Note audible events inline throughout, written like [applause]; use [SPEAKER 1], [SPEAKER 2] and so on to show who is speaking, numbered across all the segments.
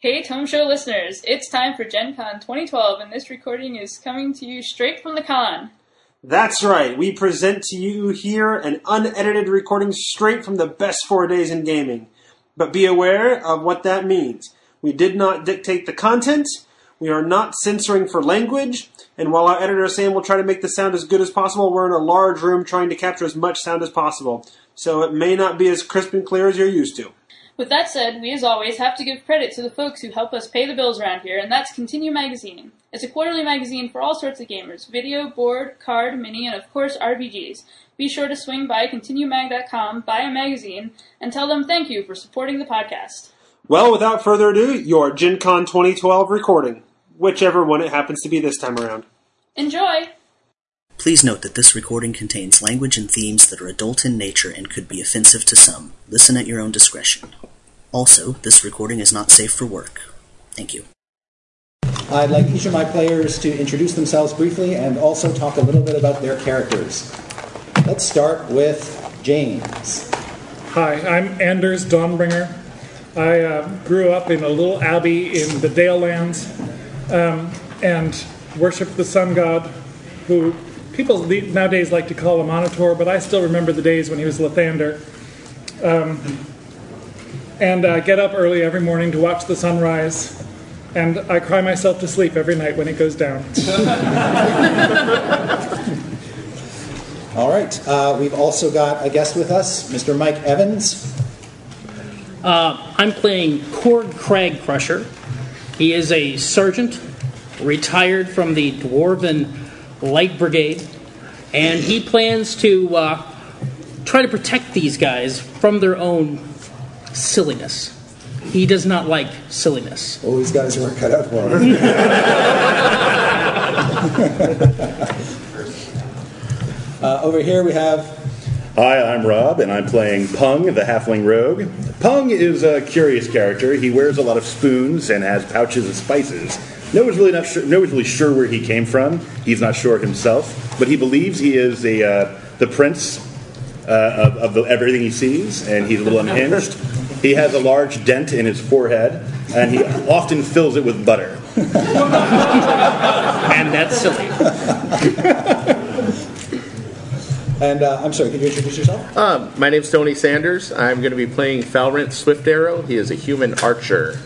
[SPEAKER 1] Hey Tome Show listeners, it's time for Gen Con 2012, and this recording is coming to you straight from the con.
[SPEAKER 2] That's right. We present to you here an unedited recording straight from the best four days in gaming. But be aware of what that means. We did not dictate the content. We are not censoring for language. And while our editor Sam will try to make the sound as good as possible, we're in a large room trying to capture as much sound as possible. So it may not be as crisp and clear as you're used to.
[SPEAKER 1] With that said, we as always have to give credit to the folks who help us pay the bills around here, and that's Continue Magazine. It's a quarterly magazine for all sorts of gamers video, board, card, mini, and of course RPGs. Be sure to swing by ContinueMag.com, buy a magazine, and tell them thank you for supporting the podcast.
[SPEAKER 2] Well, without further ado, your Gen Con 2012 recording, whichever one it happens to be this time around.
[SPEAKER 1] Enjoy!
[SPEAKER 3] Please note that this recording contains language and themes that are adult in nature and could be offensive to some. Listen at your own discretion. Also, this recording is not safe for work. Thank you.
[SPEAKER 4] I'd like each of my players to introduce themselves briefly and also talk a little bit about their characters. Let's start with James.
[SPEAKER 5] Hi, I'm Anders Dawnbringer. I uh, grew up in a little abbey in the Dale Lands um, and worshiped the sun god, who people le- nowadays like to call a monitor, but I still remember the days when he was Lathander. Um, and uh, get up early every morning to watch the sunrise, and I cry myself to sleep every night when it goes down.
[SPEAKER 4] All right, uh, we've also got a guest with us, Mr. Mike Evans.
[SPEAKER 6] Uh, I'm playing Cord Crag Crusher. He is a sergeant, retired from the Dwarven Light Brigade, and he plans to uh, try to protect these guys from their own silliness. He does not like silliness.
[SPEAKER 4] Well, these guys weren't cut out for him. [laughs] uh, over here we have
[SPEAKER 7] Hi, I'm Rob, and I'm playing Pung, the Halfling Rogue. Pung is a curious character. He wears a lot of spoons and has pouches of spices. No one's really not sure, no one's really sure where he came from. He's not sure himself, but he believes he is the uh, the prince uh, of, of the, everything he sees, and he's a little unhinged. He has a large dent in his forehead, and he often fills it with butter.
[SPEAKER 6] And that's silly.
[SPEAKER 4] And uh, I'm sorry, could you introduce yourself?
[SPEAKER 8] Um, my name's Tony Sanders. I'm going to be playing Falrent Swift Arrow. He is a human archer.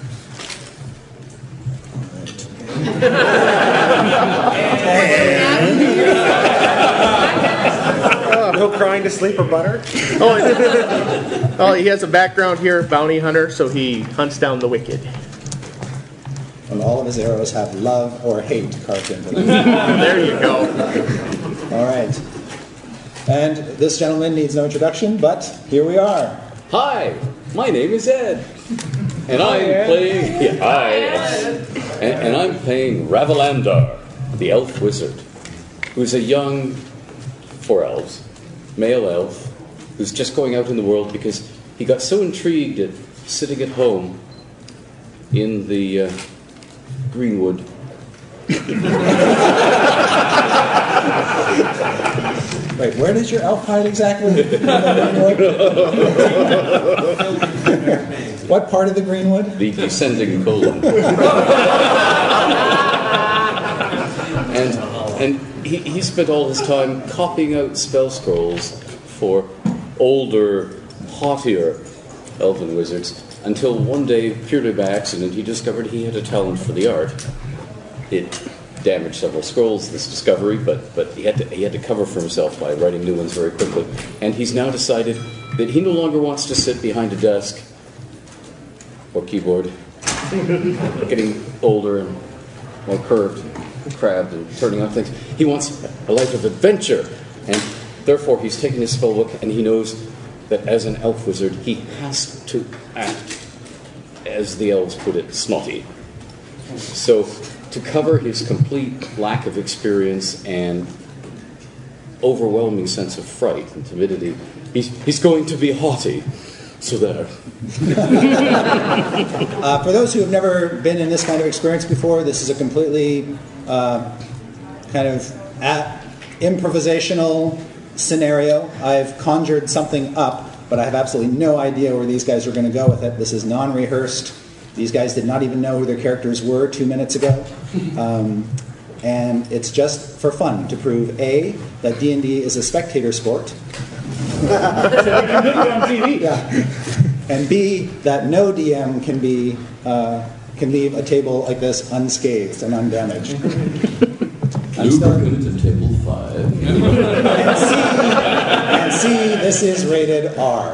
[SPEAKER 2] No crying to sleep or butter?
[SPEAKER 8] Oh, and- oh, he has a background here, bounty hunter, so he hunts down the wicked.
[SPEAKER 4] And all of his arrows have love or hate carved into them.
[SPEAKER 8] There you go.
[SPEAKER 4] all right. And this gentleman needs no introduction, but here we are.
[SPEAKER 9] Hi, my name is Ed, and I'm playing. Yeah, hi, Ed. And, and I'm playing Ravalandar, the elf wizard, who's a young, four elves, male elf, who's just going out in the world because he got so intrigued at sitting at home in the uh, greenwood.
[SPEAKER 4] Wait, where did your elf hide exactly? what part of the Greenwood?
[SPEAKER 9] the descending colon. and and he, he spent all his time copying out spell scrolls for older, haughtier elven wizards until one day, purely by accident, he discovered he had a talent for the art. It damaged several scrolls, this discovery, but, but he, had to, he had to cover for himself by writing new ones very quickly. And he's now decided that he no longer wants to sit behind a desk or keyboard. Getting older and more curved, crabbed, and turning on things. He wants a life of adventure, and therefore he's taken his spell book and he knows that as an elf wizard, he has to act, as the elves put it, snotty. So, to cover his complete lack of experience and overwhelming sense of fright and timidity, he's, he's going to be haughty. So there.
[SPEAKER 4] Uh, for those who have never been in this kind of experience before, this is a completely uh, kind of a improvisational scenario. I've conjured something up, but I have absolutely no idea where these guys are going to go with it. This is non rehearsed. These guys did not even know who their characters were two minutes ago. Um, and it's just for fun to prove A, that D&D is a spectator sport, and B, that no DM can be uh, can leave a table like this unscathed and undamaged. I'm still-
[SPEAKER 9] Lubricant of table five.
[SPEAKER 4] and C, and C, this is rated R.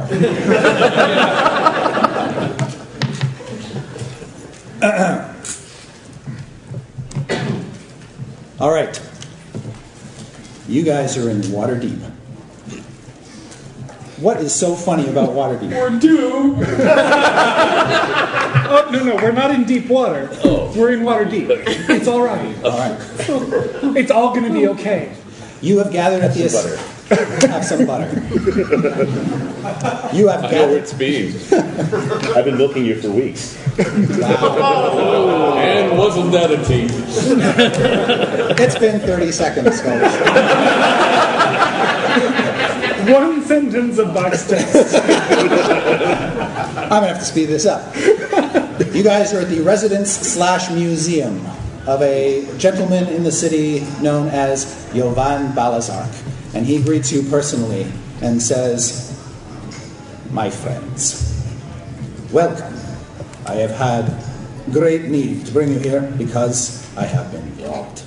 [SPEAKER 4] [coughs] All right. You guys are in water deep. What is so funny about water deep?
[SPEAKER 5] We're due. [laughs] oh no no, we're not in deep water. We're in water deep. It's all right.
[SPEAKER 4] All right.
[SPEAKER 5] It's all gonna be okay.
[SPEAKER 4] You have gathered at the
[SPEAKER 7] Some butter.
[SPEAKER 4] Have some butter. you have
[SPEAKER 9] I know where
[SPEAKER 4] gathered.
[SPEAKER 9] it's been.
[SPEAKER 7] I've been milking you for weeks.
[SPEAKER 9] And wasn't that a tea?
[SPEAKER 4] It's been 30 seconds, folks.
[SPEAKER 5] One sentence of box text.
[SPEAKER 4] I'm gonna have to speed this up. you guys are at the residence slash museum of a gentleman in the city known as Jovan Balazark, and he greets you personally and says, "My friends, welcome. I have had great need to bring you here because I have been robbed."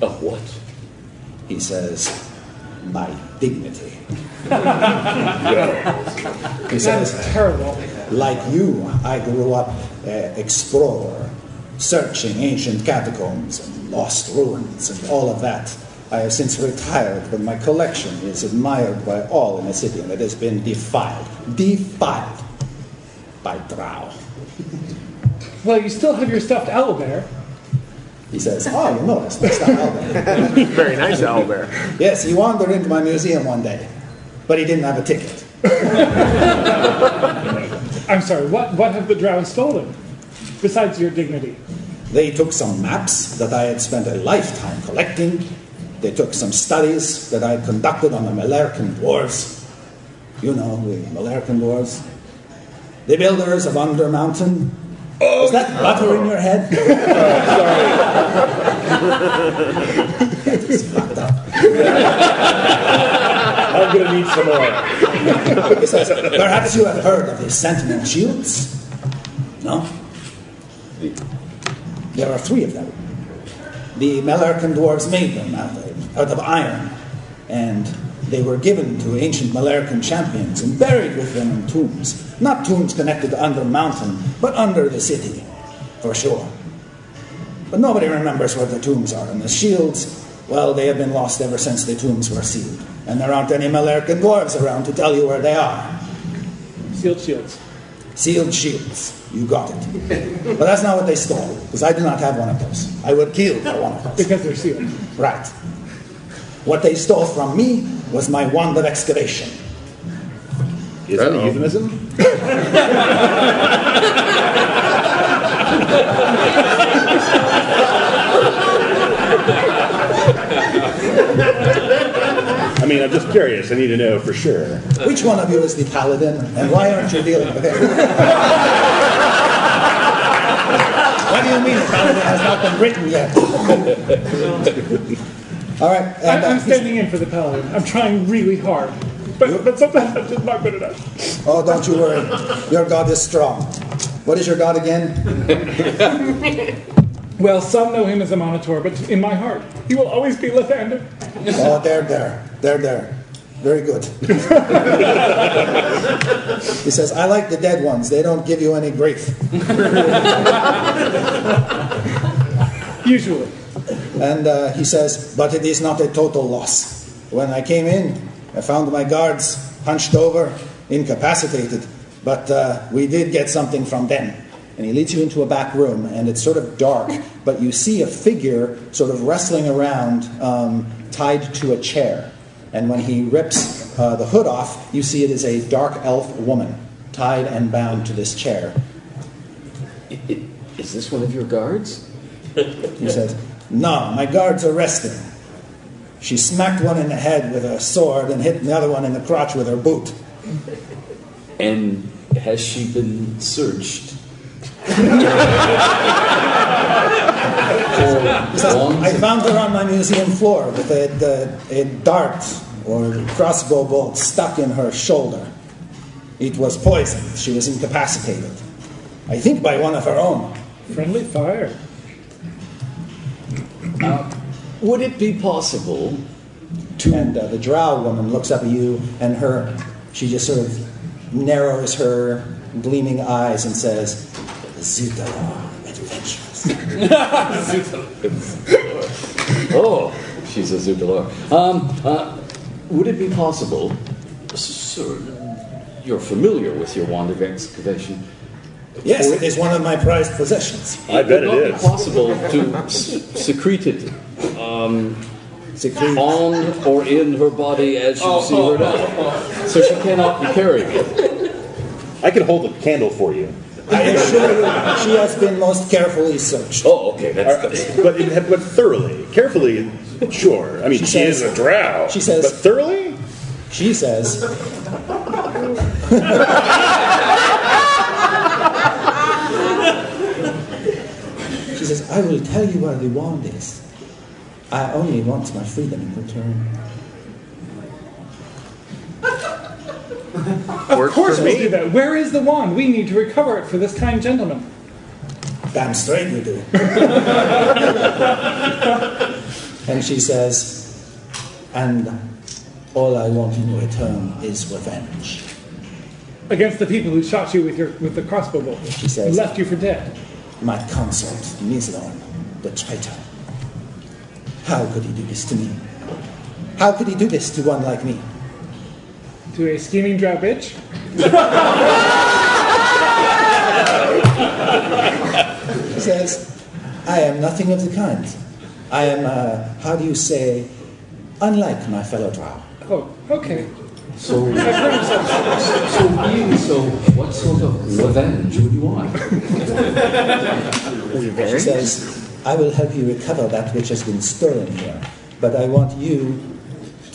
[SPEAKER 9] Of what?
[SPEAKER 4] He says, "My dignity." [laughs] he says,
[SPEAKER 5] Terrible.
[SPEAKER 4] Like you, I grew up an explorer, searching ancient catacombs and lost ruins and all of that. I have since retired, but my collection is admired by all in the city, and it has been defiled, defiled by Drow.
[SPEAKER 5] Well, you still have your stuffed owlbear.
[SPEAKER 4] He says, "Oh, you noticed that's not all there.
[SPEAKER 8] [laughs] Very nice owl bear.
[SPEAKER 4] Yes, he wandered into my museum one day, but he didn't have a ticket.
[SPEAKER 5] I'm sorry, what what have the drow stolen? Besides your dignity.
[SPEAKER 4] They took some maps that I had spent a lifetime collecting. They took some studies that I had conducted on the Malarcan Wars. You know, the Malarcan Wars. The builders of Under Mountain. Is that butter in your head?
[SPEAKER 7] I'm gonna need some more.
[SPEAKER 4] He says, [laughs] Perhaps you have heard of the Sentinel Shields? No? There are three of them. The Malarkan dwarves made them out of, out of iron, and they were given to ancient Malarkan champions and buried with them in tombs. Not tombs connected to under mountain, but under the city, for sure. But nobody remembers where the tombs are, and the shields, well, they have been lost ever since the tombs were sealed. And there aren't any Malarkan dwarves around to tell you where they are.
[SPEAKER 5] Sealed shields.
[SPEAKER 4] Sealed shields. You got it. but that's not what they stole, because I do not have one of those. I would kill for one of those.
[SPEAKER 5] Because they're sealed.
[SPEAKER 4] Right. What they stole from me was my wand of excavation.
[SPEAKER 7] Is that a
[SPEAKER 8] Uh-oh.
[SPEAKER 7] euphemism? I mean, I'm just curious. I need to know for sure.
[SPEAKER 4] Which one of you is the paladin, and why aren't you dealing with him? [laughs] what do you mean the paladin has not been written yet? [laughs] All right.
[SPEAKER 5] I'm,
[SPEAKER 4] and, uh,
[SPEAKER 5] I'm
[SPEAKER 4] he's-
[SPEAKER 5] standing in for the paladin. I'm trying really hard. But, but sometimes I'm [laughs] just not good enough.
[SPEAKER 4] Oh, don't you worry. Your God is strong. What is your God
[SPEAKER 5] [laughs]
[SPEAKER 4] again?
[SPEAKER 5] Well, some know him as a monitor, but in my heart, he will always be Lathander.
[SPEAKER 4] Oh, there, there. There, there. Very good. [laughs] he says, I like the dead ones. They don't give you any grief.
[SPEAKER 5] Usually.
[SPEAKER 4] And uh, he says, But it is not a total loss. When I came in, I found my guards hunched over, incapacitated, but uh, we did get something from them. And he leads you into a back room, and it's sort of dark, but you see a figure sort of wrestling around um, tied to a chair. And when he rips uh, the hood off, you see it is a dark elf woman tied and bound to this chair.
[SPEAKER 9] I- i- Is this one of your guards?
[SPEAKER 4] He says, No, my guards arrested him. She smacked one in the head with her sword and hit the other one in the crotch with her boot.
[SPEAKER 9] And Has she been [laughs] searched?
[SPEAKER 4] He says,
[SPEAKER 9] For
[SPEAKER 4] I
[SPEAKER 9] long?
[SPEAKER 4] found her on my museum floor with a, the, a dart or crossbow bolt stuck in her shoulder. It was poisoned. She was incapacitated. I think by one of her own.
[SPEAKER 5] Friendly fire.
[SPEAKER 9] Would it be possible?
[SPEAKER 4] And uh, the drow woman looks up at you, and her, she just sort of narrows her gleaming eyes and says, Zitala Adventures.
[SPEAKER 9] Oh, she's a Zubalor. Um, uh, would it be possible, sir? You're familiar with your wand of excavation.
[SPEAKER 4] Yes, it is one of my prized possessions.
[SPEAKER 7] I bet
[SPEAKER 9] would
[SPEAKER 7] it
[SPEAKER 9] not
[SPEAKER 7] is.
[SPEAKER 9] Be possible to s- secrete it
[SPEAKER 4] Secret.
[SPEAKER 9] on or in her body as you see her now, so she cannot be carried.
[SPEAKER 7] I can hold a candle for you.
[SPEAKER 4] I assure you, she has been most carefully searched.
[SPEAKER 9] Oh, okay, that's
[SPEAKER 7] Or- but, it- but thoroughly, carefully, sure. I mean, she,
[SPEAKER 4] She
[SPEAKER 7] is
[SPEAKER 4] says-
[SPEAKER 7] a drow.
[SPEAKER 4] she says-
[SPEAKER 7] but thoroughly.
[SPEAKER 4] She says, She says, I will tell you where the wand is. I only want my freedom in return.
[SPEAKER 5] Of course we'll do that. Where is the wand? We need to recover it for this kind gentleman.
[SPEAKER 4] Damn straight we do. and she says, And all I want in return is revenge.
[SPEAKER 5] Against the people who shot you with your with the crossbow bolt.
[SPEAKER 4] She says-
[SPEAKER 5] Left you for dead.
[SPEAKER 4] My consort, Mislon, the traitor. How could he do this to me? How could he do this to one like me?
[SPEAKER 5] To a scheming drow bitch.
[SPEAKER 4] He says, I am nothing of the kind. I am, uh, how do you say, unlike my fellow drow.
[SPEAKER 5] Oh, okay.
[SPEAKER 9] So, so being so, what sort of revenge would you want?
[SPEAKER 4] She says, I will help you recover that which has been stolen here, but I want you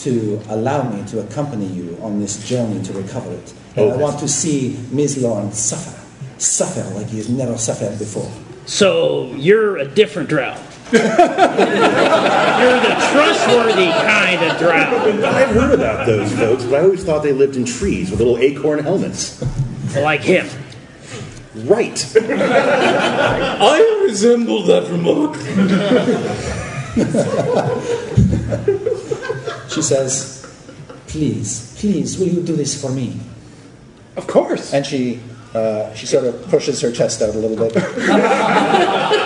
[SPEAKER 4] to allow me to accompany you on this journey to recover it. And I
[SPEAKER 7] Okay.
[SPEAKER 4] want to see Miss Lorne suffer, suffer like he has never suffered before.
[SPEAKER 6] So you're a different drow. [laughs] you're the trustworthy kind of drow,
[SPEAKER 7] I've heard about those folks, but I always thought they lived in trees with little acorn helmets.
[SPEAKER 6] like him.
[SPEAKER 7] Right.
[SPEAKER 9] I resemble that remark.
[SPEAKER 4] She says, Please, please, will you do this for me?
[SPEAKER 5] Of course.
[SPEAKER 4] And she, uh, she sort of pushes her chest out a little
[SPEAKER 5] [laughs]
[SPEAKER 4] bit.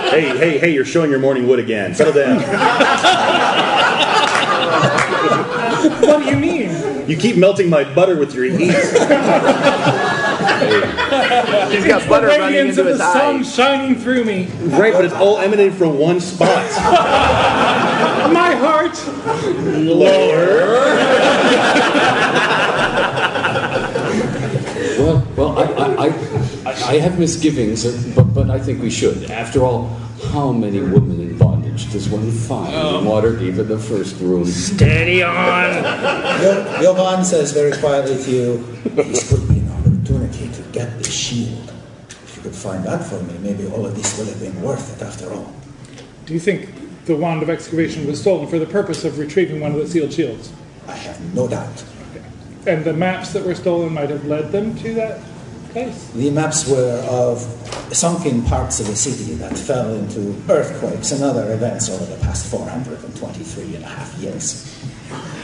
[SPEAKER 7] hey, hey, hey! You're showing your morning wood again. Settle down.
[SPEAKER 5] What do you mean?
[SPEAKER 7] You keep melting my butter with your heat.
[SPEAKER 8] He's got butter
[SPEAKER 5] the
[SPEAKER 8] running
[SPEAKER 5] radiance
[SPEAKER 8] into
[SPEAKER 5] of the
[SPEAKER 8] his
[SPEAKER 5] sun
[SPEAKER 8] eyes.
[SPEAKER 5] shining through me.
[SPEAKER 7] Right, but it's all emanated from one spot.
[SPEAKER 5] My heart.
[SPEAKER 7] Lower.
[SPEAKER 9] Well, well, I, I, I, I- I have misgivings, but, but I think we should. After all, how many women in bondage does one find in Waterdeep in the first room?
[SPEAKER 6] Steady on.
[SPEAKER 4] Yo- Yovan says very quietly to you, This would be an opportunity to get the shield. If you could find that for me, maybe all of this will have been worth it after all.
[SPEAKER 5] Do you think the wand of excavation was stolen for the purpose of retrieving one of the sealed shields?
[SPEAKER 4] I have no doubt.
[SPEAKER 5] And the maps that were stolen might have led them to that place?
[SPEAKER 4] The maps were of sunken parts of the city that fell into earthquakes and other events over the past 423 and a half years.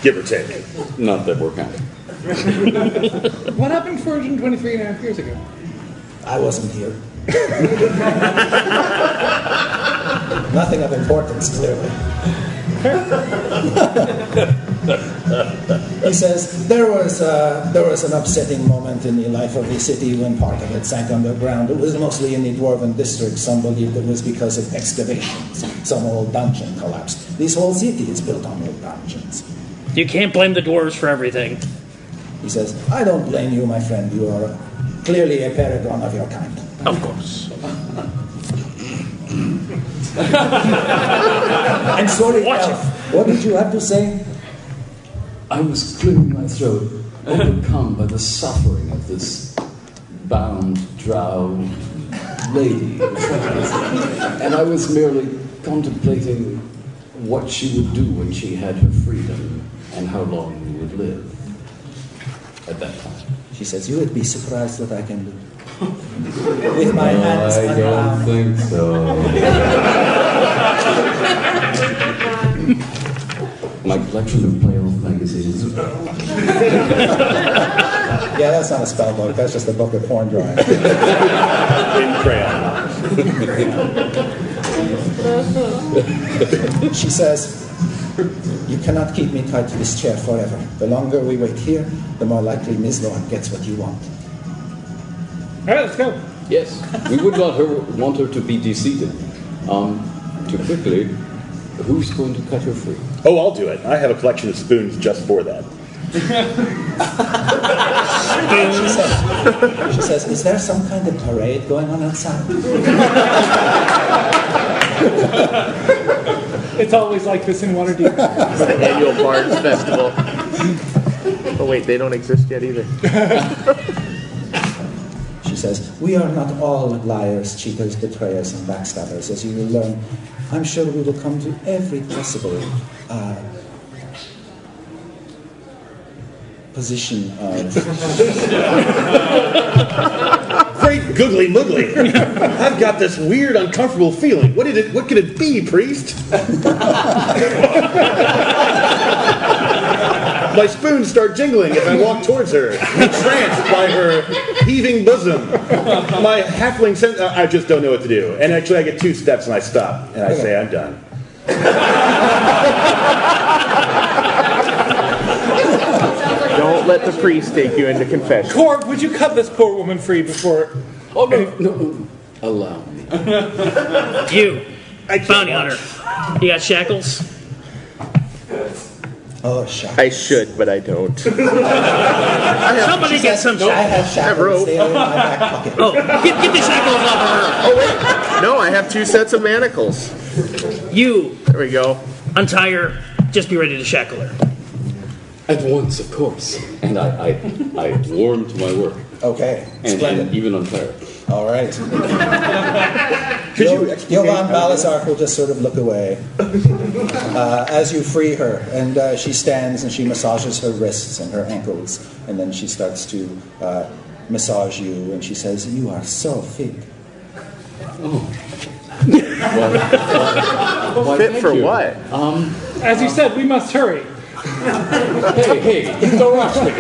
[SPEAKER 7] Give or take.
[SPEAKER 9] Not that we're counting.
[SPEAKER 5] What happened 423 and a half years ago?
[SPEAKER 4] I wasn't here. [laughs] Nothing of importance, clearly. [laughs] he says there was uh, there was an upsetting moment in the life of the city when part of it sank underground. It was mostly in the dwarven district. Some believed it was because of excavations. Some old dungeon collapsed. This whole city is built on old dungeons.
[SPEAKER 6] You can't blame the dwarves for everything.
[SPEAKER 4] He says, "I don't blame you, my friend. You are clearly a paragon of your kind."
[SPEAKER 6] Of course.
[SPEAKER 4] I'm sorry,
[SPEAKER 6] Watch
[SPEAKER 4] Alf. What did you have to say?
[SPEAKER 9] I was clearing my throat, overcome by the suffering of this bound drow lady. and I was merely contemplating what she would do when she had her freedom and how long we would live at that time.
[SPEAKER 4] She says, You would be surprised what I [laughs] can do. With my
[SPEAKER 9] Oh
[SPEAKER 4] hands
[SPEAKER 9] I don't
[SPEAKER 4] unbound.
[SPEAKER 9] think so. My collection of Playboy magazines.
[SPEAKER 4] Yeah, that's not a spell book. That's just a book of porn drawing.
[SPEAKER 7] In crayon.
[SPEAKER 4] She says, You cannot keep me tied to this chair forever. The longer we wait here, the more likely Ms. Lord gets what you want.
[SPEAKER 5] All right, let's go.
[SPEAKER 9] Yes, we would not her, want her to be deceived um, too quickly. Who's going to cut her free?
[SPEAKER 7] Oh, I'll do it. I have a collection of spoons just for that.
[SPEAKER 4] She says, she says Is there some kind of parade going on outside?
[SPEAKER 5] It's always like this in Waterdeep.
[SPEAKER 8] The annual Bards Festival. Oh, wait, they don't exist yet either.
[SPEAKER 4] She says, We are not all liars, cheaters, betrayers, and backstabbers, as you will learn. I'm sure we will come to every possible uh, position
[SPEAKER 8] [laughs]
[SPEAKER 4] of.
[SPEAKER 7] Great googly moogly. [laughs] I've got this weird, uncomfortable feeling. What did it? What could it be, priest? [laughs] My spoons start jingling as I walk towards her, entranced by her heaving bosom. My halfling sense, I just don't know what to do. And actually, I get two steps and I stop and I say, I'm done.
[SPEAKER 8] [laughs] Don't let the priest take you into confession.
[SPEAKER 5] Korg, would you cut this poor woman free before?
[SPEAKER 9] Oh no, no, allow me.
[SPEAKER 6] You,
[SPEAKER 7] I can't
[SPEAKER 6] bounty hunter. You got shackles?
[SPEAKER 4] Oh, shock.
[SPEAKER 8] I should, but I don't.
[SPEAKER 6] Somebody get some
[SPEAKER 4] I
[SPEAKER 6] shackles.
[SPEAKER 4] have shackles.
[SPEAKER 8] rope.
[SPEAKER 4] They are in my back pocket.
[SPEAKER 6] Oh, get, get the shackles off
[SPEAKER 8] Oh, wait. No, I have two sets of manacles.
[SPEAKER 6] of her. You,
[SPEAKER 8] There we go.
[SPEAKER 6] untie her. Just be ready to shackle her.
[SPEAKER 9] At once, of course. And I, I, I warm to my work,
[SPEAKER 4] Okay,
[SPEAKER 9] and,
[SPEAKER 4] splendid.
[SPEAKER 9] and even on fire.
[SPEAKER 4] All [laughs] right.
[SPEAKER 7] Could
[SPEAKER 4] Yo-
[SPEAKER 7] you explicate-
[SPEAKER 4] Yovan Balazar will just sort of look away uh, as you free her, and uh, she stands and she massages her wrists and her ankles, and then she starts to uh, massage you, and she says, "You are so fit."
[SPEAKER 9] Why,
[SPEAKER 8] Fit
[SPEAKER 9] thank
[SPEAKER 8] for
[SPEAKER 9] you.
[SPEAKER 8] what?
[SPEAKER 5] As you said, we must hurry.
[SPEAKER 9] Hey, hey, don't rush me.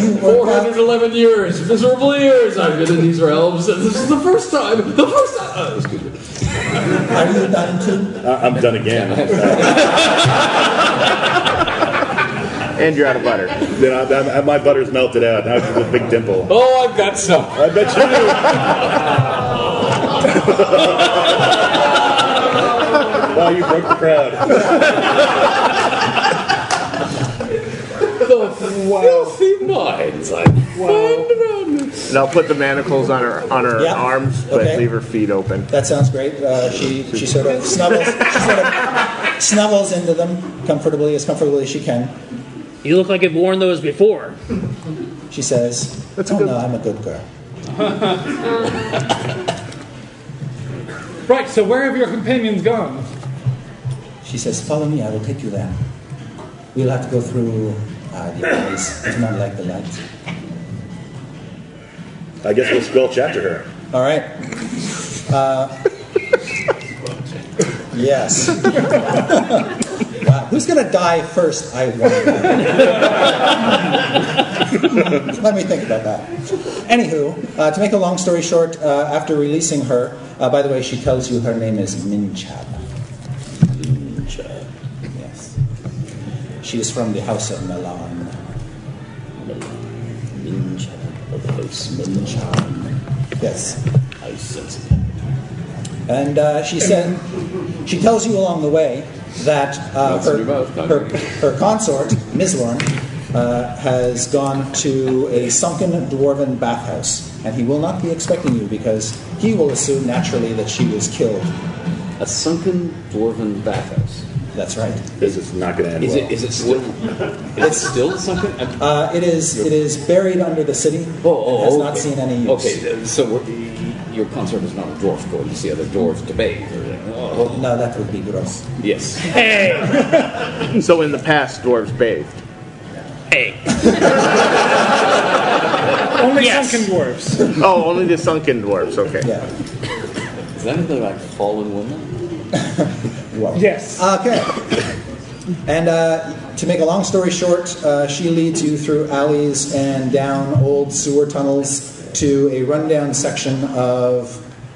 [SPEAKER 4] You work out.
[SPEAKER 9] 411 years, miserable years I've been in these realms, and this is the first time, the first time. Oh, excuse me.
[SPEAKER 4] Are you done too?
[SPEAKER 7] I- Uh, I'm done again.
[SPEAKER 8] [laughs] And you're out of butter.
[SPEAKER 7] Then I, I, my butter's melted out. Now it's just a big dimple.
[SPEAKER 9] Oh, I've got some.
[SPEAKER 7] I bet you
[SPEAKER 8] [laughs]
[SPEAKER 7] do. wow, you broke the crowd.
[SPEAKER 9] The filthy minds I find around me.
[SPEAKER 8] And I'll put the manacles on her on her
[SPEAKER 4] Yeah.
[SPEAKER 8] arms, but
[SPEAKER 4] Okay.
[SPEAKER 8] leave her feet open.
[SPEAKER 4] That sounds great. Uh, she she sort of snuggle she sort of snuggles into them comfortably, as comfortably as she can.
[SPEAKER 6] You look like you've worn those before.
[SPEAKER 4] She says, "Oh no, I'm a good girl."
[SPEAKER 5] Right. So where have your companions gone?
[SPEAKER 4] She says, Follow me, I will take you there. We'll have to go through uh, the alleys. It's not like the light.
[SPEAKER 7] I guess we'll squelch after her.
[SPEAKER 4] All right. Uh, yes. wow. Who's going to die first? I wonder. Let me think about that. Anywho, uh, to make a long story short, uh, after releasing her, uh, by the way, she tells you her name is Minchab. Minchab. Yes. She is from the house of Milan.
[SPEAKER 9] Minchab of the house,
[SPEAKER 4] Minchab. Yes.
[SPEAKER 9] I sense it.
[SPEAKER 4] And uh, she said, she tells you along the way that uh,
[SPEAKER 9] Lots in
[SPEAKER 4] her,
[SPEAKER 9] your mouth, not
[SPEAKER 4] her, her consort, Mislorn, uh, has gone to a sunken dwarven bathhouse. And he will not be expecting you because he will assume naturally that she was killed.
[SPEAKER 9] A sunken dwarven bathhouse.
[SPEAKER 4] That's right.
[SPEAKER 7] This is not going to end
[SPEAKER 9] Is
[SPEAKER 7] well.
[SPEAKER 9] it is it still it's still something? I'm-
[SPEAKER 4] Uh, it is it is buried under the city.
[SPEAKER 9] Oh, oh,
[SPEAKER 4] It has
[SPEAKER 9] okay.
[SPEAKER 4] not seen any use.
[SPEAKER 9] Okay, th- so we're, your concert is not a dwarf going to see other dwarves debate. Or, oh,
[SPEAKER 4] No, that would be gross.
[SPEAKER 9] yes.
[SPEAKER 6] Hey,
[SPEAKER 8] So in the past, dwarves bathed.
[SPEAKER 6] hey.
[SPEAKER 5] Only
[SPEAKER 6] Yes.
[SPEAKER 5] sunken dwarves.
[SPEAKER 8] Oh, only the sunken dwarves. Okay.
[SPEAKER 4] Yeah.
[SPEAKER 9] Is that anything like fallen women?
[SPEAKER 4] Well.
[SPEAKER 5] Yes.
[SPEAKER 4] Okay. And uh, to make a long story short, uh, she leads you through alleys and down old sewer tunnels to a rundown section of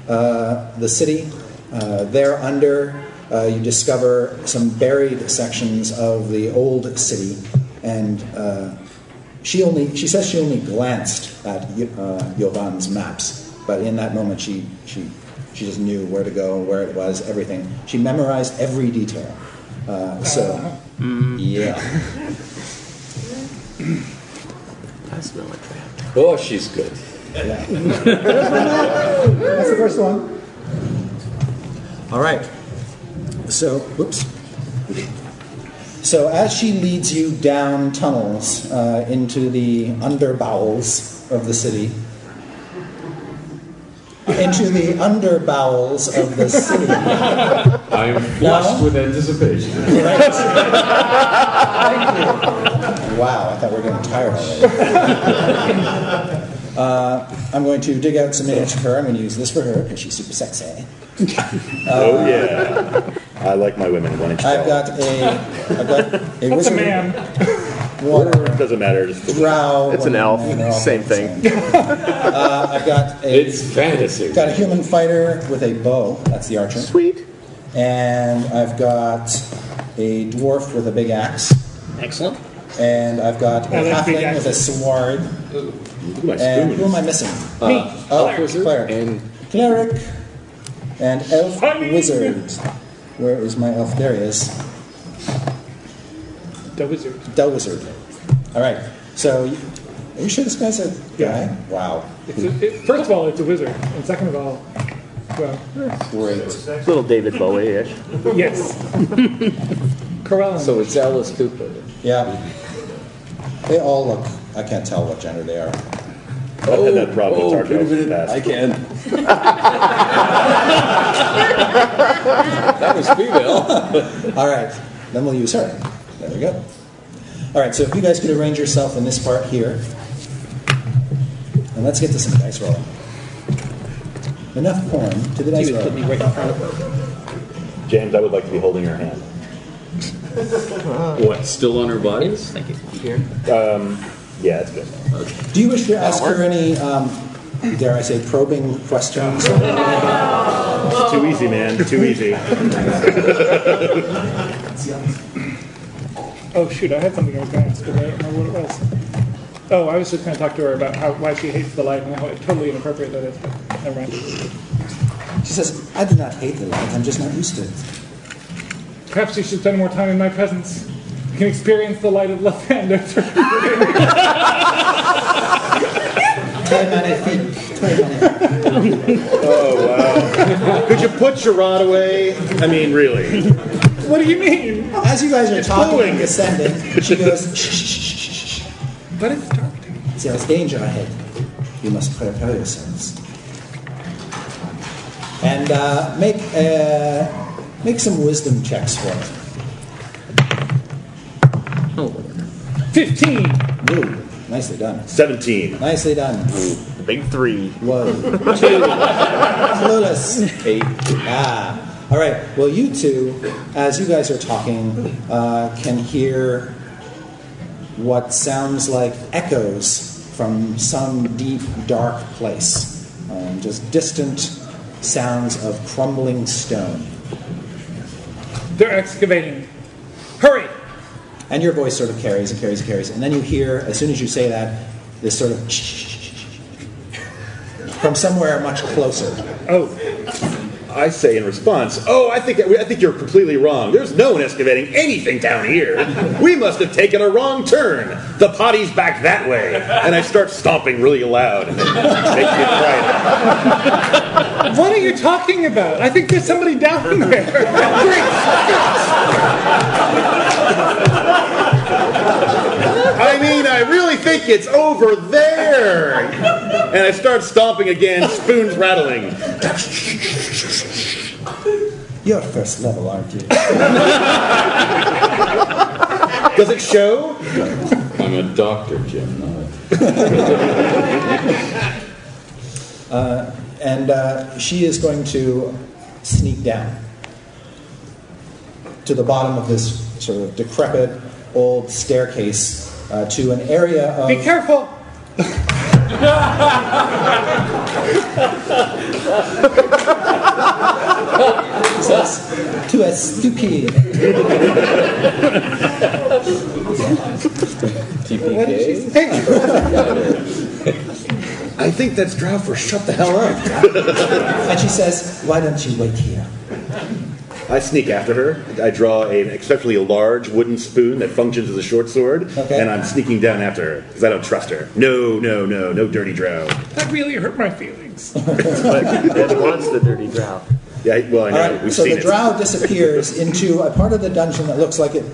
[SPEAKER 4] uh, the city. Uh, there, under, uh, you discover some buried sections of the old city, and uh, she only she says she only glanced at uh, Jovan's maps, but in that moment she she she just knew where to go, where it was, everything. She memorized every detail. Uh, so yeah,
[SPEAKER 8] I smell a trap.
[SPEAKER 9] Oh, she's good.
[SPEAKER 4] that's the first one. All right. So whoops. So as she leads you down tunnels uh, into the under bowels of the city. Into the under bowels of the [laughs] city.
[SPEAKER 9] I am
[SPEAKER 4] flushed
[SPEAKER 9] with anticipation.
[SPEAKER 4] Wow, I thought we were getting tired already. uh, I'm going to dig out some image of her. I'm going to use this for her because she's super sexy.
[SPEAKER 7] oh yeah, [laughs] I like my women one inch.
[SPEAKER 4] I've
[SPEAKER 7] tall.
[SPEAKER 4] got a, I've got a
[SPEAKER 5] That's a
[SPEAKER 4] wizard
[SPEAKER 5] man.
[SPEAKER 4] water
[SPEAKER 7] Doesn't matter. Just
[SPEAKER 4] drow.
[SPEAKER 8] It's an
[SPEAKER 4] and
[SPEAKER 8] elf.
[SPEAKER 4] they're all
[SPEAKER 8] Same
[SPEAKER 4] the
[SPEAKER 8] thing.
[SPEAKER 4] same. uh, I've got a
[SPEAKER 9] It's fantasy.
[SPEAKER 4] got a human fighter with a bow. That's the archer.
[SPEAKER 8] Sweet.
[SPEAKER 4] And I've got a dwarf with a big axe.
[SPEAKER 6] Excellent.
[SPEAKER 4] And I've got a
[SPEAKER 5] I like Oh, big
[SPEAKER 4] halfling with a sword.
[SPEAKER 7] look at my
[SPEAKER 4] And who am
[SPEAKER 7] spoon.
[SPEAKER 4] I missing?
[SPEAKER 8] uh,
[SPEAKER 6] Me.
[SPEAKER 4] Oh,
[SPEAKER 9] Wizard
[SPEAKER 4] cleric.
[SPEAKER 9] and
[SPEAKER 4] cleric and elf
[SPEAKER 5] Funny.
[SPEAKER 4] wizard. Where is my elf? There he is.
[SPEAKER 5] The wizard.
[SPEAKER 4] Del wizard. All right. So, you- are you sure this guy's a guy?
[SPEAKER 5] Yeah.
[SPEAKER 4] Wow.
[SPEAKER 5] It's a, it, first of all, it's a wizard. And second of all, well,
[SPEAKER 9] great.
[SPEAKER 8] Little David Bowie-ish.
[SPEAKER 5] yes. [laughs] Corella.
[SPEAKER 9] So it's Alice Cooper.
[SPEAKER 4] Yeah. They all look. I can't tell what gender they are.
[SPEAKER 7] I've had that problem with
[SPEAKER 9] oh,
[SPEAKER 7] Dark
[SPEAKER 9] wait a
[SPEAKER 7] Elves in the
[SPEAKER 9] minute,
[SPEAKER 7] past.
[SPEAKER 9] I can. [laughs] that was female.
[SPEAKER 4] All right. Then we'll use her. There we go. All right. So if you guys could arrange yourself in this part here, and let's get to some dice rolling. Enough porn to the dice roll.
[SPEAKER 7] James, I would like to be holding your hand.
[SPEAKER 9] What? Still on her body?
[SPEAKER 6] Thank you.
[SPEAKER 7] Um, Yeah, that's good.
[SPEAKER 4] Do you wish to ask her any, um, dare I say, probing questions?
[SPEAKER 7] It's too easy, man. Too easy.
[SPEAKER 5] Oh shoot, I had something I was going to ask, but I don't remember what it was. Oh, I was just going to talk to her about how why she hates the light and how totally inappropriate that is. But never mind.
[SPEAKER 4] She says, I do not hate the light, I'm just not used to it.
[SPEAKER 5] Perhaps you should spend more time in my presence. You can experience the light of love and nurture.
[SPEAKER 4] Try many feet, try many feet.
[SPEAKER 7] Could you put Gerard away? I mean, really.
[SPEAKER 5] [laughs] what do you mean?
[SPEAKER 4] As you guys are talking
[SPEAKER 7] glowing.
[SPEAKER 4] and descending,
[SPEAKER 5] [laughs]
[SPEAKER 4] she goes, shh, shh, shh, shh, shh.
[SPEAKER 5] But it's dark.
[SPEAKER 4] See, there's danger ahead. You must prepare yourselves. And uh, make, uh, make some wisdom checks for her.
[SPEAKER 5] Fifteen.
[SPEAKER 4] Ooh, nicely done.
[SPEAKER 7] 17.
[SPEAKER 4] Nicely done.
[SPEAKER 8] The big three.
[SPEAKER 4] Whoa. Clueless. Ah. All right. Well, you two, as you guys are talking, uh, can hear what sounds like echoes from some deep, dark place. Um, just distant sounds of crumbling stone.
[SPEAKER 5] They're excavating. Hurry!
[SPEAKER 4] And your voice sort of carries and carries and carries. And then you hear, as soon as you say that, this sort of [laughs] from somewhere much closer.
[SPEAKER 5] Oh,
[SPEAKER 7] I say in response, "Oh, I think I think you're completely wrong. There's no one excavating anything down here. We must have taken a wrong turn. The potty's back that [laughs] way." And I start stomping really loud. Makes me frightened.
[SPEAKER 5] What are you talking about? I think there's somebody down there. [laughs]
[SPEAKER 7] I mean, I really think it's over there. And I start stomping again, spoons rattling.
[SPEAKER 4] You're first level, aren't you?
[SPEAKER 7] Does it show?
[SPEAKER 9] I'm a doctor, Jim. not a-
[SPEAKER 4] and uh, she is going to sneak down to the bottom of this sort of decrepit old staircase uh, to an area of
[SPEAKER 5] Be careful.
[SPEAKER 4] [laughs] to a stupid.
[SPEAKER 9] TPK?
[SPEAKER 7] I think that's Droufer. Shut the hell up.
[SPEAKER 4] And she says, "Why don't you wait here?"
[SPEAKER 7] I sneak after her. I draw an exceptionally large wooden spoon that functions as a short sword,
[SPEAKER 4] Okay.
[SPEAKER 7] and I'm sneaking down after her because I don't trust her. No, no, no, no dirty drow.
[SPEAKER 5] That really hurt my feelings.
[SPEAKER 10] That was the dirty drow.
[SPEAKER 7] Yeah, well, I
[SPEAKER 4] All
[SPEAKER 7] know.
[SPEAKER 4] right,
[SPEAKER 7] We've
[SPEAKER 4] so
[SPEAKER 7] seen
[SPEAKER 4] the
[SPEAKER 7] it.
[SPEAKER 4] drow disappears into a part of the dungeon that looks like it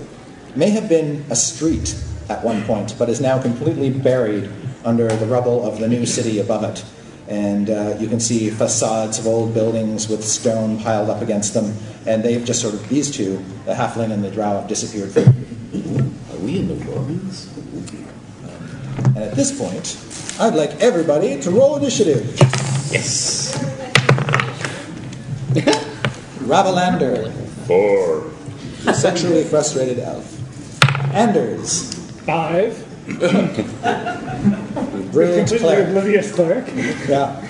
[SPEAKER 4] may have been a street at one point, but is now completely buried under the rubble of the new city above it. And uh, you can see facades of old buildings with stone piled up against them, and they've just sort of these two, the halfling and the drow, have disappeared. From.
[SPEAKER 9] Are we in the Warrens?
[SPEAKER 4] And at this point, I'd like everybody to roll initiative. [laughs]
[SPEAKER 9] Yes.
[SPEAKER 4] Ravalander,
[SPEAKER 7] Four.
[SPEAKER 4] sexually frustrated elf. Anders,
[SPEAKER 5] Five.
[SPEAKER 4] brilliant
[SPEAKER 5] Completely
[SPEAKER 4] cleric.
[SPEAKER 5] oblivious cleric.
[SPEAKER 4] Yeah.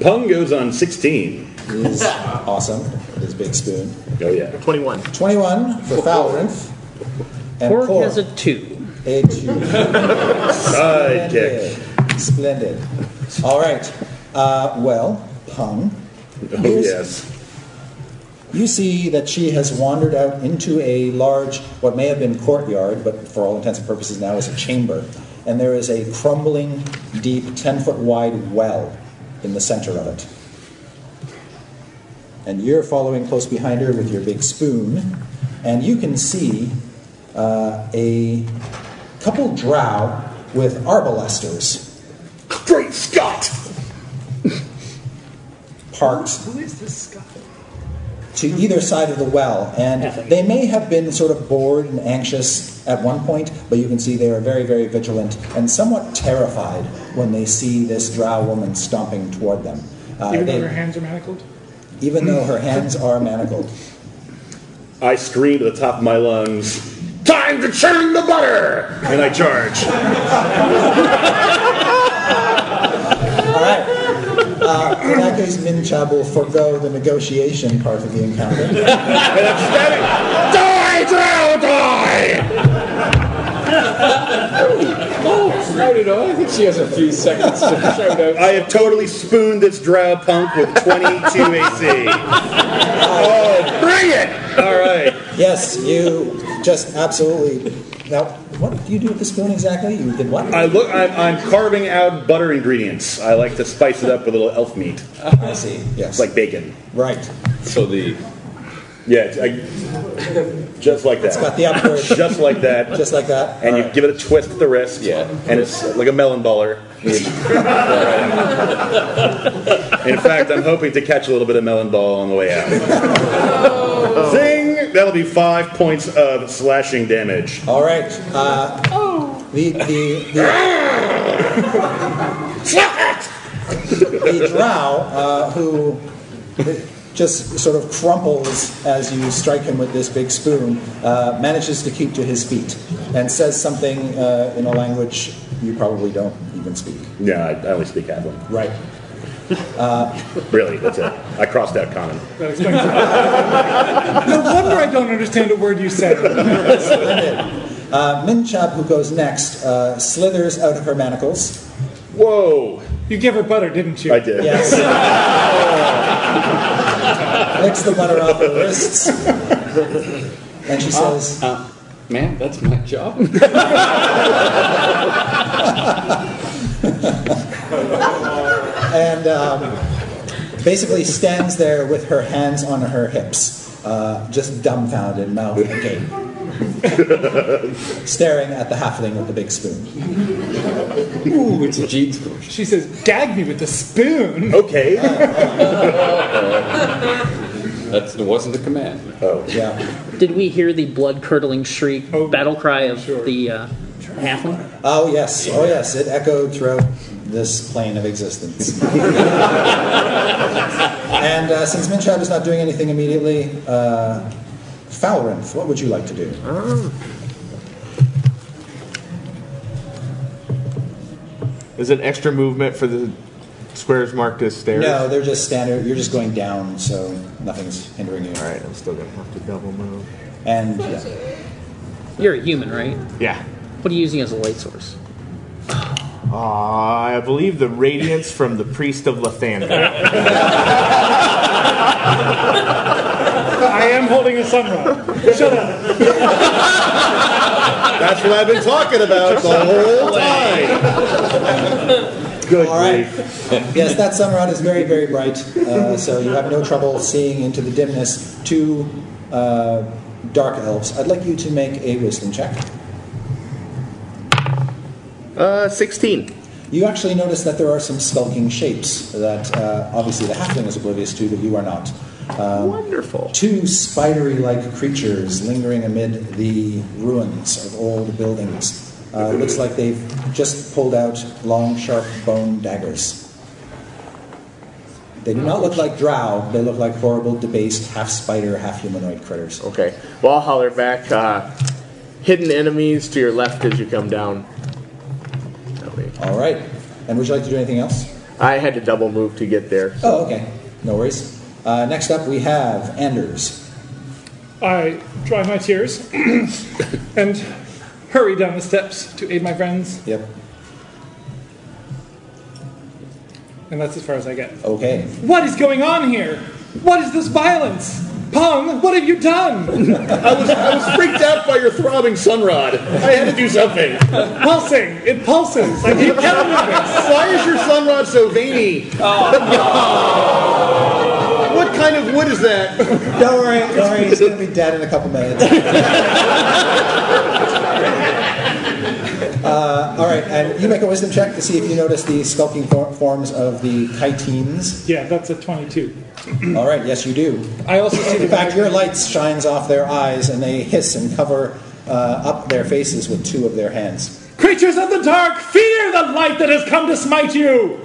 [SPEAKER 7] Pung goes on 16.
[SPEAKER 4] is awesome. His big spoon.
[SPEAKER 7] Oh, yeah.
[SPEAKER 8] 21.
[SPEAKER 4] 21 for Falrinth. And
[SPEAKER 6] Korg
[SPEAKER 4] Korg
[SPEAKER 6] has a two.
[SPEAKER 4] a two.
[SPEAKER 7] Sidekick.
[SPEAKER 4] Splendid. All right. Uh, well, Pung,
[SPEAKER 7] Oh, yes.
[SPEAKER 4] you see that she has wandered out into a large, what may have been courtyard, but for all intents and purposes now is a chamber. And there is a crumbling, deep, 10 foot wide well in the center of it. And you're following close behind her with your big spoon. And you can see uh, a couple drow with arbalesters
[SPEAKER 7] Great Scott!
[SPEAKER 4] parked
[SPEAKER 5] Who is this Scott?
[SPEAKER 4] to either side of the well, and they may have been sort of bored and anxious at one point, but you can see they are very, very vigilant and somewhat terrified when they see this drow woman stomping toward them. Uh,
[SPEAKER 5] Even
[SPEAKER 4] they-
[SPEAKER 5] though her hands are manacled.
[SPEAKER 4] even though her hands are manacled.
[SPEAKER 7] I scream at the top of my lungs, Time to churn the butter! And I charge.
[SPEAKER 4] All right. Uh, in that case, Min Chab will forego the negotiation part of the encounter.
[SPEAKER 7] And I'm stabbing. Die, drow, die!
[SPEAKER 9] Oh, I don't know. I think she has a few seconds to shout out.
[SPEAKER 7] I have totally spooned this drow punk with 22 AC. Oh, bring it! All right.
[SPEAKER 4] Yes, you just absolutely. Now, what do you do with the spoon exactly? You did what?
[SPEAKER 7] I look. I'm, I'm carving out butter ingredients. I like to spice it up with a little elf meat.
[SPEAKER 4] I see. Yes.
[SPEAKER 7] It's like bacon.
[SPEAKER 4] right.
[SPEAKER 9] So the
[SPEAKER 7] Yeah, it's- I, just like that.
[SPEAKER 4] Got the
[SPEAKER 7] [laughs]
[SPEAKER 4] upward,
[SPEAKER 7] Just like that.
[SPEAKER 4] just like that.
[SPEAKER 7] and
[SPEAKER 4] All
[SPEAKER 7] you
[SPEAKER 4] right.
[SPEAKER 7] give it a twist at the wrist.
[SPEAKER 9] Yeah.
[SPEAKER 7] And it's like a melon baller. In fact, I'm hoping to catch a little bit of melon ball on the way out. Zing! That'll be five points of slashing damage.
[SPEAKER 4] All right. Uh, the, the, the, the drow, uh, who just sort of crumples as you strike him with this big spoon, uh, manages to keep to his feet and says something uh, in a language you probably don't even speak.
[SPEAKER 7] No, I, I only speak Adlin.
[SPEAKER 4] Right.
[SPEAKER 7] Really, that's it. I crossed out common.
[SPEAKER 5] That explains it. no wonder I don't understand a word you said.
[SPEAKER 4] Uh, Minchab, who goes next, uh, slithers out of her manacles.
[SPEAKER 7] Whoa!
[SPEAKER 5] You gave her butter, didn't you?
[SPEAKER 7] I
[SPEAKER 4] [laughs]
[SPEAKER 7] did.
[SPEAKER 4] Yes. Licks the butter off her wrists. And she says,
[SPEAKER 9] Uh, ma'am, that's my job.
[SPEAKER 4] and um, basically stands there with her hands on her hips, uh, just dumbfounded, mouth agape, staring at the halfling with the big spoon.
[SPEAKER 9] Ooh, it's a jeans question.
[SPEAKER 5] She says, "Gag me with a spoon."
[SPEAKER 7] Okay.
[SPEAKER 9] [laughs] That wasn't a command.
[SPEAKER 7] Oh.
[SPEAKER 4] Yeah.
[SPEAKER 6] Did we hear the blood curdling shriek,
[SPEAKER 5] Oh,
[SPEAKER 6] battle cry of
[SPEAKER 5] sure.
[SPEAKER 6] the uh, halfling?
[SPEAKER 4] Oh yes. Oh yes. It echoed throughout this plane
[SPEAKER 8] [laughs]
[SPEAKER 4] of existence. and uh, since Minchab is not doing anything immediately, uh, Falrinth, what would you like to do?
[SPEAKER 8] Is it extra movement for the squares marked as stairs?
[SPEAKER 4] No, they're just standard. You're just going down, so nothing's hindering you.
[SPEAKER 8] All right, I'm still gonna have to double move.
[SPEAKER 4] And yeah.
[SPEAKER 6] You're a human, right?
[SPEAKER 8] Yeah.
[SPEAKER 6] What are you using as a light source?
[SPEAKER 8] Ah, I believe the radiance from the priest of Lathander.
[SPEAKER 5] [laughs] I am holding a sunrod. Shut up.
[SPEAKER 7] That's what I've been talking about the whole time. Good
[SPEAKER 4] All right.
[SPEAKER 7] grief.
[SPEAKER 4] [laughs] yes, that sunrod is very, very bright, uh, so you have no trouble seeing into the dimness two uh, dark elves. I'd like you to make a wisdom check.
[SPEAKER 8] uh, 16.
[SPEAKER 4] You actually notice that there are some skulking shapes that uh, obviously the halfling is oblivious to, but you are not.
[SPEAKER 8] Wonderful.
[SPEAKER 4] Two spidery like creatures lingering amid the ruins of old buildings. Uh, looks like they've just pulled out long, sharp bone daggers. They do not look like drow, they look like horrible, debased, half spider, half humanoid critters.
[SPEAKER 8] Okay. Well, I'll holler back. Uh, hidden enemies to your left as you come down. That'll be-
[SPEAKER 4] All right. And would you like to do anything else?
[SPEAKER 8] I had to double move to get there.
[SPEAKER 4] Oh, okay. No worries. Uh, next up, we have Anders.
[SPEAKER 5] I dry my tears [clears throat] and hurry down the steps to aid my friends,
[SPEAKER 4] Yep.
[SPEAKER 5] and that's as far as I get.
[SPEAKER 4] Okay.
[SPEAKER 5] What is going on here? What is this violence? Pung, what have you done?
[SPEAKER 7] I was, I was freaked out by your throbbing sunrod. I had to do something.
[SPEAKER 5] Pulsing. It pulses. I keep telling you this.
[SPEAKER 7] Why is your sunrod so veiny?
[SPEAKER 5] Oh,
[SPEAKER 7] what kind of wood is that?
[SPEAKER 4] Don't worry, don't worry, he's gonna be dead in a couple minutes. [laughs] uh, Uh, all right, and you make a wisdom check to see if you notice the skulking for- forms of the chitines.
[SPEAKER 5] Yeah, that's a 22.
[SPEAKER 4] All right, yes, you do.
[SPEAKER 5] I also see the
[SPEAKER 4] In fact,
[SPEAKER 5] back.
[SPEAKER 4] your light shines off their eyes, and they hiss and cover uh, up their faces with two of their hands. [laughs]
[SPEAKER 5] Creatures of the dark, fear the light that has come to smite you.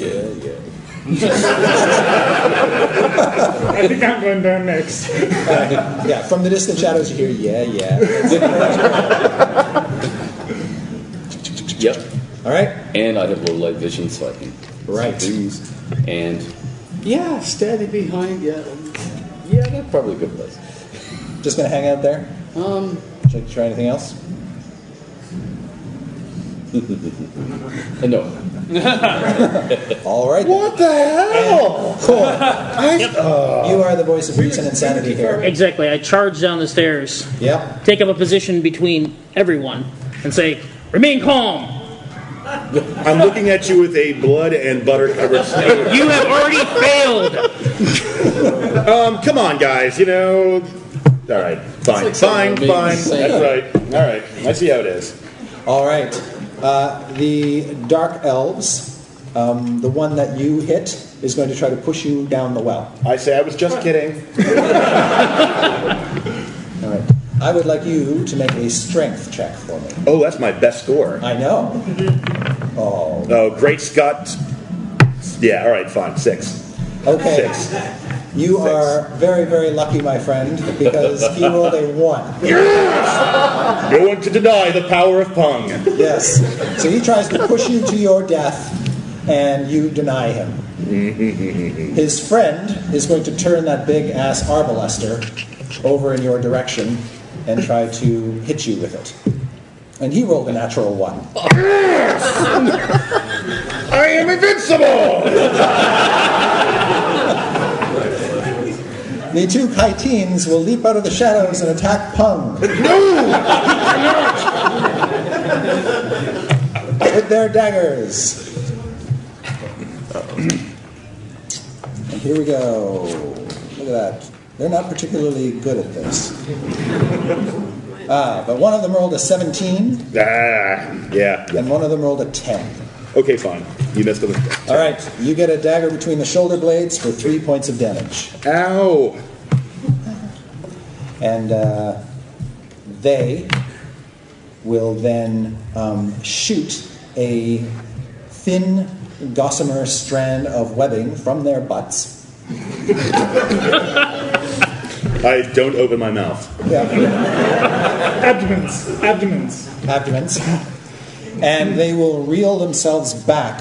[SPEAKER 9] Yeah, yeah.
[SPEAKER 5] I think I'm going down next.
[SPEAKER 4] Yeah, from the distant shadows, you hear, yeah, yeah.
[SPEAKER 9] Yep.
[SPEAKER 4] All right,
[SPEAKER 9] And I have low light vision, so I can
[SPEAKER 4] Right.
[SPEAKER 9] see things. And yeah, standing behind. Yeah, yeah, that's probably a good place.
[SPEAKER 4] just gonna hang out there.
[SPEAKER 9] Um,
[SPEAKER 4] Would you like to try anything else?
[SPEAKER 9] Uh, no.
[SPEAKER 4] All right. then.
[SPEAKER 7] What the hell?
[SPEAKER 4] [laughs] Cool. You are the voice of reason and sanity here.
[SPEAKER 6] Exactly. I charge down the stairs,
[SPEAKER 4] Yep.
[SPEAKER 6] take up a position between everyone, and say, "Remain calm.
[SPEAKER 7] I'm looking at you with a blood and butter covered snow.
[SPEAKER 6] You have already failed."
[SPEAKER 7] Um, come on, guys. You know. All right. Fine.
[SPEAKER 9] like
[SPEAKER 7] fine.
[SPEAKER 9] someone being
[SPEAKER 7] Fine.
[SPEAKER 9] insane.
[SPEAKER 7] That's right. All right. I see how it is.
[SPEAKER 4] All right. Uh, the dark elves, um, the one that you hit, is going to try to push you down the well.
[SPEAKER 7] I say I was just kidding.
[SPEAKER 4] All right. I would like you to make a strength check for me.
[SPEAKER 7] Oh, that's my best score.
[SPEAKER 4] I know. Oh.
[SPEAKER 7] Oh, great Scott. Yeah. All right. Fine. Six.
[SPEAKER 4] Okay.
[SPEAKER 7] Six.
[SPEAKER 4] You are very, very lucky, my friend, because he rolled a one.
[SPEAKER 7] No one to deny the power of Pung.
[SPEAKER 4] Yes. So he tries to push you to your death, and you deny him. His friend is going to turn that big ass arbalaster over in your direction and try to hit you with it. And he rolled a natural one.
[SPEAKER 7] I am invincible.
[SPEAKER 4] The two chitines will leap out of the shadows and attack Pung. No! with their daggers. And here we go. Look at that. They're not particularly good at this. Ah, but one of them rolled a 17,
[SPEAKER 7] Ah, yeah.
[SPEAKER 4] and one of them rolled a 10.
[SPEAKER 7] Okay, fine. You missed it.
[SPEAKER 4] All right, you get a dagger between the shoulder blades for three points of damage.
[SPEAKER 7] Ow!
[SPEAKER 4] And uh, they will then um, shoot a thin gossamer strand of webbing from their butts.
[SPEAKER 7] I don't open my mouth.
[SPEAKER 4] Yeah,
[SPEAKER 5] Abdomens. Abdomens.
[SPEAKER 4] abdomens. And they will reel themselves back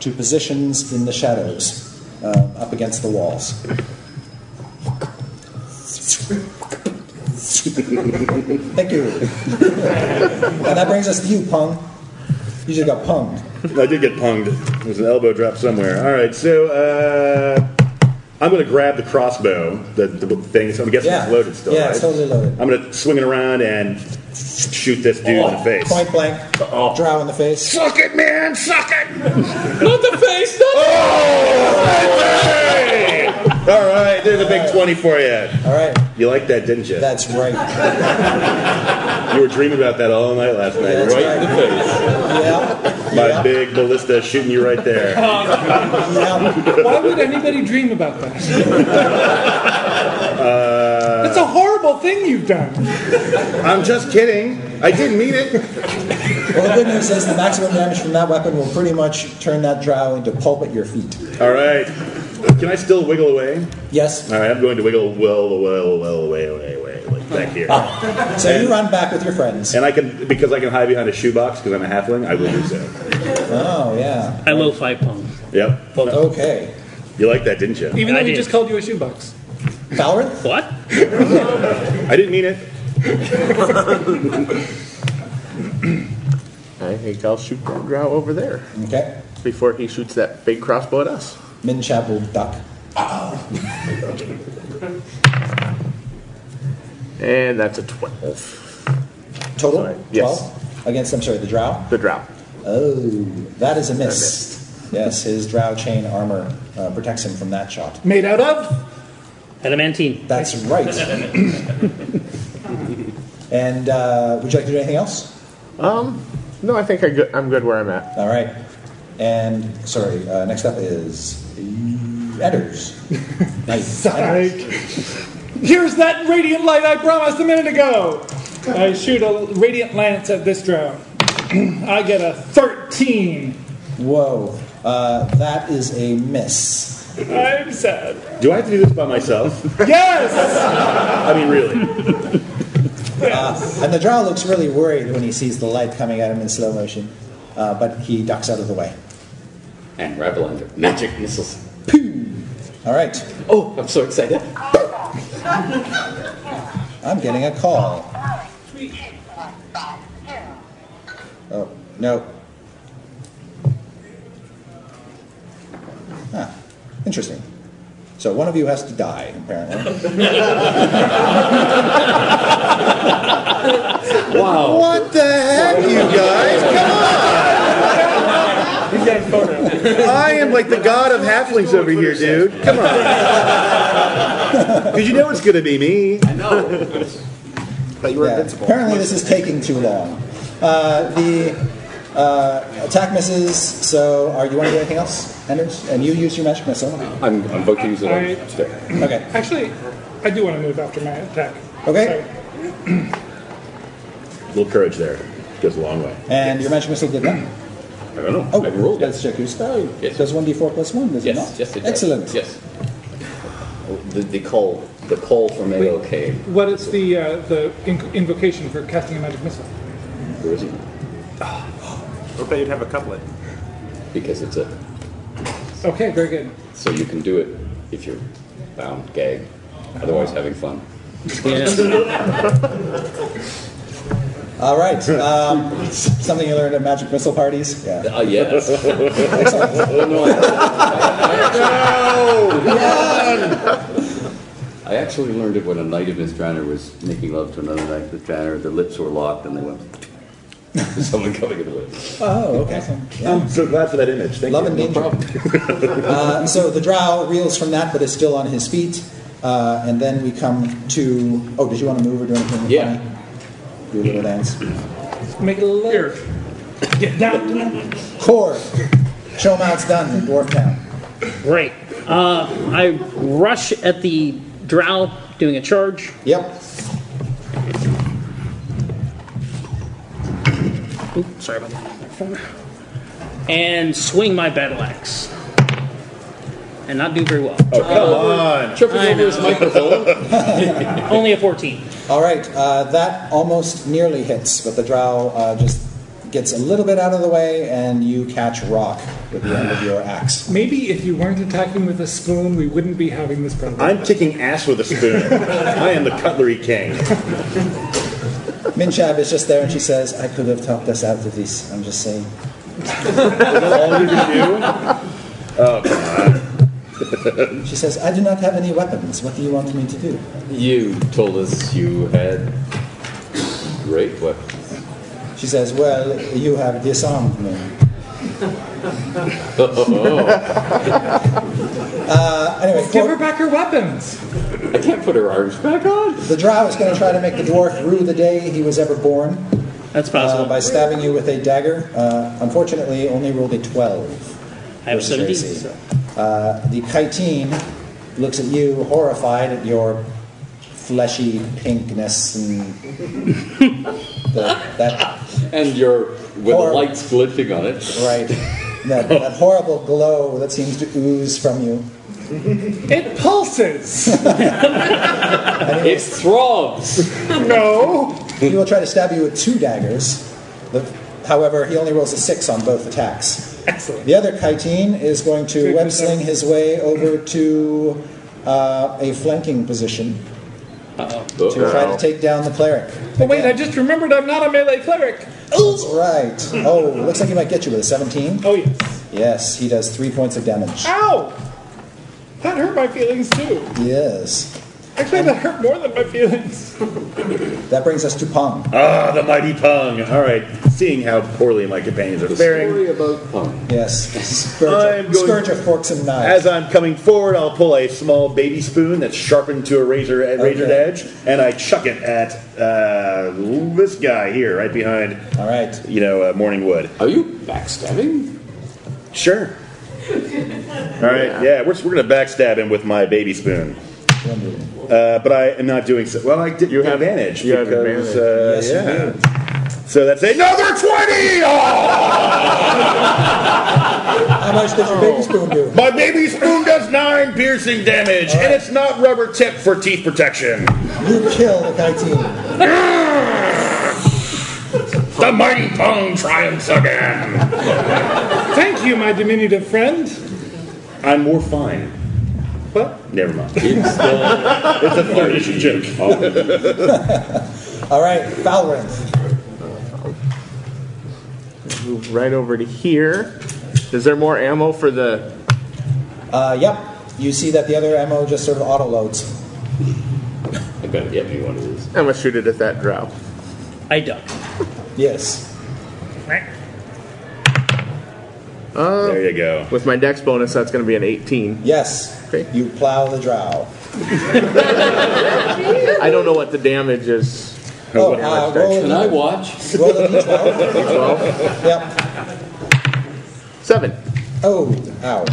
[SPEAKER 4] to positions in the shadows uh, up against the walls. Thank you. and that brings us to you, Pung. You just got punged.
[SPEAKER 7] I did get punged. There's an elbow drop somewhere. All right, so uh, I'm going to grab the crossbow, the, the thing. So I'm guessing
[SPEAKER 4] Yeah.
[SPEAKER 7] it's loaded still,
[SPEAKER 4] Yeah,
[SPEAKER 7] right?
[SPEAKER 4] it's totally loaded.
[SPEAKER 7] I'm going to swing it around and shoot this dude
[SPEAKER 4] Oh,
[SPEAKER 7] in the face.
[SPEAKER 4] Point blank. Drow in the face.
[SPEAKER 7] Suck it, man! Suck it! [laughs]
[SPEAKER 6] Not the face!
[SPEAKER 7] Oh!
[SPEAKER 6] Not
[SPEAKER 7] Hey! All right, there's a big 20 for you.
[SPEAKER 4] All right.
[SPEAKER 7] You liked that, didn't you?
[SPEAKER 4] That's right.
[SPEAKER 7] You were dreaming about that all night last night,
[SPEAKER 4] That's
[SPEAKER 7] right, in
[SPEAKER 4] right.
[SPEAKER 7] the face.
[SPEAKER 4] Yeah.
[SPEAKER 7] My
[SPEAKER 4] Yeah.
[SPEAKER 7] big ballista shooting you right
[SPEAKER 4] [laughs]
[SPEAKER 7] there.
[SPEAKER 4] Yeah.
[SPEAKER 5] Why would anybody dream about that?
[SPEAKER 6] Uh,
[SPEAKER 5] That's a horrible thing you've done.
[SPEAKER 7] I'm just kidding. I didn't mean it.
[SPEAKER 4] Well, the good news is the maximum damage from that weapon will pretty much turn that drow into pulp at your feet.
[SPEAKER 7] All right. Can I still wiggle away?
[SPEAKER 4] Yes.
[SPEAKER 7] All right, I'm going to wiggle well, well, well, away, away, away, like back here.
[SPEAKER 4] So you run back with your friends.
[SPEAKER 7] And I can, because I can hide behind a shoebox because I'm a halfling, I will do so.
[SPEAKER 4] Oh, yeah.
[SPEAKER 6] I will fight Pong.
[SPEAKER 7] Yep.
[SPEAKER 4] Okay.
[SPEAKER 7] You liked that, didn't you?
[SPEAKER 5] Even
[SPEAKER 6] I
[SPEAKER 5] though he
[SPEAKER 6] did.
[SPEAKER 5] just called you a shoebox.
[SPEAKER 4] Valorant?
[SPEAKER 6] What?
[SPEAKER 7] I didn't mean it.
[SPEAKER 8] I think I'll shoot that drow over there
[SPEAKER 4] Okay.
[SPEAKER 8] before he shoots that big crossbow at us.
[SPEAKER 4] Minchap will duck.
[SPEAKER 8] And that's a 12.
[SPEAKER 4] Total?
[SPEAKER 8] Sorry. Yes.
[SPEAKER 4] 12? Against, I'm sorry, the drow?
[SPEAKER 8] The drow.
[SPEAKER 4] Oh, that is a miss. Yes, his drow chain armor uh, protects him from that shot.
[SPEAKER 5] Made out of?
[SPEAKER 6] Adamantine.
[SPEAKER 4] That's [laughs] right. and uh, would you like to do anything else?
[SPEAKER 8] Um, no, I think I go- I'm good where I'm at.
[SPEAKER 4] All right. And sorry, uh, next up is Edders. nice.
[SPEAKER 5] Like, here's that radiant light I promised a minute ago. I shoot a radiant lance at this drone. [clears throat] I get a 13.
[SPEAKER 4] Whoa, uh, that is a miss.
[SPEAKER 5] I'm sad.
[SPEAKER 7] Do I have to do this by myself?
[SPEAKER 5] Yes!
[SPEAKER 7] I mean, really.
[SPEAKER 4] And the drow looks really worried when he sees the light coming at him in slow motion, uh, but he ducks out of the way.
[SPEAKER 9] And Rabelander. Magic missiles.
[SPEAKER 4] All right,
[SPEAKER 9] Oh, I'm so excited.
[SPEAKER 4] I'm getting a call. Oh, no. Huh, interesting. So one of you has to die, apparently.
[SPEAKER 9] Wow.
[SPEAKER 7] What the heck, you guys? Come
[SPEAKER 5] He's got a photo.
[SPEAKER 7] on! I am like the god of halflings over here, dude. Come on. Because you know it's going to be me.
[SPEAKER 8] But you were
[SPEAKER 4] Yeah,
[SPEAKER 8] invincible.
[SPEAKER 4] Apparently, this is taking too long. Uh, the uh, attack misses. So, are you want to do anything else, Anders? And you use your magic missile.
[SPEAKER 9] I'm, I'm about to use it
[SPEAKER 5] I-
[SPEAKER 9] on stick.
[SPEAKER 4] Okay.
[SPEAKER 5] Actually, I do want to move after my attack.
[SPEAKER 4] Okay.
[SPEAKER 7] A little courage there. Goes a long way.
[SPEAKER 4] And your magic missile did that.
[SPEAKER 9] I don't know.
[SPEAKER 4] Oh,
[SPEAKER 9] I rolled it.
[SPEAKER 4] let's check your spell.
[SPEAKER 9] Yes.
[SPEAKER 4] Does one d four plus one? Does it
[SPEAKER 9] Yes,
[SPEAKER 4] not?
[SPEAKER 9] yes, it does.
[SPEAKER 4] Excellent.
[SPEAKER 9] Yes. Oh, The, the call, the call from AOK.
[SPEAKER 5] What is the uh, the in- invocation for casting a magic missile?
[SPEAKER 9] There isn't
[SPEAKER 10] I bet you'd have a couplet.
[SPEAKER 9] because it's a.
[SPEAKER 5] Okay, very good.
[SPEAKER 9] So you can do it if you're bound, gay, otherwise having fun.
[SPEAKER 4] All
[SPEAKER 9] [laughs]
[SPEAKER 4] right. Um, something you learned at magic missile parties. Yeah.
[SPEAKER 9] Ah, yes. I actually learned it when a knight of Miss Stranner was making love to another knight of Miss Stranner. Their lips were locked and they went. [laughs] someone coming in the way.
[SPEAKER 4] Oh, okay.
[SPEAKER 7] I'm so glad for that image. Thank
[SPEAKER 4] Love
[SPEAKER 7] you.
[SPEAKER 4] and danger. Uh, so the drow reels from that, but is still on his feet. Uh, and then we come to. Oh, did you want to move or do anything?
[SPEAKER 9] Yeah.
[SPEAKER 4] funny? Do a little dance.
[SPEAKER 5] Make a little. Here. Get down.
[SPEAKER 4] Cord. Showmount's done in Dwarf Town.
[SPEAKER 6] Great. Uh, I rush at the drow, doing a charge.
[SPEAKER 4] Yep.
[SPEAKER 6] Oop, sorry about that. Microphone. And swing my battle axe. And not do very well. Uh,
[SPEAKER 7] Oh, come on.
[SPEAKER 9] Tripping over his microphone.
[SPEAKER 7] [laughs]
[SPEAKER 6] Only a 14.
[SPEAKER 4] All right. Uh, that almost nearly hits, but the drow uh, just gets a little bit out of the way, and you catch rock with the end of your axe.
[SPEAKER 5] Maybe if you weren't attacking with a spoon, we wouldn't be having this problem.
[SPEAKER 7] I'm kicking ass with a spoon. I am the cutlery king.
[SPEAKER 4] Minchab is just there, and she says, "I could have talked us out of this." I'm just saying.
[SPEAKER 7] All you can do
[SPEAKER 4] She says, "I do not have any weapons. What do you want me to do?"
[SPEAKER 9] You told us you had great weapons.
[SPEAKER 4] She says, Well, you have disarmed me.
[SPEAKER 9] Oh.
[SPEAKER 4] uh, anyway,
[SPEAKER 5] Give her
[SPEAKER 4] Cor-
[SPEAKER 5] back her weapons.
[SPEAKER 9] I can't put her arms back on.
[SPEAKER 4] the drow is going to try to make the dwarf rue the day he was ever born
[SPEAKER 6] That's
[SPEAKER 4] uh,
[SPEAKER 6] possible.
[SPEAKER 4] by stabbing you with a dagger. Uh, unfortunately, only rolled a 12.
[SPEAKER 6] I have
[SPEAKER 4] versus
[SPEAKER 6] 17.
[SPEAKER 4] AC.
[SPEAKER 6] so-
[SPEAKER 4] Uh, the chitin looks at you horrified at your fleshy pinkness and the, that
[SPEAKER 9] And you're with
[SPEAKER 4] Or-
[SPEAKER 9] the lights glinting on it.
[SPEAKER 4] right that, that horrible glow that seems to ooze from you.
[SPEAKER 5] It [laughs] pulses.
[SPEAKER 9] It throbs.
[SPEAKER 5] no.
[SPEAKER 4] He will try to stab you with two daggers. The, however, he only rolls a six on both attacks.
[SPEAKER 5] Excellent.
[SPEAKER 4] The other chitin is going to web sling his way over to uh, a flanking position to try to take down the cleric.
[SPEAKER 5] Oh, wait, I just remembered I'm not a melee cleric.
[SPEAKER 4] That's right. Oh, looks like he might get you with a 17.
[SPEAKER 5] Oh, yes.
[SPEAKER 4] Yes, he does three points of damage.
[SPEAKER 5] Ow! That hurt my feelings too.
[SPEAKER 4] Yes.
[SPEAKER 5] Actually, that hurt more than my feelings.
[SPEAKER 4] That brings us to Pong.
[SPEAKER 7] Ah, the mighty Pung. All right, seeing how poorly my companions are faring,
[SPEAKER 9] Story about punk.
[SPEAKER 4] Yes.
[SPEAKER 7] I'm
[SPEAKER 4] Scourge
[SPEAKER 7] going-
[SPEAKER 4] of, scourge of forks and knives.
[SPEAKER 7] as I'm coming forward, I'll pull a small baby spoon that's sharpened to a razor a razored
[SPEAKER 4] Okay.
[SPEAKER 7] edge, and I chuck it at uh, this guy here, right behind,
[SPEAKER 4] All right.
[SPEAKER 7] you know, uh, Morning Wood.
[SPEAKER 9] Are you backstabbing?
[SPEAKER 7] Sure. All right, yeah, we're, we're gonna backstab him with my baby spoon. Uh, but I am not doing so. Well, I did
[SPEAKER 8] You
[SPEAKER 7] get
[SPEAKER 8] have-
[SPEAKER 7] advantage
[SPEAKER 8] you have
[SPEAKER 7] because
[SPEAKER 8] advantage.
[SPEAKER 7] uh,
[SPEAKER 4] Yes, you
[SPEAKER 7] yeah. So that's another twenty. Oh!
[SPEAKER 4] How much did your baby spoon do?
[SPEAKER 7] My baby spoon does nine piercing damage, and it's not rubber tip for teeth protection.
[SPEAKER 4] You kill the chitin.
[SPEAKER 7] The mighty Pong triumphs again.
[SPEAKER 5] Thank you, my diminutive friend.
[SPEAKER 7] I'm more fine. What? Never mind. [laughs]
[SPEAKER 9] It's still
[SPEAKER 7] It's a third issue joke.
[SPEAKER 4] All right, Falrinth.
[SPEAKER 8] Move right over to here. Is there more ammo for the?
[SPEAKER 4] Uh, yep. You see that the other ammo just sort of auto loads.
[SPEAKER 9] I'm gonna get me one of these.
[SPEAKER 8] I'm gonna shoot it at that drow.
[SPEAKER 6] I duck.
[SPEAKER 4] Yes.
[SPEAKER 7] There you go.
[SPEAKER 8] With my dex bonus, that's gonna be an 18.
[SPEAKER 4] Yes.
[SPEAKER 8] Okay.
[SPEAKER 4] You plow the drow.
[SPEAKER 8] I don't know what the damage is.
[SPEAKER 4] Oh,
[SPEAKER 8] how
[SPEAKER 4] uh,
[SPEAKER 8] much
[SPEAKER 4] roll,
[SPEAKER 9] Can I watch?
[SPEAKER 4] a- roll a d12.
[SPEAKER 8] 12.
[SPEAKER 4] Yep.
[SPEAKER 8] Seven.
[SPEAKER 4] Oh, ow.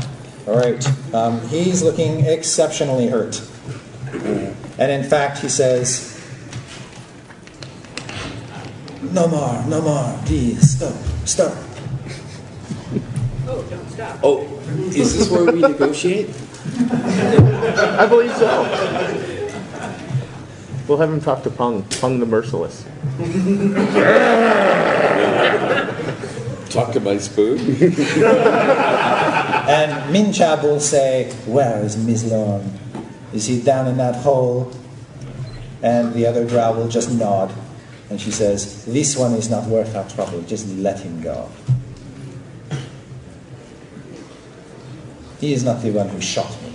[SPEAKER 4] All right. Um, he's looking exceptionally hurt. And in fact, he says, No more, no more, please, stop, stop.
[SPEAKER 9] Oh, is this where we
[SPEAKER 8] [laughs]
[SPEAKER 9] negotiate?
[SPEAKER 8] I believe so. We'll have him talk to Pung. Pung the Merciless.
[SPEAKER 9] [laughs] Talk to my spoon.
[SPEAKER 4] And Minchab will say, Where is Mislorn? Is he down in that hole? And the other drow will just nod. And she says, This one is not worth our trouble. Just let him go. He is not the one who shot me.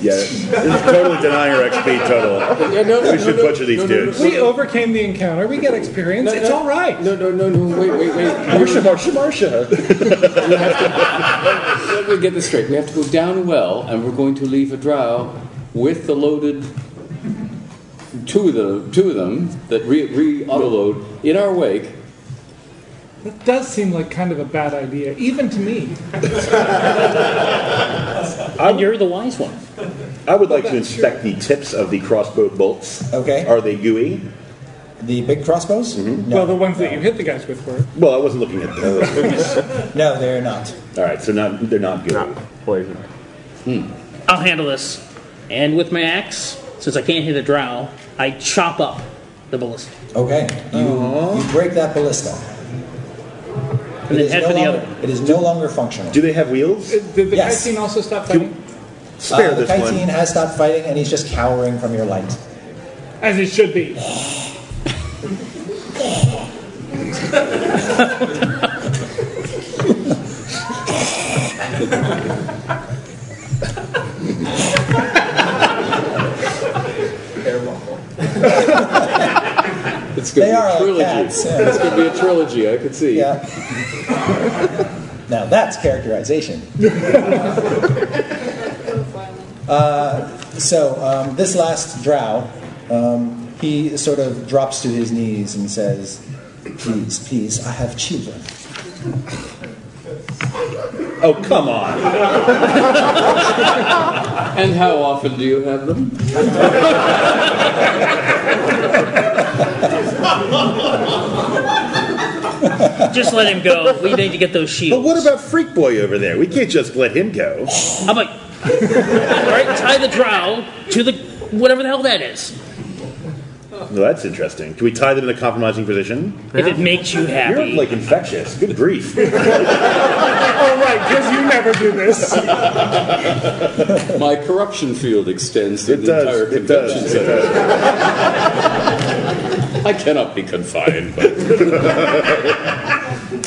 [SPEAKER 7] Yeah, it's totally denying our XP total.
[SPEAKER 9] Yeah, no, no,
[SPEAKER 7] We should
[SPEAKER 9] no, no,
[SPEAKER 7] butcher these
[SPEAKER 9] no, no,
[SPEAKER 7] dudes.
[SPEAKER 9] No,
[SPEAKER 5] We
[SPEAKER 9] no,
[SPEAKER 5] overcame the encounter. We get experience.
[SPEAKER 9] no,
[SPEAKER 5] it's all right.
[SPEAKER 9] No, no, no, no. Wait, wait, wait.
[SPEAKER 7] Marsha, Marsha,
[SPEAKER 9] [laughs]
[SPEAKER 7] Marsha.
[SPEAKER 9] Let me get this straight. We have to go down a well, and we're going to leave a drow with the loaded two of the two of them that re re autoload in our wake.
[SPEAKER 5] That does seem like kind of a bad idea, even to me.
[SPEAKER 6] And you're the wise one.
[SPEAKER 7] I would like to inspect the tips of the crossbow bolts.
[SPEAKER 4] Okay.
[SPEAKER 7] Are they gooey?
[SPEAKER 4] The big crossbows?
[SPEAKER 6] Mm-hmm.
[SPEAKER 4] No,
[SPEAKER 5] Well, the ones that you hit the guys with were.
[SPEAKER 7] Well, I wasn't looking at
[SPEAKER 4] [laughs]
[SPEAKER 7] those.
[SPEAKER 4] no, they're not.
[SPEAKER 7] All right, so not, they're not gooey.
[SPEAKER 11] Not poison.
[SPEAKER 6] I'll handle this. And with my axe, since I can't hit a drow, I chop up the ballista.
[SPEAKER 4] Okay, you, you break that ballista.
[SPEAKER 6] Uh-huh. And then head
[SPEAKER 4] no
[SPEAKER 6] for the
[SPEAKER 4] longer,
[SPEAKER 6] other.
[SPEAKER 4] it is no longer functional.
[SPEAKER 7] Do they have wheels?
[SPEAKER 4] Uh,
[SPEAKER 5] Did the
[SPEAKER 4] Yes.
[SPEAKER 5] Kaisine also stop fighting?
[SPEAKER 7] Spare
[SPEAKER 4] Uh, the
[SPEAKER 7] this one.
[SPEAKER 4] Kaiten has stopped fighting and he's just cowering from your light.
[SPEAKER 5] As it should be.
[SPEAKER 9] It's going
[SPEAKER 4] They
[SPEAKER 9] to be
[SPEAKER 4] are
[SPEAKER 9] a
[SPEAKER 4] like
[SPEAKER 9] trilogy.
[SPEAKER 4] cats. yeah.
[SPEAKER 9] It's going to be a trilogy. I could see.
[SPEAKER 4] Yeah. [laughs] now that's characterization. Uh, So um, this last drow, um, he sort of drops to his knees and says, "Please, please, I have children."
[SPEAKER 7] Oh, come on.
[SPEAKER 9] [laughs] And how often do you have them?
[SPEAKER 6] Just let him [laughs] go. We need to get those shields.
[SPEAKER 7] But what about Freak Boy over there? We can't just let him go.
[SPEAKER 6] How about all right? Tie the drow to the whatever the hell that is.
[SPEAKER 7] No, that's interesting. Can we tie them in a compromising position?
[SPEAKER 6] If it makes you
[SPEAKER 7] You're
[SPEAKER 6] happy,
[SPEAKER 7] like infectious.
[SPEAKER 11] [laughs]
[SPEAKER 7] Good grief.
[SPEAKER 5] Oh, right, because you never do this.
[SPEAKER 9] My corruption field extends to
[SPEAKER 7] It
[SPEAKER 9] the
[SPEAKER 7] does.
[SPEAKER 9] entire
[SPEAKER 7] It
[SPEAKER 9] convention
[SPEAKER 7] does. It
[SPEAKER 9] center.
[SPEAKER 7] does.
[SPEAKER 9] I cannot be confined. But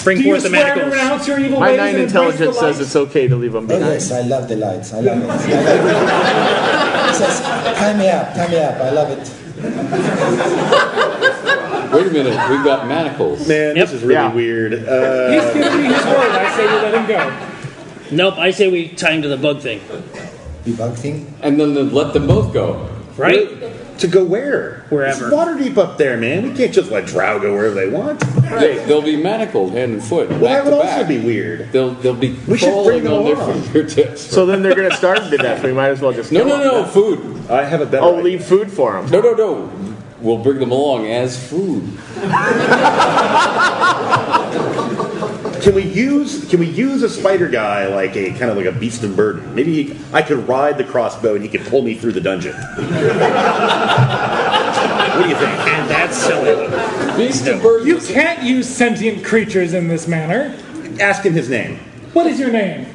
[SPEAKER 6] bring
[SPEAKER 5] Do you
[SPEAKER 6] forth
[SPEAKER 5] swear to
[SPEAKER 6] the manacles.
[SPEAKER 5] renounce your evil
[SPEAKER 11] My
[SPEAKER 5] ways
[SPEAKER 11] nine
[SPEAKER 5] and embrace the
[SPEAKER 11] intelligence says
[SPEAKER 5] light?
[SPEAKER 11] it's okay to leave them
[SPEAKER 4] Oh
[SPEAKER 11] behind.
[SPEAKER 4] yes, I love the lights. I love it. I love it. He says, "Tie me up, tie me up. I love it."
[SPEAKER 9] wait a minute, we've got manacles.
[SPEAKER 7] Man, this
[SPEAKER 6] Yep.
[SPEAKER 7] is really
[SPEAKER 11] Yeah.
[SPEAKER 7] weird. Uh,
[SPEAKER 5] He's giving me his word. I say you let him go.
[SPEAKER 6] Nope, I say we tie him to the bug thing.
[SPEAKER 4] You bug thing.
[SPEAKER 9] And then let them both go.
[SPEAKER 6] Right?
[SPEAKER 7] to go where?
[SPEAKER 6] Wherever.
[SPEAKER 7] It's water deep up there, man. We can't just let Drow go wherever they want.
[SPEAKER 9] They, they'll be manacled hand and foot.
[SPEAKER 7] Well, that
[SPEAKER 9] back
[SPEAKER 7] would
[SPEAKER 9] to
[SPEAKER 7] also
[SPEAKER 9] back.
[SPEAKER 7] be weird.
[SPEAKER 9] They'll they'll be
[SPEAKER 7] We should bring
[SPEAKER 9] crawling
[SPEAKER 7] them
[SPEAKER 9] on their
[SPEAKER 7] along.
[SPEAKER 9] fingertips.
[SPEAKER 11] So then they're gonna starve to death. We might as well just
[SPEAKER 9] no,
[SPEAKER 11] kill
[SPEAKER 9] no,
[SPEAKER 11] them.
[SPEAKER 9] no, food.
[SPEAKER 7] I have a better.
[SPEAKER 11] I'll
[SPEAKER 7] idea.
[SPEAKER 11] leave food for them.
[SPEAKER 9] No, no, no. We'll bring them along as food.
[SPEAKER 7] Can we use Can we use a spider guy like a kind of like a beast of burden? Maybe he, I could ride the crossbow and he could pull me through the [laughs] dungeon. what do you think? And that's silly.
[SPEAKER 9] Beast of burden.
[SPEAKER 5] You can't use sentient creatures in this manner.
[SPEAKER 7] Ask him his name.
[SPEAKER 5] What is your name?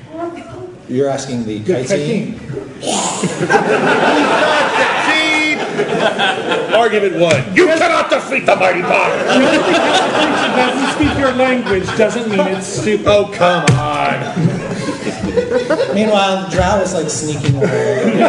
[SPEAKER 4] You're asking the
[SPEAKER 5] Good
[SPEAKER 4] Kaiten.
[SPEAKER 7] See? [laughs] Argument one. You cannot defeat the mighty power.
[SPEAKER 5] It doesn't speak your language doesn't mean it's stupid.
[SPEAKER 7] Oh come on.
[SPEAKER 4] Meanwhile, Drow is like sneaking away.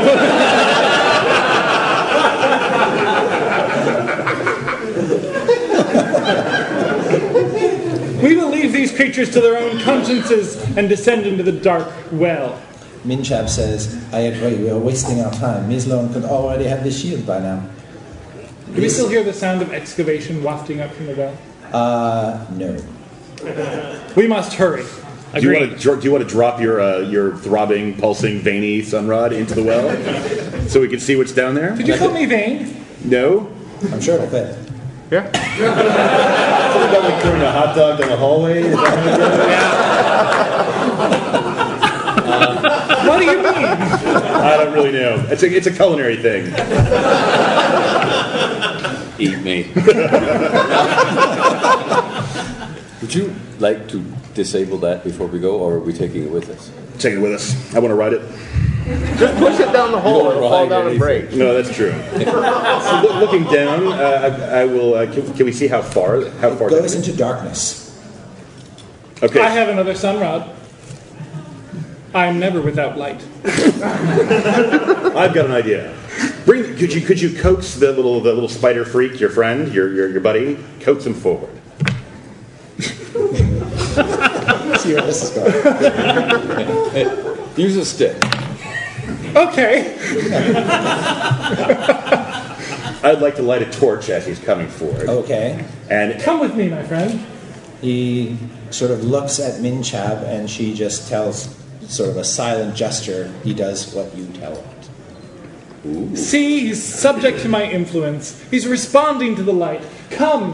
[SPEAKER 5] We will leave these creatures to their own consciences and descend into the dark well.
[SPEAKER 4] Minchab says, I agree, we are wasting our time. Ms. Lone could already have the shield by now.
[SPEAKER 5] Do we still hear the sound of excavation wafting up from the well?
[SPEAKER 4] Uh, no.
[SPEAKER 5] We must hurry.
[SPEAKER 7] Do you,
[SPEAKER 6] Agreed.
[SPEAKER 7] want to, do you want to drop your uh, your throbbing, pulsing, veiny sunrod into the well, so we can see what's down there?
[SPEAKER 5] Did you call me vain?
[SPEAKER 7] No.
[SPEAKER 4] I'm sure it'll fit.
[SPEAKER 7] Something about like throwing a hot dog down the hallway.
[SPEAKER 5] [laughs] What do you mean?
[SPEAKER 7] Uh, I don't really know. It's a, it's a culinary thing.
[SPEAKER 9] Eat
[SPEAKER 12] [laughs]
[SPEAKER 9] me. Would you like to disable that before we go, or are we taking it with us?
[SPEAKER 7] Take it with us. I want to ride it.
[SPEAKER 11] Just push it down the hole.
[SPEAKER 9] don't
[SPEAKER 11] It'll fall
[SPEAKER 9] ride
[SPEAKER 11] down and
[SPEAKER 9] anything.
[SPEAKER 11] break.
[SPEAKER 7] No, that's true. so loo- looking down, uh, I, I will. Uh, can, can we see how far? How far?
[SPEAKER 4] Goes
[SPEAKER 7] down?
[SPEAKER 4] into darkness.
[SPEAKER 7] Okay.
[SPEAKER 5] I have another sunrod. I'm never without light.
[SPEAKER 7] I've got an idea. Bring, could you could you coax the little the little spider freak, your friend, your your, your buddy, coax him forward.
[SPEAKER 4] [laughs] See where this is going.
[SPEAKER 12] Use a stick.
[SPEAKER 5] Okay.
[SPEAKER 7] I'd like to light a torch as he's coming forward,
[SPEAKER 5] Oh.
[SPEAKER 4] Okay.
[SPEAKER 7] and
[SPEAKER 5] Come with me, my friend.
[SPEAKER 4] He sort of looks at Minchab and she just tells, sort of a silent gesture, he does what you tell him.
[SPEAKER 5] See, he's subject to my influence. He's responding to the light. Come.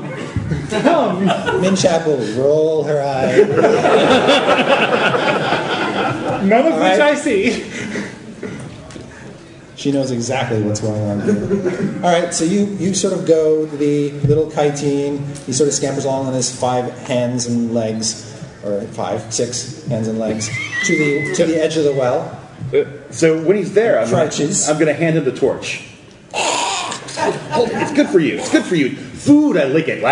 [SPEAKER 5] Come.
[SPEAKER 4] Minchab will roll her eye.
[SPEAKER 5] None of which
[SPEAKER 4] right.
[SPEAKER 5] I see.
[SPEAKER 4] She knows exactly what's going on here. All right, so you, you sort of go the little chitin. He sort of scampers along on his five hands and legs, or five, six hands and legs, to the to the edge of the well.
[SPEAKER 7] so when he's there, I'm gonna,
[SPEAKER 4] Crutches.
[SPEAKER 7] I'm going to hand him the torch. Hold it. It's good for you. It's good for you. Food, I lick it. Ah.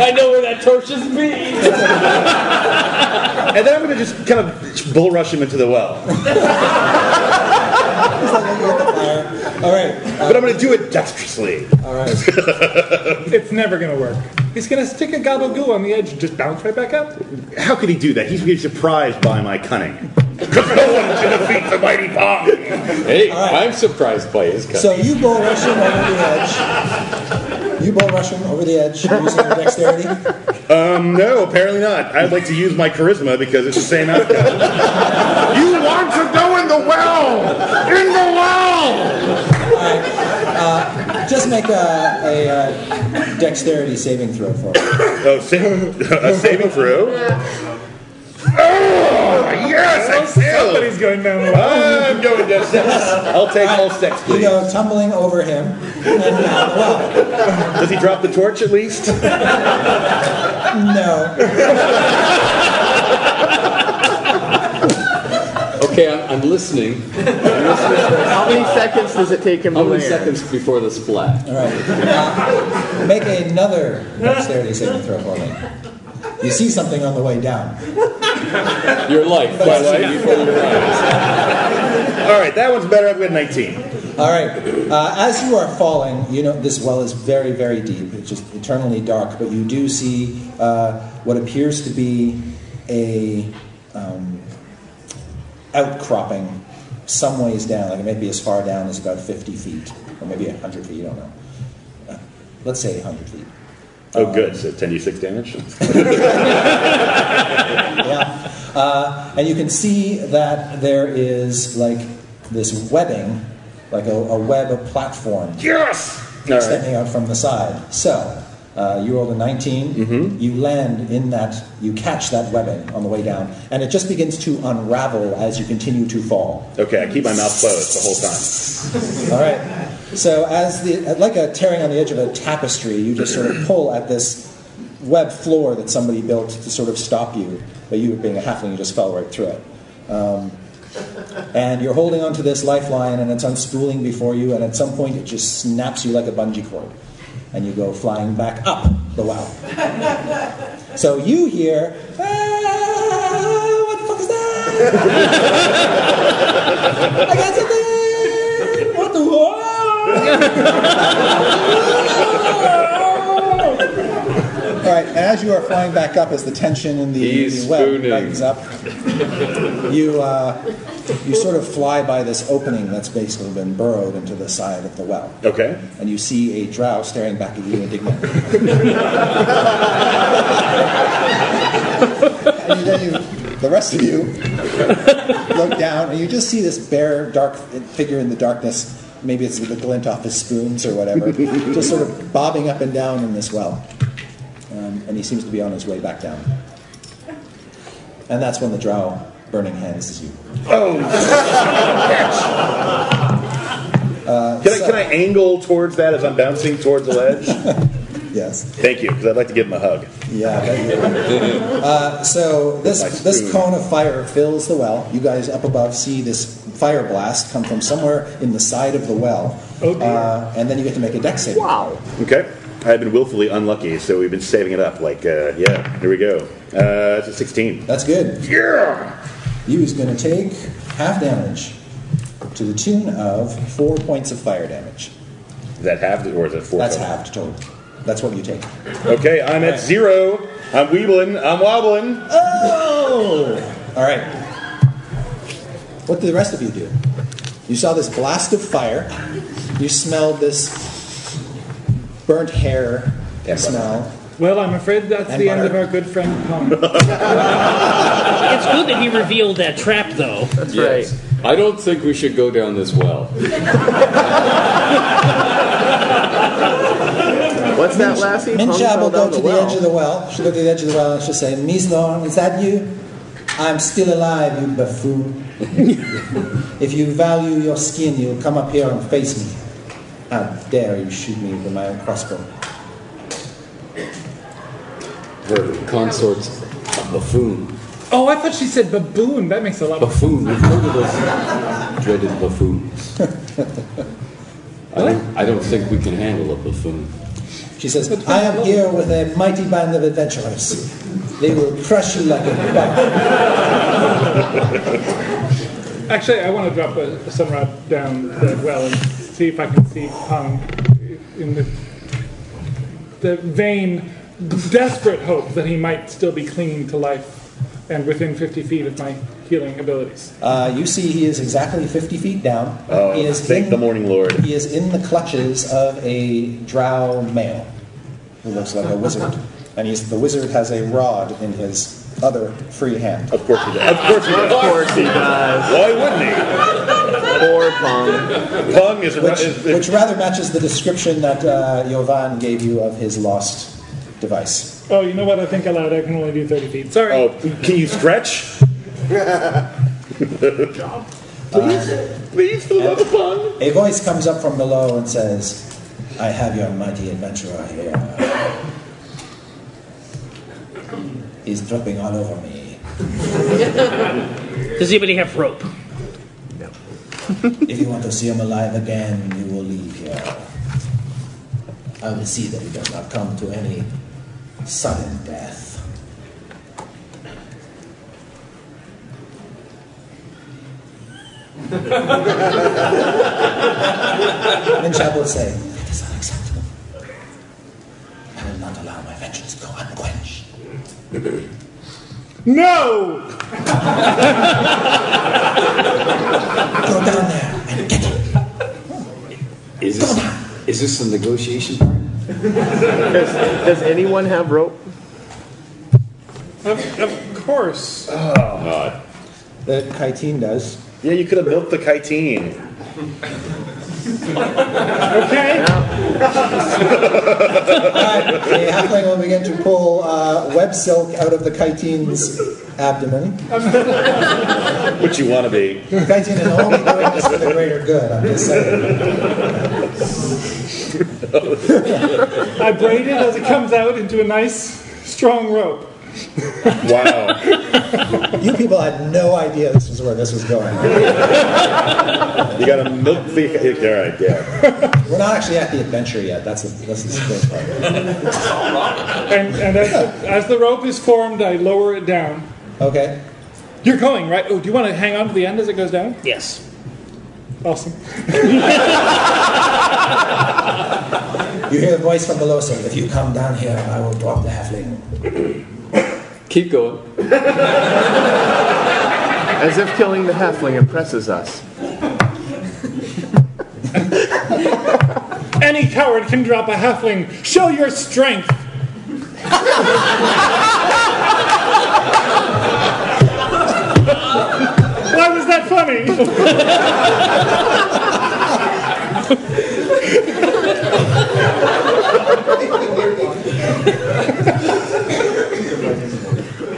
[SPEAKER 6] I know where that torch is being.
[SPEAKER 7] And then I'm going to just kind of bull rush him into the well.
[SPEAKER 4] All right,
[SPEAKER 7] But I'm going to do it dexterously.
[SPEAKER 4] all right.
[SPEAKER 5] It's never gonna work. He's gonna stick a gabagoo on the edge and just bounce right back up.
[SPEAKER 7] How could he do that? He's being surprised by my cunning. Because no one can defeat the mighty Pong.
[SPEAKER 12] Hey, I'm surprised by his cut.
[SPEAKER 4] So you bull rush him over the edge. You bull rush him over the edge using your dexterity.
[SPEAKER 7] No, apparently not. I'd like to use my charisma because it's the same outcome. you want to go in the well! In the well!
[SPEAKER 4] Just make a, a, uh dexterity saving throw for me.
[SPEAKER 7] [laughs] Oh, sa- a saving throw? Oh, yes! Exhale!
[SPEAKER 5] Somebody's going down the line.
[SPEAKER 7] I'm going to six. I'll take all six,
[SPEAKER 4] You
[SPEAKER 7] please.
[SPEAKER 4] go tumbling over him and down the well.
[SPEAKER 7] Does he drop the torch at
[SPEAKER 5] [laughs]
[SPEAKER 7] least?
[SPEAKER 4] No.
[SPEAKER 12] Okay, I'm, I'm
[SPEAKER 8] [laughs]
[SPEAKER 12] listening.
[SPEAKER 8] How many seconds does it take him
[SPEAKER 12] How
[SPEAKER 8] to
[SPEAKER 12] many
[SPEAKER 8] land?
[SPEAKER 12] seconds before the splat?
[SPEAKER 4] All right. Uh, make another dexterity saving throw for me. You see something on the way down.
[SPEAKER 12] Your life flashing before your eyes.
[SPEAKER 7] All right, that one's better. I've got 19.
[SPEAKER 4] All right. Uh, as you are falling, you know this well is very, very deep. It's just eternally dark, but you do see uh, what appears to be a um, outcropping some ways down. Like it may be as far down as about 50 feet, or maybe 100 feet. You don't know. Uh, let's say 100 feet.
[SPEAKER 7] Oh, good. So 10 d6 damage?
[SPEAKER 4] yeah. Uh, and you can see that there is like this webbing, like a, a web of platform
[SPEAKER 7] Yes! All right.
[SPEAKER 4] extending out from the side. So uh, you rolled a 19. You land in that, you catch that webbing on the way down, and it just begins to unravel as you continue to fall.
[SPEAKER 7] Okay, I keep my mouth closed the whole time.
[SPEAKER 4] All right. So as the like a tearing on the edge of a tapestry, you just sort of pull at this web floor that somebody built to sort of stop you, but you being a halfling, you just fell right through it. Um, and you're holding onto this lifeline, and it's unspooling before you, and at some point it just snaps you like a bungee cord, and you go flying back up the well. so you hear, "Ah, what the fuck is that? [laughs] I got something! What the All right, and as you are flying back up, as the tension in the
[SPEAKER 12] He's
[SPEAKER 4] the web
[SPEAKER 12] spooning.
[SPEAKER 4] tightens up, you uh, you sort of fly by this opening that's basically been burrowed into the side of the well,
[SPEAKER 7] Okay.
[SPEAKER 4] and you see a drow staring back at you indignantly. and then you, the rest of you look down, and you just see this bare, dark figure in the darkness. Maybe it's the glint off his spoons or whatever, just sort of bobbing up and down in this well. Um, and he seems to be on his way back down. And that's when the drow burning hands is you.
[SPEAKER 7] Can I, can I angle towards that as I'm bouncing towards the
[SPEAKER 5] [laughs]
[SPEAKER 7] ledge?
[SPEAKER 4] Yes.
[SPEAKER 7] Thank you, because I'd like to give him a hug.
[SPEAKER 4] Yeah. thank you. Uh, so
[SPEAKER 7] My
[SPEAKER 4] this
[SPEAKER 7] spoon.
[SPEAKER 4] this cone of fire fills the well. You guys up above see this fire blast come from somewhere in the side of the well.
[SPEAKER 5] Oh, dear.
[SPEAKER 4] Uh, and then you get to make a deck save.
[SPEAKER 8] Wow.
[SPEAKER 7] Okay. I've been willfully unlucky, so we've been saving it up. Like, uh, yeah, here we go. Uh, it's a 16.
[SPEAKER 4] That's good.
[SPEAKER 7] Yeah!
[SPEAKER 4] You is going to take half damage to the tune of four points of fire damage.
[SPEAKER 7] Is that halved or is that four?
[SPEAKER 4] That's
[SPEAKER 7] total?
[SPEAKER 4] halved total. That's what you take.
[SPEAKER 7] Okay, I'm at zero. I'm weebling. I'm wobbling.
[SPEAKER 4] Oh! All right. What do the rest of you do? You saw this blast of fire. You smelled this burnt hair
[SPEAKER 7] And
[SPEAKER 4] smell.
[SPEAKER 5] Well, I'm afraid that's
[SPEAKER 4] And
[SPEAKER 5] the end of
[SPEAKER 4] butter.
[SPEAKER 5] our good friend Pong.
[SPEAKER 6] It's good that he revealed that trap, though.
[SPEAKER 8] That's right.
[SPEAKER 12] I don't think we should go down this well.
[SPEAKER 8] What's that, Lassie? Pung
[SPEAKER 4] Mincha
[SPEAKER 8] fell
[SPEAKER 4] will
[SPEAKER 8] down
[SPEAKER 4] go to the edge of the well. She'll go to the edge of the well and she'll say, Miss Lorne, is that you? I'm still alive, you buffoon. if you value your skin, you'll come up here and face me. How dare you shoot me with my own crossbow?
[SPEAKER 12] Her consort's a buffoon.
[SPEAKER 5] Oh, I thought she said baboon. That makes a lot of
[SPEAKER 12] Buffoon. We've heard of those dreaded buffoons. I don't, I don't think we can handle a buffoon.
[SPEAKER 4] She says, I am here with a mighty band of adventurers. They will crush you like a bug.
[SPEAKER 5] Actually, I want to drop a, a sunrod down the well and see if I can see Pong in the, the vain, desperate hope that he might still be clinging to life and within 50 feet of my healing abilities.
[SPEAKER 4] Uh, you see, he is exactly 50 feet down.
[SPEAKER 7] Oh,
[SPEAKER 4] he is
[SPEAKER 7] thank
[SPEAKER 4] in-
[SPEAKER 7] the morning lord.
[SPEAKER 4] He is in the clutches of a drow male who looks like a wizard. And he's, the wizard has a rod in his other free hand.
[SPEAKER 7] Of course he does. Of course he
[SPEAKER 8] Of
[SPEAKER 7] does.
[SPEAKER 8] course he does.
[SPEAKER 7] Why wouldn't
[SPEAKER 8] Poor Pung.
[SPEAKER 7] he? Pung is,
[SPEAKER 4] Which,
[SPEAKER 7] is, is
[SPEAKER 4] which rather matches the description that uh, Jovan gave you of his lost device.
[SPEAKER 5] Oh, you know what? I think allowed. I can only do 30 feet. Sorry.
[SPEAKER 7] Oh, can you stretch? Please, please, for the love of fun.
[SPEAKER 4] A voice comes up from below and says, I have your mighty adventurer here. He's dropping all over me.
[SPEAKER 6] Does anybody have rope?
[SPEAKER 4] If you want to see him alive again, you will leave here. I will see that he does not come to any sudden death. Minchab will say, That is unacceptable. I will not allow my vengeance to go unquenched.
[SPEAKER 5] No!
[SPEAKER 4] Go down there and get him.
[SPEAKER 12] Is this, is this the negotiation part?
[SPEAKER 8] Does, does anyone have rope?
[SPEAKER 5] Of, of course.
[SPEAKER 4] The chitin does.
[SPEAKER 7] Yeah, you could have milked the chitin.
[SPEAKER 5] Okay.
[SPEAKER 4] The halfling will begin to pull uh, web silk out of the chiten's abdomen.
[SPEAKER 7] Which you want to be.
[SPEAKER 4] Chitin is only doing this for the greater good, I'm just saying.
[SPEAKER 5] I braid it as it comes out into a nice, strong rope.
[SPEAKER 7] Wow.
[SPEAKER 4] You people had no idea this was where this was going.
[SPEAKER 7] You got to milk the. All right, yeah.
[SPEAKER 4] We're not actually at the adventure yet. That's the, that's the strange part.
[SPEAKER 5] And, and as, the, as the rope is formed, I lower it down.
[SPEAKER 4] Okay.
[SPEAKER 5] You're going, right? Oh, do you want to hang on to the end as it goes down?
[SPEAKER 6] Yes.
[SPEAKER 5] Awesome.
[SPEAKER 4] You hear a voice from below saying, "If you come down here, I will drop the halfling."
[SPEAKER 12] Keep going.
[SPEAKER 8] As if killing the halfling impresses us.
[SPEAKER 5] Any coward can drop a halfling. Show your strength. [laughs] Why was that funny?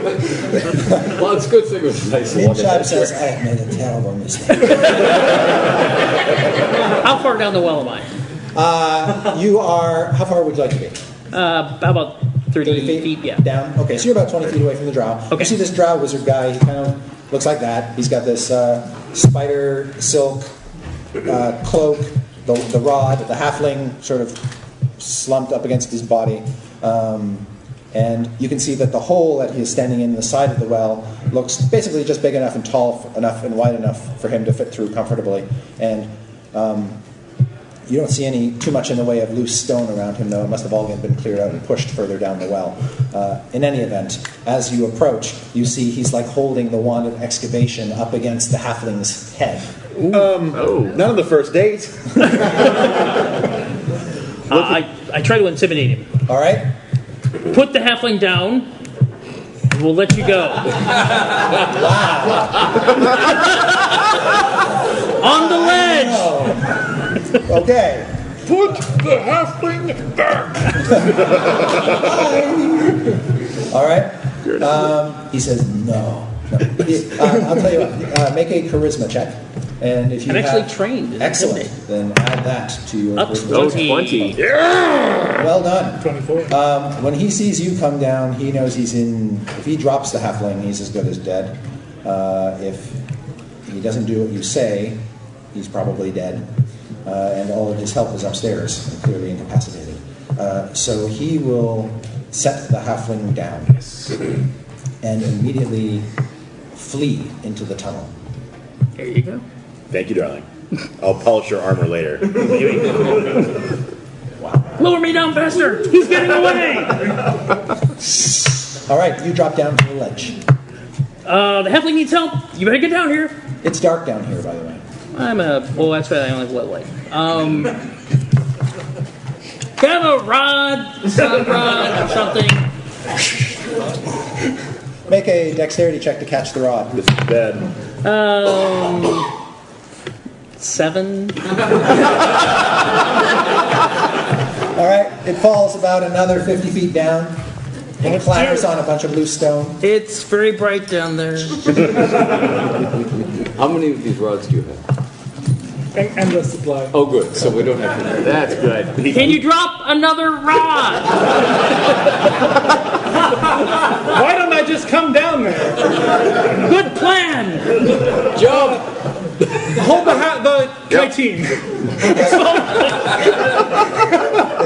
[SPEAKER 12] Well, it's a good thing it was nice and long
[SPEAKER 4] Minchab
[SPEAKER 12] adventure.
[SPEAKER 4] says, "I have made a terrible mistake."
[SPEAKER 6] How far down the well am I?
[SPEAKER 4] You are. How far would you like to be?
[SPEAKER 6] Uh, about 30,
[SPEAKER 4] 30 feet,
[SPEAKER 6] feet, yeah.
[SPEAKER 4] down. Okay, so you're about 20 feet away from the drow. You
[SPEAKER 6] Okay.
[SPEAKER 4] see this drow wizard guy, he kind of looks like that. He's got this uh, spider silk uh, cloak, the, the rod, the halfling sort of slumped up against his body. Um, and you can see that the hole that he is standing in the side of the well looks basically just big enough and tall f- enough and wide enough for him to fit through comfortably. And um, you don't see any too much in the way of loose stone around him, though it must have all been cleared out and pushed further down the well. Uh, in any event, as you approach, you see he's like holding the wand of excavation up against the halfling's head.
[SPEAKER 7] Um, Not on the first date.
[SPEAKER 6] Uh, I, I try to intimidate him.
[SPEAKER 4] All right.
[SPEAKER 6] Put the halfling down. And we'll let
[SPEAKER 4] [laughs]
[SPEAKER 6] you go. On the ledge.
[SPEAKER 4] Okay.
[SPEAKER 10] Put the halfling
[SPEAKER 4] [laughs] All right. Um, he says no. No. He- uh, I'll tell you what. Uh, make a charisma check, and if you
[SPEAKER 6] I'm actually
[SPEAKER 4] have-
[SPEAKER 6] trained. in
[SPEAKER 4] excellent,
[SPEAKER 6] intimidate.
[SPEAKER 4] then add that to your
[SPEAKER 6] Up
[SPEAKER 4] charisma.
[SPEAKER 8] Oh,
[SPEAKER 6] 20.
[SPEAKER 8] 20.
[SPEAKER 4] Well done.
[SPEAKER 5] 24.
[SPEAKER 4] Um, when he sees you come down, he knows he's in. If he drops the halfling, he's as good as dead. Uh, if he doesn't do what you say, he's probably dead. Uh, and all of his help is upstairs, and clearly incapacitated. Uh, so he will set the halfling down and immediately flee into the tunnel.
[SPEAKER 6] There you go.
[SPEAKER 7] Thank you, darling. I'll polish your armor later.
[SPEAKER 6] Lower me down faster. He's getting away. [laughs]
[SPEAKER 4] All right, you drop down from the ledge.
[SPEAKER 6] Uh, the halfling needs help. You better get down here.
[SPEAKER 4] It's dark down here, by the way.
[SPEAKER 6] I'm a. Well, that's right. I only have one light.
[SPEAKER 4] [laughs]
[SPEAKER 6] Um, grab a rod, sod rod, or something.
[SPEAKER 4] Make a dexterity check to catch the rod.
[SPEAKER 7] this is bad.
[SPEAKER 6] Um, seven.
[SPEAKER 4] All right, it falls about another 50 feet down and clatters on a bunch of loose stone.
[SPEAKER 6] It's very bright down there.
[SPEAKER 12] How many of these rods do you have?
[SPEAKER 5] An endless supply.
[SPEAKER 12] Oh, good. So we don't have to.
[SPEAKER 8] That's good.
[SPEAKER 6] Can you drop another rod?
[SPEAKER 5] Why don't I just come down there?
[SPEAKER 6] Good plan.
[SPEAKER 12] Job!
[SPEAKER 5] Hold the hat, the
[SPEAKER 7] Yep.
[SPEAKER 5] team.
[SPEAKER 4] The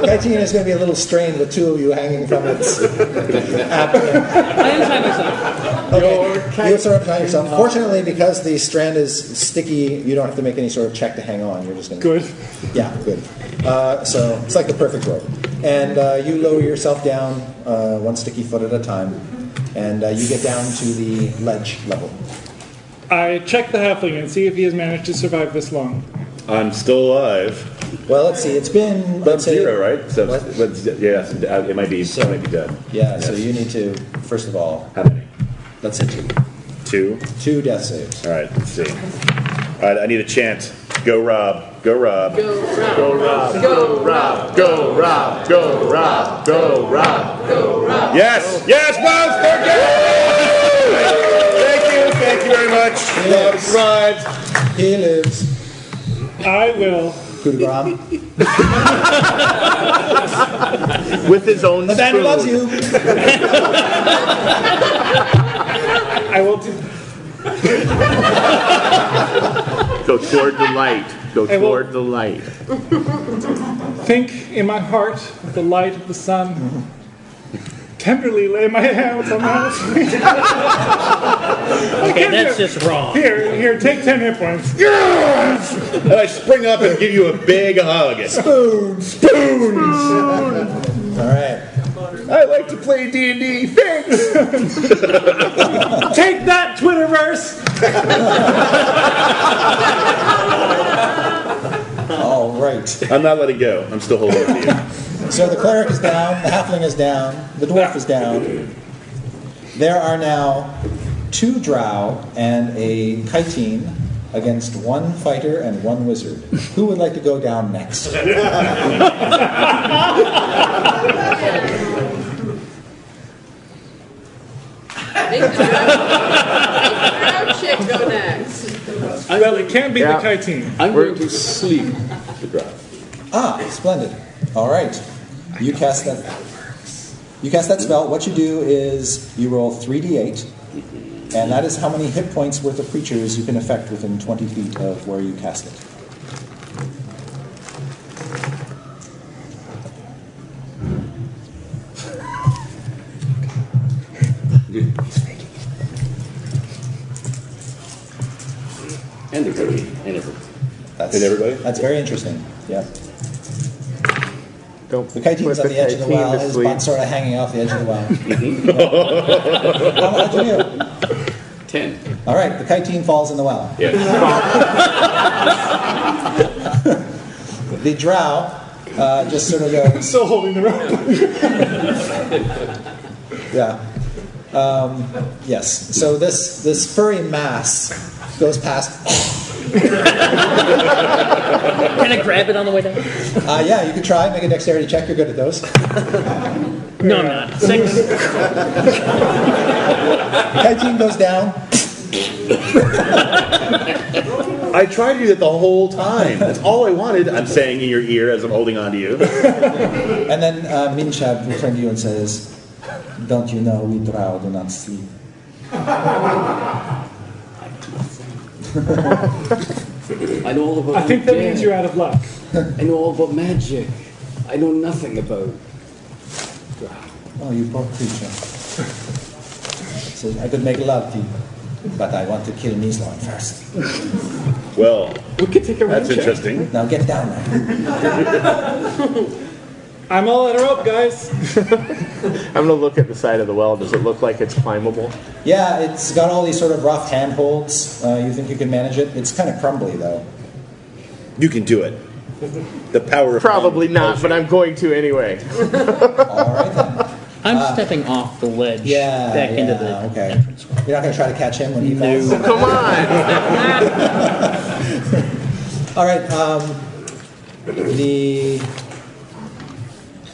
[SPEAKER 4] guillotine is going to be a little strained with two of you hanging from its abdomen.
[SPEAKER 6] I untie myself.
[SPEAKER 4] Okay, you sort of tie yourself. Fortunately, because the strand is sticky, you don't have to make any sort of check to hang on. You're just going to.
[SPEAKER 5] Good.
[SPEAKER 4] Yeah, good. Uh, so it's like the perfect rope. And uh, you lower yourself down uh, one sticky foot at a time, and uh, you get down to the ledge level.
[SPEAKER 5] I check the halfling and see if he has managed to survive this long.
[SPEAKER 7] I'm still alive.
[SPEAKER 4] Well, let's see. It's been
[SPEAKER 7] But I'm
[SPEAKER 4] let's say,
[SPEAKER 7] zero, right? So,
[SPEAKER 4] What?
[SPEAKER 7] but, yeah, uh, it might be. it might be dead.
[SPEAKER 4] Yeah. So you need to first of all
[SPEAKER 7] How many?
[SPEAKER 4] Let's say two.
[SPEAKER 7] Two.
[SPEAKER 4] Two death saves.
[SPEAKER 7] All right. Let's see. All right. I need a chant. Go, Rob. Go, Rob.
[SPEAKER 8] Go Rob, go Rob, go Rob, go Rob, go Rob.
[SPEAKER 7] Yes. Yes, Bob. Thank you. Thank you very much. Rob survived.
[SPEAKER 4] He lives.
[SPEAKER 5] I will.
[SPEAKER 4] Coup de grace.
[SPEAKER 8] With his own
[SPEAKER 4] The banner
[SPEAKER 8] spoon.
[SPEAKER 4] loves you.
[SPEAKER 5] I will. Do,
[SPEAKER 8] Go toward the light. Go
[SPEAKER 5] Hey, well-
[SPEAKER 8] toward the light.
[SPEAKER 5] think in my heart with the light of the sun. Tenderly lay my hands on the
[SPEAKER 6] [laughs]
[SPEAKER 5] halfling.
[SPEAKER 6] Okay, that's just wrong.
[SPEAKER 5] Here, here, take ten hit points.
[SPEAKER 7] And I spring up and give you a big hug.
[SPEAKER 4] All right.
[SPEAKER 7] I like to play D and D. Thanks.
[SPEAKER 5] Take that, Twitterverse.
[SPEAKER 4] All right.
[SPEAKER 7] I'm not letting go. I'm still holding on to you.
[SPEAKER 4] So the cleric is down. The halfling is down. The dwarf is down. There are now two drow and a chitin against one fighter and one wizard. Who would like to go down next?
[SPEAKER 13] chick go next.
[SPEAKER 5] Well, it can't be
[SPEAKER 8] Yeah.
[SPEAKER 5] the chitin.
[SPEAKER 12] I'm going to sleep the drop.
[SPEAKER 4] Ah, splendid. All right. You cast that. You cast that spell. What you do is you roll 3d8, and that is how many hit points worth of creatures you can affect within 20 feet of where you cast it.
[SPEAKER 12] And everybody. And everybody.
[SPEAKER 4] That's,
[SPEAKER 7] And everybody?
[SPEAKER 4] That's very interesting. Yeah.
[SPEAKER 8] Don't
[SPEAKER 4] the kite's
[SPEAKER 8] put
[SPEAKER 4] at the edge of the
[SPEAKER 8] kite
[SPEAKER 4] well.
[SPEAKER 8] to
[SPEAKER 4] His
[SPEAKER 8] sleep.
[SPEAKER 4] butt's sort of hanging off the edge of the well.
[SPEAKER 12] How
[SPEAKER 4] much are you?
[SPEAKER 12] Ten.
[SPEAKER 4] All right, the chitin falls in the well. [laughs] the drow uh, just sort of goes.
[SPEAKER 10] Still holding the
[SPEAKER 4] Yeah. Um, yes. So this this furry mass goes past.
[SPEAKER 6] Can I grab it on the way down?
[SPEAKER 4] Uh, yeah, you can try. Make a dexterity check. You're good at those.
[SPEAKER 6] No, I'm not. Six.
[SPEAKER 4] Chitin goes down.
[SPEAKER 7] I tried to do that the whole
[SPEAKER 12] [laughs]
[SPEAKER 7] time. That's all I wanted. I'm saying in your ear as I'm holding on to you.
[SPEAKER 4] And then uh, Minshab will turn to you and says, Don't you know we drow do not sleep?
[SPEAKER 12] I know all about
[SPEAKER 5] I think that means
[SPEAKER 12] magic.
[SPEAKER 5] you're out of luck.
[SPEAKER 12] I know all about magic. I know nothing about.
[SPEAKER 4] Oh, you poor creature. says, I could make love to you, but I want to kill Nislon first.
[SPEAKER 7] Well,
[SPEAKER 12] we could take a
[SPEAKER 7] that's interesting.
[SPEAKER 4] Now get down there.
[SPEAKER 5] I'm all out of rope, guys.
[SPEAKER 8] I'm gonna look at the side of the well. Does it look like it's climbable?
[SPEAKER 4] Yeah, it's got all these sort of rough handholds. Uh, you think you can manage it? It's kind of crumbly, though.
[SPEAKER 7] You can do it. The power of [laughs]
[SPEAKER 12] Um,
[SPEAKER 8] Probably not, but I'm going to anyway.
[SPEAKER 6] I'm stepping off the ledge
[SPEAKER 4] yeah,
[SPEAKER 6] back into
[SPEAKER 4] yeah,
[SPEAKER 6] the
[SPEAKER 4] okay.
[SPEAKER 6] entrance.
[SPEAKER 4] You're not going to try to catch him when he falls?
[SPEAKER 8] Come on.
[SPEAKER 4] All right, um, the.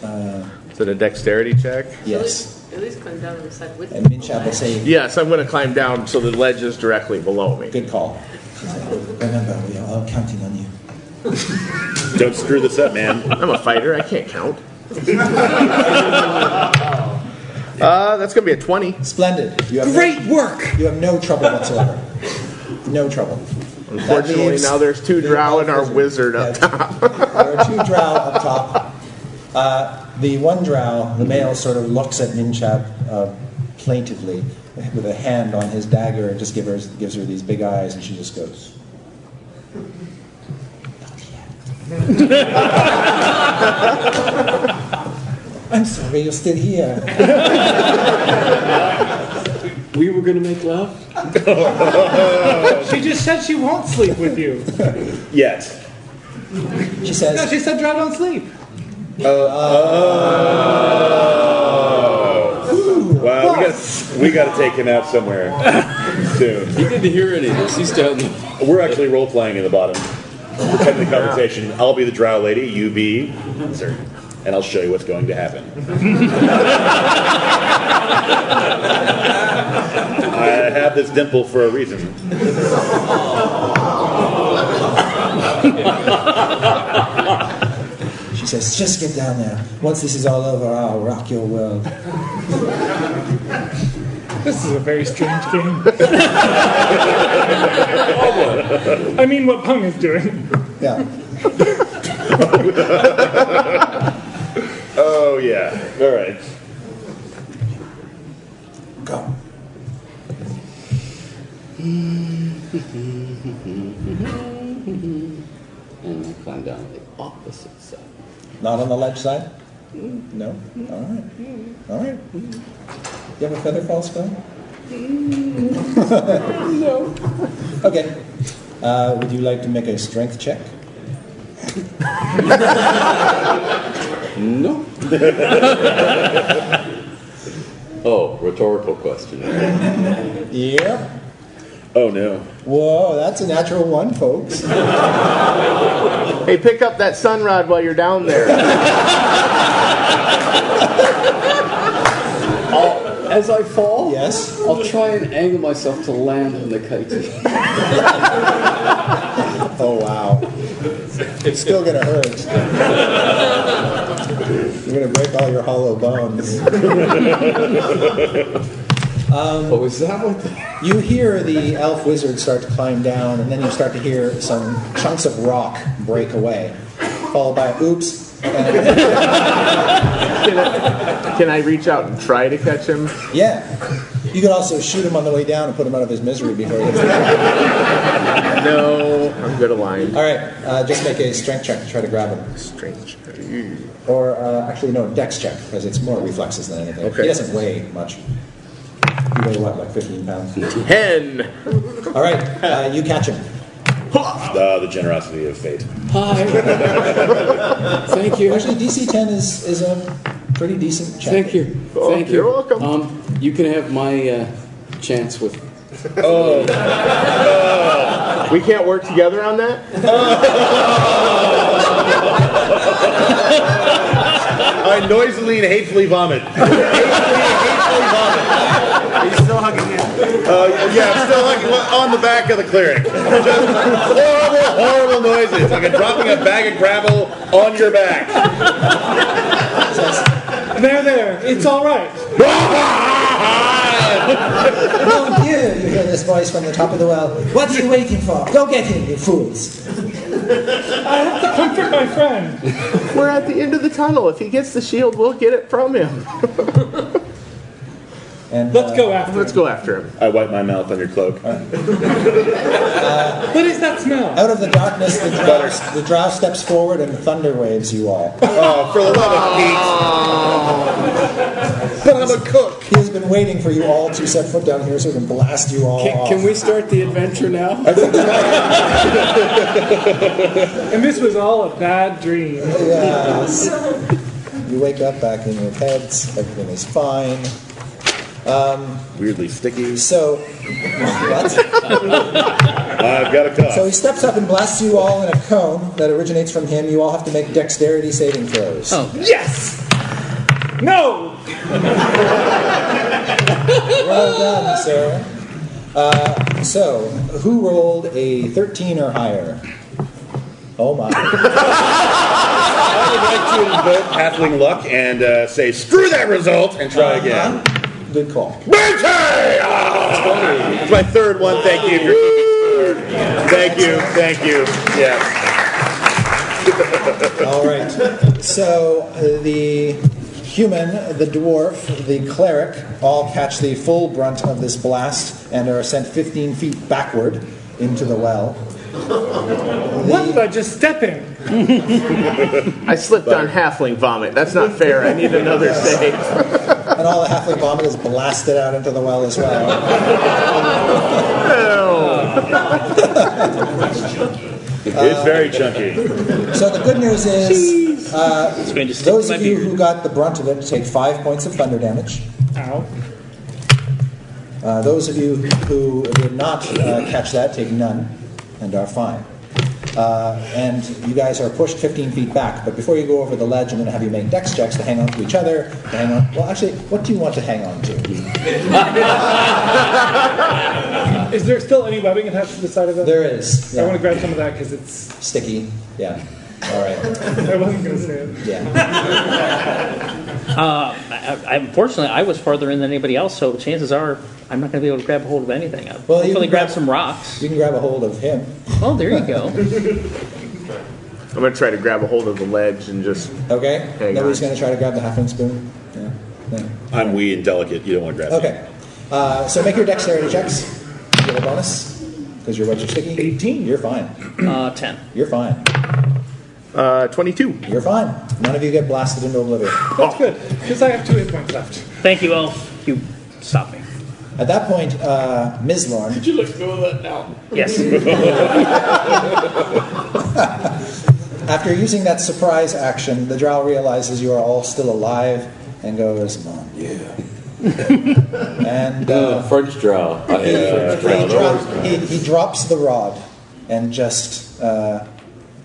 [SPEAKER 4] Uh,
[SPEAKER 8] Is it a dexterity check?
[SPEAKER 4] yes.
[SPEAKER 13] At least climb down on the side with
[SPEAKER 4] And Minshab will say,
[SPEAKER 8] Yes, I'm gonna climb down so the ledge is directly below me.
[SPEAKER 4] Good call.
[SPEAKER 13] [laughs]
[SPEAKER 4] She's like, Remember, we are all counting on you.
[SPEAKER 7] Don't screw this up, man.
[SPEAKER 8] I'm a fighter. I can't count. [laughs] uh, that's gonna be a twenty.
[SPEAKER 4] Splendid. You have
[SPEAKER 6] Great
[SPEAKER 4] No,
[SPEAKER 6] work!
[SPEAKER 4] you have no trouble whatsoever. No trouble.
[SPEAKER 8] Unfortunately,
[SPEAKER 4] leaves-
[SPEAKER 8] now there's two
[SPEAKER 4] the
[SPEAKER 8] drow and our
[SPEAKER 4] elf
[SPEAKER 8] wizard up
[SPEAKER 4] Yeah, there are two drow up top. Uh, the one drow, the male, sort of looks at Minchab uh, plaintively with a hand on his dagger and just give her, gives her these big eyes, and she just goes. "Not yet." [laughs] I'm sorry, you're still here.
[SPEAKER 12] We were going to make love.
[SPEAKER 5] She just said she won't sleep with you.
[SPEAKER 7] Yet.
[SPEAKER 4] She
[SPEAKER 5] No,
[SPEAKER 4] says,
[SPEAKER 5] she said drown on sleep.
[SPEAKER 8] Oh, oh.
[SPEAKER 7] Wow, we got we got to take him
[SPEAKER 8] [laughs]
[SPEAKER 7] out somewhere soon.
[SPEAKER 12] He didn't hear any of this. He's down there.
[SPEAKER 7] We're actually role playing in the bottom. We're having the conversation. I'll be the drow lady. You be, sir, and I'll show you what's going to [laughs] happen. I have this dimple for a reason.
[SPEAKER 4] she says, just get down there. Once this is all over, I'll rock your world.
[SPEAKER 5] This is a very strange
[SPEAKER 8] [laughs]
[SPEAKER 5] game. I mean, what Pung is doing.
[SPEAKER 4] Yeah.
[SPEAKER 7] Oh yeah. All right.
[SPEAKER 4] Go.
[SPEAKER 12] And I climbed down the opposite side.
[SPEAKER 4] Not on the ledge side? No? All right. All right. You have a feather fall spell? no. Okay. Uh, would you like to make a strength check?
[SPEAKER 12] No. oh, rhetorical question.
[SPEAKER 4] Yeah.
[SPEAKER 7] Oh no.
[SPEAKER 4] Whoa, that's a natural one, folks.
[SPEAKER 8] Hey, pick up that sun rod while you're
[SPEAKER 12] [laughs]
[SPEAKER 8] down there.
[SPEAKER 12] As I fall,
[SPEAKER 4] Yes.
[SPEAKER 12] I'll try and angle myself to land on the kite.
[SPEAKER 4] Oh, wow. It's still going to hurt. You're going to break all your hollow bones.
[SPEAKER 12] Oh, is that what? The-
[SPEAKER 4] You hear the elf wizard start to climb down, and then you start to hear some chunks of rock break away, followed by oops. And,
[SPEAKER 8] can, I, can I reach out and try to catch him?
[SPEAKER 4] yeah. You could also shoot him on the way down and put him out of his misery before he gets there.
[SPEAKER 14] no, I'm good aligned.
[SPEAKER 4] All right, uh, just make a strength check to try to grab him.
[SPEAKER 14] Strength check.
[SPEAKER 4] Or uh, actually, no, dex check because it's more reflexes than anything.
[SPEAKER 14] Okay.
[SPEAKER 4] He doesn't weigh much. You weigh what, like 15 pounds?
[SPEAKER 14] Ten.
[SPEAKER 4] All right, uh, you catch him.
[SPEAKER 7] Ah, the generosity of fate.
[SPEAKER 14] [laughs]
[SPEAKER 4] Hi. Thank you. Actually, DC 10 is, is a pretty decent check.
[SPEAKER 9] Thank you.
[SPEAKER 4] Oh,
[SPEAKER 9] Thank you.
[SPEAKER 4] you're
[SPEAKER 9] welcome. Um, you can have my uh, chance with.
[SPEAKER 14] Oh. We can't work together on that?
[SPEAKER 7] I noisily and hatefully vomit.
[SPEAKER 15] He's still hugging you.
[SPEAKER 7] Uh, yeah, I'm still like what- on the back of the cleric. Just horrible, horrible noises. Like a dropping a bag of gravel on your back.
[SPEAKER 5] There, there. It's all right.
[SPEAKER 4] Oh dear, you hear this voice from the top of the well. What are you waiting for? Go get him, you fools.
[SPEAKER 5] I have to comfort my friend.
[SPEAKER 14] We're at the end of the tunnel. If he gets the shield, we'll get it from him.
[SPEAKER 4] And,
[SPEAKER 5] Let's go after
[SPEAKER 14] Let's go after him.
[SPEAKER 7] I wipe my mouth on your cloak.
[SPEAKER 5] What is that smell?
[SPEAKER 4] Out of the darkness, the drow, the drow steps forward and thunder waves you all.
[SPEAKER 7] Oh, for the love of
[SPEAKER 4] But I'm a cook. He has been waiting for you all to set foot down here so he can blast you all
[SPEAKER 9] Can,
[SPEAKER 4] off.
[SPEAKER 9] can we start the adventure now?
[SPEAKER 5] And this was all a bad dream.
[SPEAKER 4] Yes. You wake up back in your heads. Everything is fine. Um,
[SPEAKER 7] Weirdly sticky.
[SPEAKER 4] So, what?
[SPEAKER 7] I've got a cough.
[SPEAKER 4] so he steps up and blasts you all in a cone that originates from him. You all have to make dexterity saving throws.
[SPEAKER 6] Oh.
[SPEAKER 5] Yes! No!
[SPEAKER 4] Well done, sir. Uh, so, who rolled a 13 or higher? Oh my.
[SPEAKER 7] I would like to invoke halfling luck and uh, say, screw that result, and try
[SPEAKER 14] Uh-huh.
[SPEAKER 7] again.
[SPEAKER 4] Good call.
[SPEAKER 7] Bertie! Ah! It's my third one. Thank you. if you're keeping score. Thank you. Thank you. Yeah.
[SPEAKER 4] All right. So, uh, the human, the dwarf, the cleric all catch the full brunt of this blast and are sent 15 feet backward into the well.
[SPEAKER 5] What did I just step in?
[SPEAKER 14] I slipped on halfling vomit. That's not fair. I need
[SPEAKER 7] [laughs]
[SPEAKER 14] another save.
[SPEAKER 4] And all the halfling vomit is blasted out into the well as well.
[SPEAKER 7] It's very chunky.
[SPEAKER 4] So the good news is, uh,
[SPEAKER 6] It's going to stick
[SPEAKER 4] those
[SPEAKER 6] to my
[SPEAKER 4] of you
[SPEAKER 6] beard.
[SPEAKER 4] who got the brunt of it take five points of thunder damage.
[SPEAKER 5] Ow.
[SPEAKER 4] Uh, those of you who did not uh, catch that take none and are fine. Uh, and you guys are pushed 15 feet back. But before you go over the ledge, I'm going to have you make dex checks to hang on to each other. To hang on. Well, actually, what do you want to hang on to?
[SPEAKER 5] Is there still any webbing attached to the side of it?
[SPEAKER 4] There is.
[SPEAKER 5] I
[SPEAKER 4] Yeah.
[SPEAKER 5] want to grab some of that because it's.
[SPEAKER 4] Sticky. Yeah. All right.
[SPEAKER 5] I wasn't going to say it.
[SPEAKER 4] Yeah.
[SPEAKER 6] Uh, I, I, unfortunately, I was farther in than anybody else, so chances are I'm not going to be able to grab a hold of anything. I'll
[SPEAKER 4] Well, you
[SPEAKER 6] hopefully
[SPEAKER 4] can
[SPEAKER 6] grab,
[SPEAKER 4] grab-
[SPEAKER 6] some rocks.
[SPEAKER 4] You can grab a hold of him.
[SPEAKER 6] Oh, there you [laughs] go.
[SPEAKER 14] I'm gonna try to grab a hold of the ledge and just.
[SPEAKER 4] Okay.
[SPEAKER 14] Hang
[SPEAKER 4] Nobody's
[SPEAKER 14] on.
[SPEAKER 4] going to try to grab the halfling spoon. Yeah. yeah.
[SPEAKER 7] I'm wee and delicate. You don't want to grab
[SPEAKER 4] Okay. Uh, so make your dexterity checks. You get a bonus because you're wedge sticky. 18. You're fine.
[SPEAKER 6] Uh, 10.
[SPEAKER 4] You're fine.
[SPEAKER 14] Uh, 22.
[SPEAKER 4] You're fine. None of you get blasted into oblivion.
[SPEAKER 5] That's good because I have two hit points left.
[SPEAKER 6] Thank you, Elf. You stopped me.
[SPEAKER 4] At that point, uh, Mislorn,
[SPEAKER 9] you let go of that now?
[SPEAKER 6] Yes.
[SPEAKER 4] after using that surprise action, the drow realizes you are all still alive and goes, Mon Dieu. and
[SPEAKER 9] Uh,
[SPEAKER 4] uh,
[SPEAKER 9] French draw. I
[SPEAKER 4] he,
[SPEAKER 9] am French
[SPEAKER 4] he,
[SPEAKER 9] draw.
[SPEAKER 4] drop, he, he drops the rod and just uh,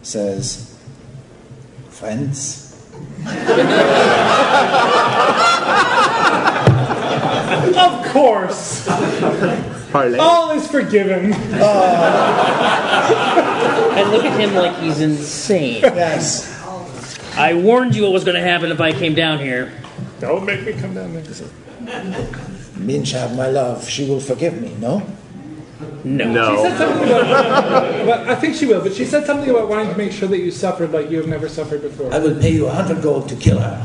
[SPEAKER 4] says, Friends?
[SPEAKER 5] [laughs] Of course!
[SPEAKER 14] Parlay.
[SPEAKER 5] All is forgiven.
[SPEAKER 6] I look at him like he's insane.
[SPEAKER 4] Yes.
[SPEAKER 6] I warned you what was going to happen if I came down here.
[SPEAKER 5] Don't make me come down there.
[SPEAKER 4] Minchab, my love, she will forgive me, no?
[SPEAKER 6] No.
[SPEAKER 5] She
[SPEAKER 14] No.
[SPEAKER 5] said something about. well, I think she will, but she said something about wanting to make sure that you suffered like you have never suffered before.
[SPEAKER 4] I will pay you a hundred gold to kill her.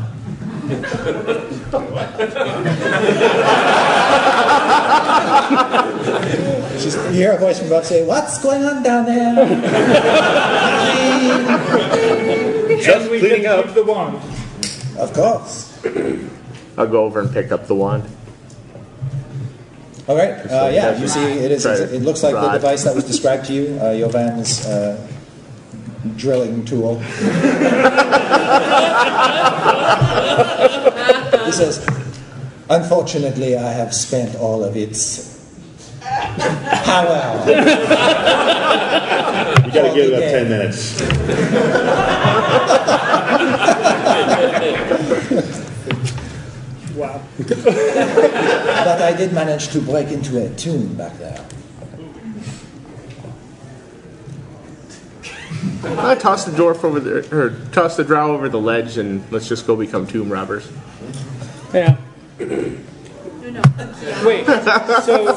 [SPEAKER 4] She's, you hear a voice from above say, What's going on down there?
[SPEAKER 5] Just cleaning up the wand.
[SPEAKER 4] Of course.
[SPEAKER 16] [clears throat] I'll go over and pick up the wand.
[SPEAKER 4] All right. Uh, yeah, you see, it is.
[SPEAKER 16] Try to
[SPEAKER 4] It looks like the
[SPEAKER 16] rod.
[SPEAKER 4] device
[SPEAKER 16] [laughs]
[SPEAKER 4] that was described to you, uh, Jovan's uh, drilling tool. he says, "Unfortunately, I have spent all of its
[SPEAKER 16] [laughs]
[SPEAKER 4] power."
[SPEAKER 7] You gotta give it about 10 minutes.
[SPEAKER 5] Wow.
[SPEAKER 4] but I did manage to break into a tune back there.
[SPEAKER 16] I toss the dwarf over the or toss the drow over the ledge, and let's just go become tomb robbers.
[SPEAKER 5] Yeah. Wait. So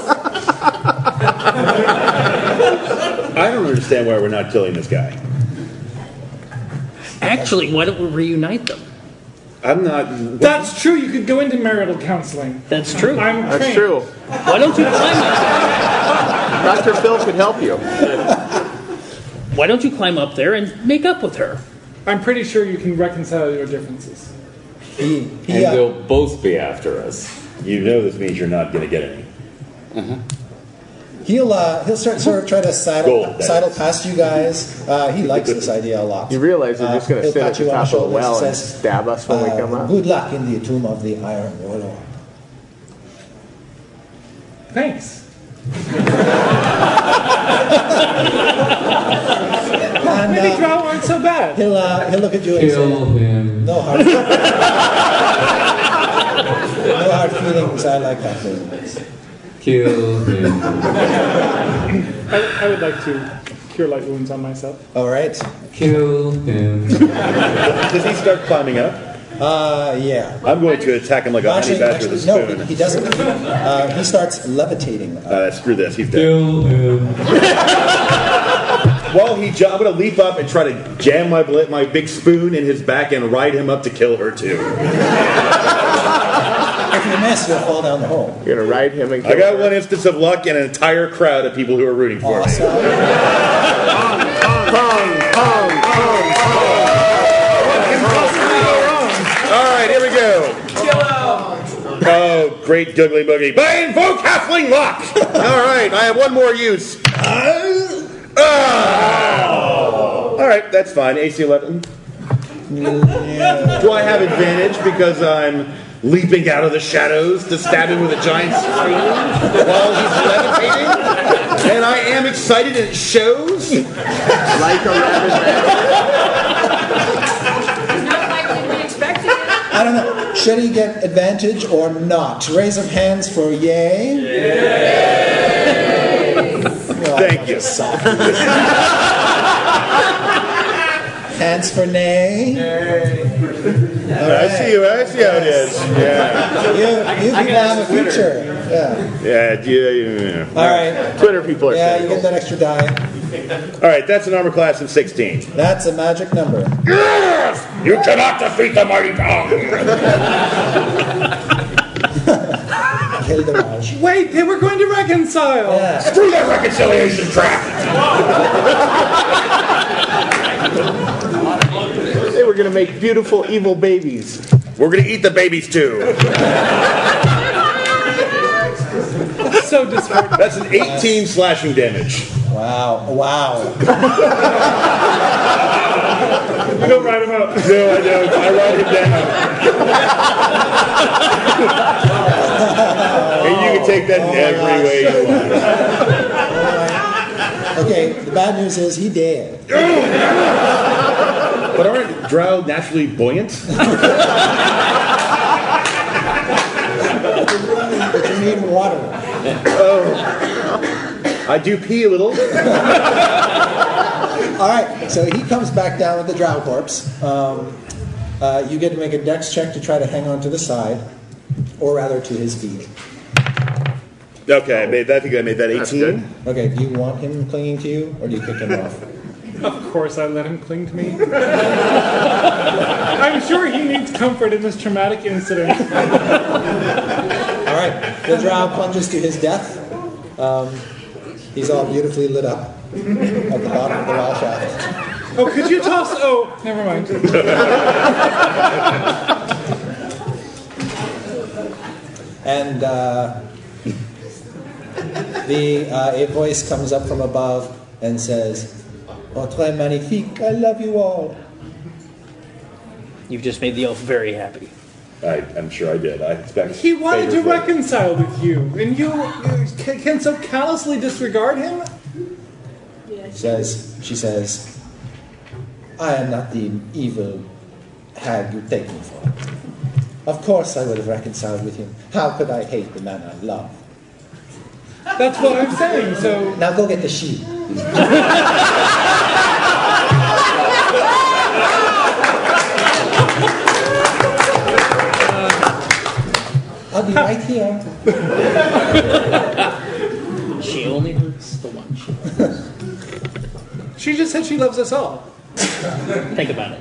[SPEAKER 7] I don't understand why we're not killing this guy.
[SPEAKER 6] Actually, why don't we reunite them?
[SPEAKER 7] I'm not.
[SPEAKER 5] that's true. You could go into marital counseling.
[SPEAKER 6] That's true.
[SPEAKER 5] I'm
[SPEAKER 16] That's
[SPEAKER 5] trained.
[SPEAKER 16] true.
[SPEAKER 6] Why don't you climb up?
[SPEAKER 16] Doctor Phil could help you.
[SPEAKER 6] Why don't you climb up there and make up with her?
[SPEAKER 5] I'm pretty sure you can reconcile your differences.
[SPEAKER 9] And
[SPEAKER 4] uh,
[SPEAKER 16] uh,
[SPEAKER 9] they'll both be after us.
[SPEAKER 7] You know this means you're not gonna get any.
[SPEAKER 4] He'll uh, he'll start sort of try to saddle
[SPEAKER 7] Gold, that
[SPEAKER 4] saddle past you guys. Uh, he likes this idea a lot.
[SPEAKER 16] You realize we're just
[SPEAKER 4] Uh,
[SPEAKER 16] going to
[SPEAKER 4] he'll
[SPEAKER 16] sit
[SPEAKER 4] pat
[SPEAKER 16] at the
[SPEAKER 4] you on
[SPEAKER 16] top of the
[SPEAKER 4] shoulders and
[SPEAKER 16] well and
[SPEAKER 4] says,
[SPEAKER 16] stab us when we
[SPEAKER 4] Uh,
[SPEAKER 16] come up.
[SPEAKER 4] Good luck in the tomb of the Iron Warlord.
[SPEAKER 5] Thanks.
[SPEAKER 4] And
[SPEAKER 5] Maybe
[SPEAKER 4] uh,
[SPEAKER 5] drow aren't so bad.
[SPEAKER 4] he'll, uh, he'll look at you and
[SPEAKER 9] Kill
[SPEAKER 4] say,
[SPEAKER 9] him.
[SPEAKER 4] No hard feelings. [laughs] no hard feelings. I like hard feelings.
[SPEAKER 9] Kill him.
[SPEAKER 5] I, I would like to cure light wounds on myself.
[SPEAKER 4] All right.
[SPEAKER 9] Kill him.
[SPEAKER 7] Does he start climbing up?
[SPEAKER 4] Uh, yeah.
[SPEAKER 7] I'm going to attack him like a honey
[SPEAKER 4] Actually,
[SPEAKER 7] badger with a
[SPEAKER 4] actually, no, he, he
[SPEAKER 7] spoon.
[SPEAKER 4] doesn't. Uh, he starts levitating. Uh,
[SPEAKER 7] Uh, screw this, he's dead.
[SPEAKER 9] Kill him.
[SPEAKER 7] While he, ju- I'm gonna leap up and try to jam my bl- my big spoon in his back and ride him up to kill her
[SPEAKER 4] Oh
[SPEAKER 7] too.
[SPEAKER 4] if you miss, you'll fall down the hole.
[SPEAKER 16] You're going to ride him and kill
[SPEAKER 7] I got
[SPEAKER 16] her.
[SPEAKER 7] one instance of luck and an entire crowd of people who are rooting for me.
[SPEAKER 4] Awesome.
[SPEAKER 7] All right, here we go. Oh, great googly boogly. But I invoke halfling [laughs] luck. All right, I have one more use. Uh. Ah. All right, that's fine. AC 11. Do I have advantage because I'm leaping out of the shadows to stab him with a giant spoon while he's levitating? And I am excited and it shows?
[SPEAKER 16] like a rabbit.
[SPEAKER 1] Not like we expected it.
[SPEAKER 4] I don't know. Should he get advantage or not? Raise of hands for yay. Yay! [laughs]
[SPEAKER 7] Thank you.
[SPEAKER 4] Hands for nay.
[SPEAKER 7] I see you. I see how it is. Yeah.
[SPEAKER 4] You, you
[SPEAKER 9] I
[SPEAKER 4] can
[SPEAKER 9] can ask
[SPEAKER 4] have a
[SPEAKER 9] Twitter.
[SPEAKER 4] future. Yeah.
[SPEAKER 7] Yeah. yeah, yeah.
[SPEAKER 4] All right.
[SPEAKER 16] Twitter people are
[SPEAKER 4] Yeah,
[SPEAKER 16] yeah,
[SPEAKER 4] you get that extra die.
[SPEAKER 7] All right, that's an armor class of 16.
[SPEAKER 4] That's a magic number.
[SPEAKER 7] You cannot defeat the mighty Kong.
[SPEAKER 4] Kill the Raj.
[SPEAKER 5] Wait, they were going to reconcile.
[SPEAKER 4] Yeah.
[SPEAKER 7] Screw that reconciliation crap.
[SPEAKER 16] They were going to make beautiful evil babies.
[SPEAKER 7] We're gonna eat the babies too.
[SPEAKER 5] So dysfunctional.
[SPEAKER 7] That's an 18 slashing damage.
[SPEAKER 4] Wow. Wow.
[SPEAKER 5] You don't write them out.
[SPEAKER 7] No, I don't. I write it down. and you can take that
[SPEAKER 16] Oh
[SPEAKER 7] in every way you
[SPEAKER 4] Okay,
[SPEAKER 7] want.
[SPEAKER 4] the bad news is he dead.
[SPEAKER 7] But aren't drow naturally buoyant?
[SPEAKER 4] But you need water.
[SPEAKER 7] I do pee a little.
[SPEAKER 4] All right, so he comes back down with the drow corpse. Um, uh, you get to make a dex check to try to hang on to the side, or rather to his feet.
[SPEAKER 7] Okay, I, made, I think I made that 18.
[SPEAKER 4] Okay, do you want him clinging to you, or do you kick him off?
[SPEAKER 5] Of course, I let him cling to me. [laughs] I'm sure he needs comfort in this traumatic incident.
[SPEAKER 4] All right, the drow plunges to his death. Um, He's all beautifully lit up at the bottom of the well shaft.
[SPEAKER 5] Oh, could you toss? Oh, never mind.
[SPEAKER 4] And uh, the, uh, a voice comes up from above and says, Entrez magnifique, I love you all.
[SPEAKER 6] You've just made the elf very happy.
[SPEAKER 7] I, I'm sure I did. I expect
[SPEAKER 5] He wanted to
[SPEAKER 7] favors like-
[SPEAKER 5] reconcile with you, and you, you ca- can so callously disregard him.
[SPEAKER 4] Says, she says, I am not the evil hag you take me for. Of course I would have reconciled with him. How could I hate the man I love?
[SPEAKER 5] That's what I'm saying, so.
[SPEAKER 4] Now go get the sheep. [laughs] I'll be right here.
[SPEAKER 6] She only hurts the one. She
[SPEAKER 5] She just said she loves us all.
[SPEAKER 6] Think about it.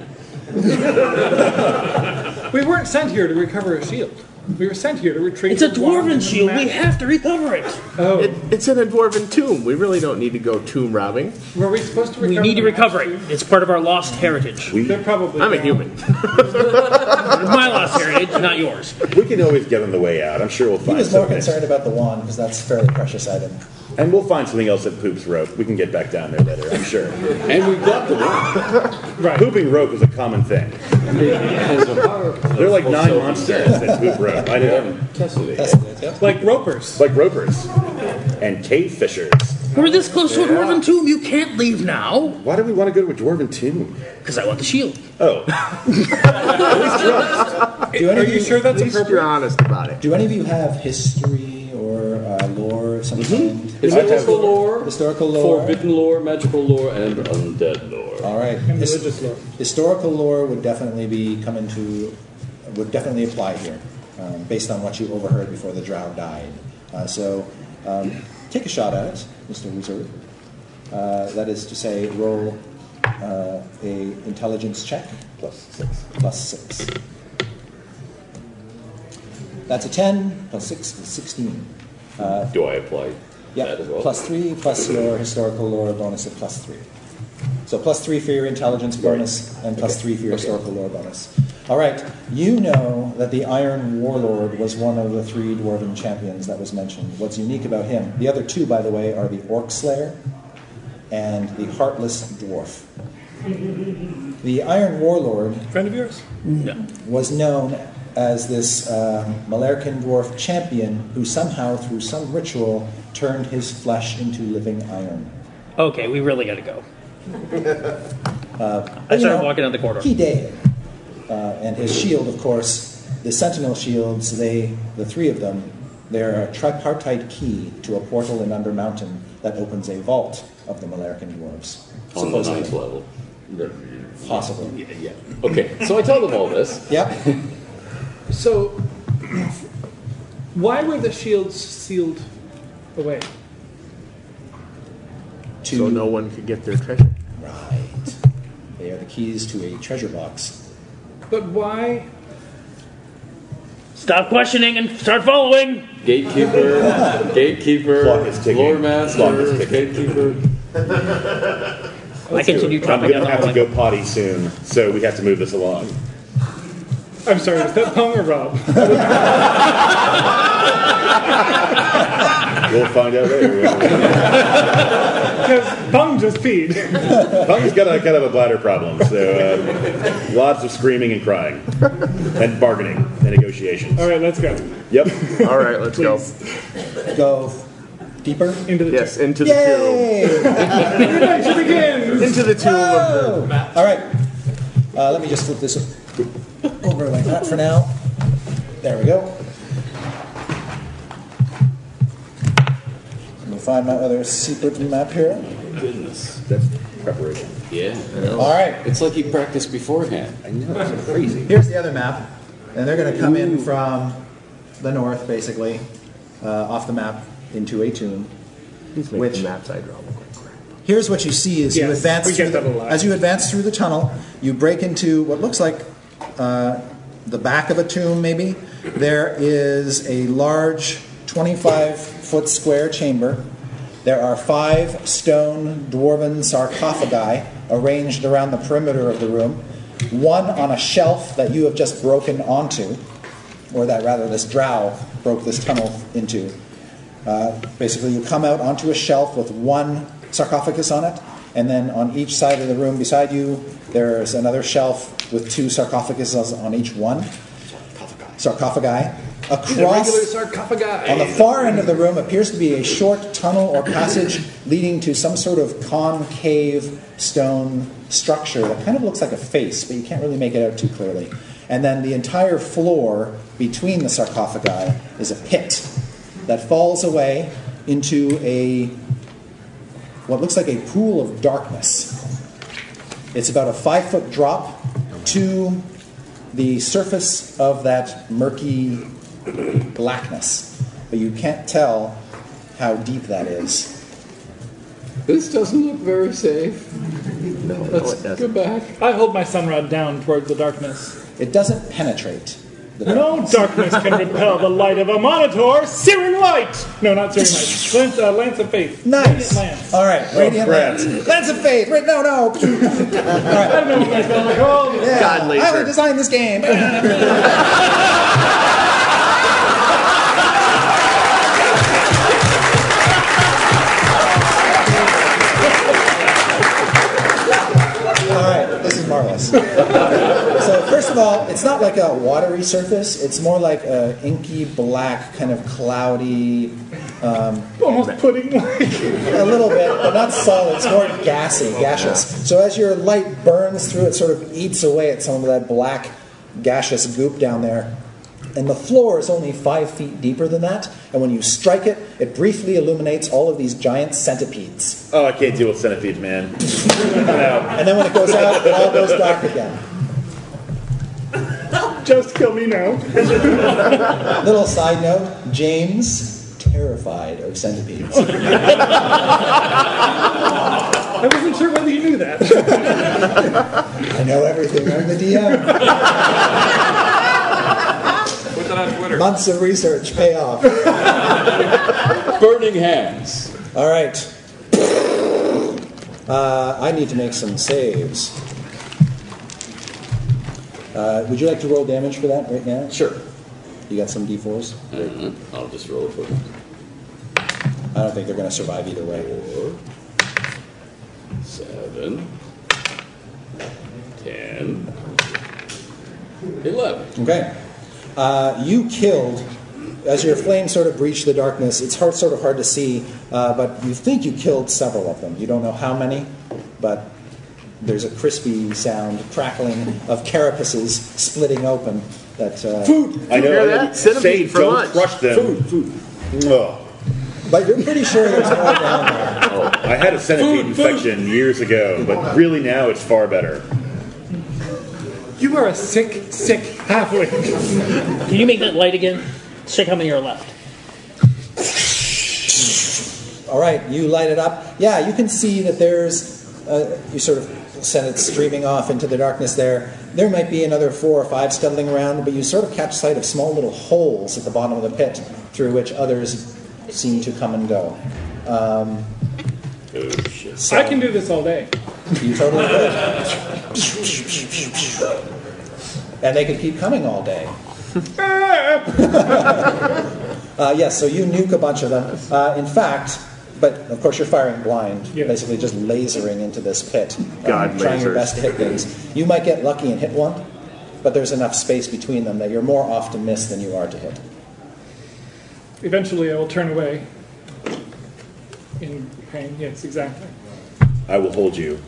[SPEAKER 5] We weren't sent here to recover a shield. We were sent here to retrieve.
[SPEAKER 6] It's a
[SPEAKER 5] the wand and
[SPEAKER 6] dwarven
[SPEAKER 5] the
[SPEAKER 6] shield. We
[SPEAKER 5] magic.
[SPEAKER 6] have to recover it.
[SPEAKER 5] Oh.
[SPEAKER 17] It, it's in a dwarven tomb. We really don't need to go tomb robbing.
[SPEAKER 5] Were we supposed to
[SPEAKER 6] We
[SPEAKER 5] recover?
[SPEAKER 6] need to
[SPEAKER 5] the
[SPEAKER 6] recover it. It's part of our lost heritage.
[SPEAKER 7] We,
[SPEAKER 5] They're probably.
[SPEAKER 17] I'm a
[SPEAKER 5] down.
[SPEAKER 17] human.
[SPEAKER 6] It's [laughs] my lost heritage, not yours.
[SPEAKER 7] we can always get on the way out. I'm sure we'll
[SPEAKER 4] He
[SPEAKER 7] find
[SPEAKER 4] was more
[SPEAKER 7] something.
[SPEAKER 4] concerned about the wand because that's a fairly precious item.
[SPEAKER 7] And we'll find something else that poops rope. We can get back down there later, I'm sure.
[SPEAKER 9] And we got the one.
[SPEAKER 5] Right.
[SPEAKER 7] Pooping rope is a common thing.
[SPEAKER 9] They're
[SPEAKER 7] They're like nine monsters that poop rope. I know.
[SPEAKER 4] That's good. Yep.
[SPEAKER 5] Like ropers.
[SPEAKER 7] Like ropers and cave fishers.
[SPEAKER 6] We're this close to a dwarven tomb. You can't leave now
[SPEAKER 7] Why do we want to go to a dwarven tomb?
[SPEAKER 6] because I want the shield.
[SPEAKER 7] Oh,
[SPEAKER 4] Do any
[SPEAKER 5] Are
[SPEAKER 4] of
[SPEAKER 5] you sure
[SPEAKER 17] At
[SPEAKER 5] that's
[SPEAKER 17] least you're
[SPEAKER 5] appropriate?
[SPEAKER 17] honest about it.
[SPEAKER 4] Do any of you have history or uh, lore of some
[SPEAKER 5] Mm-hmm.
[SPEAKER 4] kind?
[SPEAKER 9] Is Historical lore,
[SPEAKER 4] Historical lore.
[SPEAKER 9] forbidden lore, magical lore, and undead lore.
[SPEAKER 4] All right.
[SPEAKER 5] And
[SPEAKER 4] His-
[SPEAKER 5] religious lore.
[SPEAKER 4] historical lore would definitely be come into would definitely apply here, um, based on what you overheard before the drow died. Uh, so um, take a shot at it, Mr. Wizard. Uh, that is to say, roll uh, a intelligence check
[SPEAKER 7] plus six.
[SPEAKER 4] plus six. That's a ten plus six is sixteen.
[SPEAKER 9] Do I apply
[SPEAKER 4] Yeah,
[SPEAKER 9] that as well?
[SPEAKER 4] plus three plus your historical lore bonus of plus three. So plus three for your intelligence bonus and plus three for your historical lore bonus. All right, you know that the Iron Warlord was one of the three dwarven champions that was mentioned. What's unique about him? The other two, by the way, are the Orc Slayer and the Heartless Dwarf. The Iron Warlord
[SPEAKER 5] Friend of yours?
[SPEAKER 4] was known as this um, Malerkin dwarf champion who somehow, through some ritual, turned his flesh into living iron.
[SPEAKER 6] Okay, we really got
[SPEAKER 4] [laughs]
[SPEAKER 6] to go. I
[SPEAKER 4] But, Uh, you
[SPEAKER 6] started
[SPEAKER 4] know,
[SPEAKER 6] walking down the corridor.
[SPEAKER 4] He did. Uh, and his shield, of course, the sentinel shields, they, the three of them, they're a tripartite key to a portal in Under Mountain that opens a vault of the Malerkin dwarves.
[SPEAKER 9] on the ninth level.
[SPEAKER 4] Possibly.
[SPEAKER 9] Yeah. Okay, so I tell them all this.
[SPEAKER 4] Yep.
[SPEAKER 5] So, why were the shields sealed away?
[SPEAKER 4] To
[SPEAKER 17] So no one could get their treasure.
[SPEAKER 4] Right. They are the keys to a treasure box.
[SPEAKER 5] But why?
[SPEAKER 6] Stop questioning and start following.
[SPEAKER 9] Gatekeeper, gatekeeper,
[SPEAKER 7] Clock is ticking.
[SPEAKER 9] lore master,
[SPEAKER 7] Clock is ticking.
[SPEAKER 9] gatekeeper.
[SPEAKER 6] I continue
[SPEAKER 7] I'm
[SPEAKER 6] dropping
[SPEAKER 7] going
[SPEAKER 6] down
[SPEAKER 7] to
[SPEAKER 6] the
[SPEAKER 7] have to
[SPEAKER 6] hallway.
[SPEAKER 7] go potty soon, so we have to move this along.
[SPEAKER 5] I'm sorry, was that Pong or Rob? [laughs]
[SPEAKER 7] We'll find out later.
[SPEAKER 5] Because Pong just peed.
[SPEAKER 7] Tom's got a kind of a bladder problem, so uh, lots of screaming and crying, and bargaining and negotiations.
[SPEAKER 5] All right, let's
[SPEAKER 17] [laughs]
[SPEAKER 5] go.
[SPEAKER 7] Yep.
[SPEAKER 17] [laughs] All right, let's go.
[SPEAKER 4] Go deeper.
[SPEAKER 5] Into the
[SPEAKER 17] Yes, into the tomb.
[SPEAKER 4] Yay!
[SPEAKER 5] Adventure begins!
[SPEAKER 17] Into the tomb of the.
[SPEAKER 4] All right. Uh, let me just flip this over like that for now. There we go. Let me find my other secret map here.
[SPEAKER 9] Goodness.
[SPEAKER 7] That's preparation.
[SPEAKER 9] Yeah.
[SPEAKER 4] All right.
[SPEAKER 9] It's like he practiced beforehand.
[SPEAKER 7] I know it's crazy.
[SPEAKER 4] Here's the other map, and they're going to come in from the north, basically, uh, off the map into a tomb.
[SPEAKER 17] He's making
[SPEAKER 4] Which-
[SPEAKER 17] maps I draw look like crap.
[SPEAKER 4] Here's what you see as you
[SPEAKER 5] Yes,
[SPEAKER 4] advance
[SPEAKER 5] we
[SPEAKER 4] through
[SPEAKER 5] get
[SPEAKER 4] the,
[SPEAKER 5] that a lot.
[SPEAKER 4] as you advance through the tunnel, you break into what looks like uh, the back of a tomb. Maybe there is a large 25 foot square chamber There are five stone dwarven sarcophagi arranged around the perimeter of the room, one on a shelf that you have just broken onto, or that rather this drow broke this tunnel into. Uh, basically, you come out onto a shelf with one sarcophagus on it, and then on each side of the room beside you, there's another shelf with two sarcophaguses on each one. Sarcophagi. Across
[SPEAKER 18] sarcophagi.
[SPEAKER 4] on the far end of the room appears to be a short tunnel or passage leading to some sort of concave stone structure that kind of looks like a face, but you can't really make it out too clearly. And then the entire floor between the sarcophagi is a pit that falls away into a what looks like a pool of darkness. It's about a five foot drop to the surface of that murky blackness, but you can't tell how deep that is.
[SPEAKER 9] This doesn't look very safe.
[SPEAKER 5] No,
[SPEAKER 9] Let's go back.
[SPEAKER 5] I hold my sunrod down toward the darkness.
[SPEAKER 4] It doesn't penetrate.
[SPEAKER 5] No darkness can repel the light of a monitor. Searing light. No, not searing light. Lance, uh, lance of faith.
[SPEAKER 4] Nice.
[SPEAKER 5] Lance.
[SPEAKER 4] All right,
[SPEAKER 5] Oh,
[SPEAKER 4] radiant
[SPEAKER 5] crap.
[SPEAKER 4] lance. Lance of faith. Right? No, no. All right.
[SPEAKER 5] I don't know what that's gonna be called.
[SPEAKER 4] Yeah.
[SPEAKER 5] God laser.
[SPEAKER 4] I would design this
[SPEAKER 5] [laughs]
[SPEAKER 4] game. All right, this is marvelous. so first of all, it's not like a watery surface. It's more like a inky black, kind of cloudy. Um,
[SPEAKER 5] Almost pudding.
[SPEAKER 4] a little bit, but not solid. It's more gassy, gaseous. So as your light burns through, it sort of eats away at some of that black, gaseous goop down there. And the floor is only five feet deeper than that. And when you strike it, it briefly illuminates all of these giant centipedes.
[SPEAKER 7] Oh, I can't deal with centipedes, man. no.
[SPEAKER 4] And then when it goes out, it all goes dark again.
[SPEAKER 5] [laughs] Just kill me now.
[SPEAKER 4] Little side note James, terrified of centipedes.
[SPEAKER 5] I wasn't sure whether you knew that.
[SPEAKER 4] I know everything. I'm the DM.
[SPEAKER 19] Put that on Twitter.
[SPEAKER 4] Months of research pay off.
[SPEAKER 9] Burning hands.
[SPEAKER 4] All right. Uh, I need to make some saves. Uh, would you like to roll damage for that right now? Sure. You got some d4s?
[SPEAKER 9] Uh, I'll just roll it for you.
[SPEAKER 4] I don't think they're going to survive either way.
[SPEAKER 9] Four, seven, ten, eleven.
[SPEAKER 4] Okay. Uh, you killed, as your flame sort of breached the darkness, it's hard, sort of hard to see, uh, but you think you killed several of them. You don't know how many, but there's a crispy sound, crackling of carapaces splitting open that. Uh,
[SPEAKER 7] Food! I know, Hear I that? didn't Centipede say for don't lunch. crush them.
[SPEAKER 4] Food, food. But you're pretty sure there's more down there.
[SPEAKER 7] I had a centipede infection years ago, but really now it's far better.
[SPEAKER 5] You are a sick, sick halfling.
[SPEAKER 6] Can you make that light again? Check how many are left.
[SPEAKER 4] All right, you light it up. Yeah, you can see that there's, uh, you sort of send it streaming off into the darkness there. There might be another four or five scuttling around, but you sort of catch sight of small little holes at the bottom of the pit through which others seem to come and go. Um, so-
[SPEAKER 5] I can do this all day.
[SPEAKER 4] You totally could. And they could keep coming all day. Uh, yes, so you nuke a bunch of them. Uh, in fact, but of course you're firing blind, basically just lasering into this pit, um,
[SPEAKER 7] God,
[SPEAKER 4] trying your
[SPEAKER 7] lasers.
[SPEAKER 4] best to hit things. You might get lucky and hit one, but there's enough space between them that you're more off to miss than you are to hit.
[SPEAKER 5] Eventually, I will turn away. In pain, yes, exactly.
[SPEAKER 7] I will hold you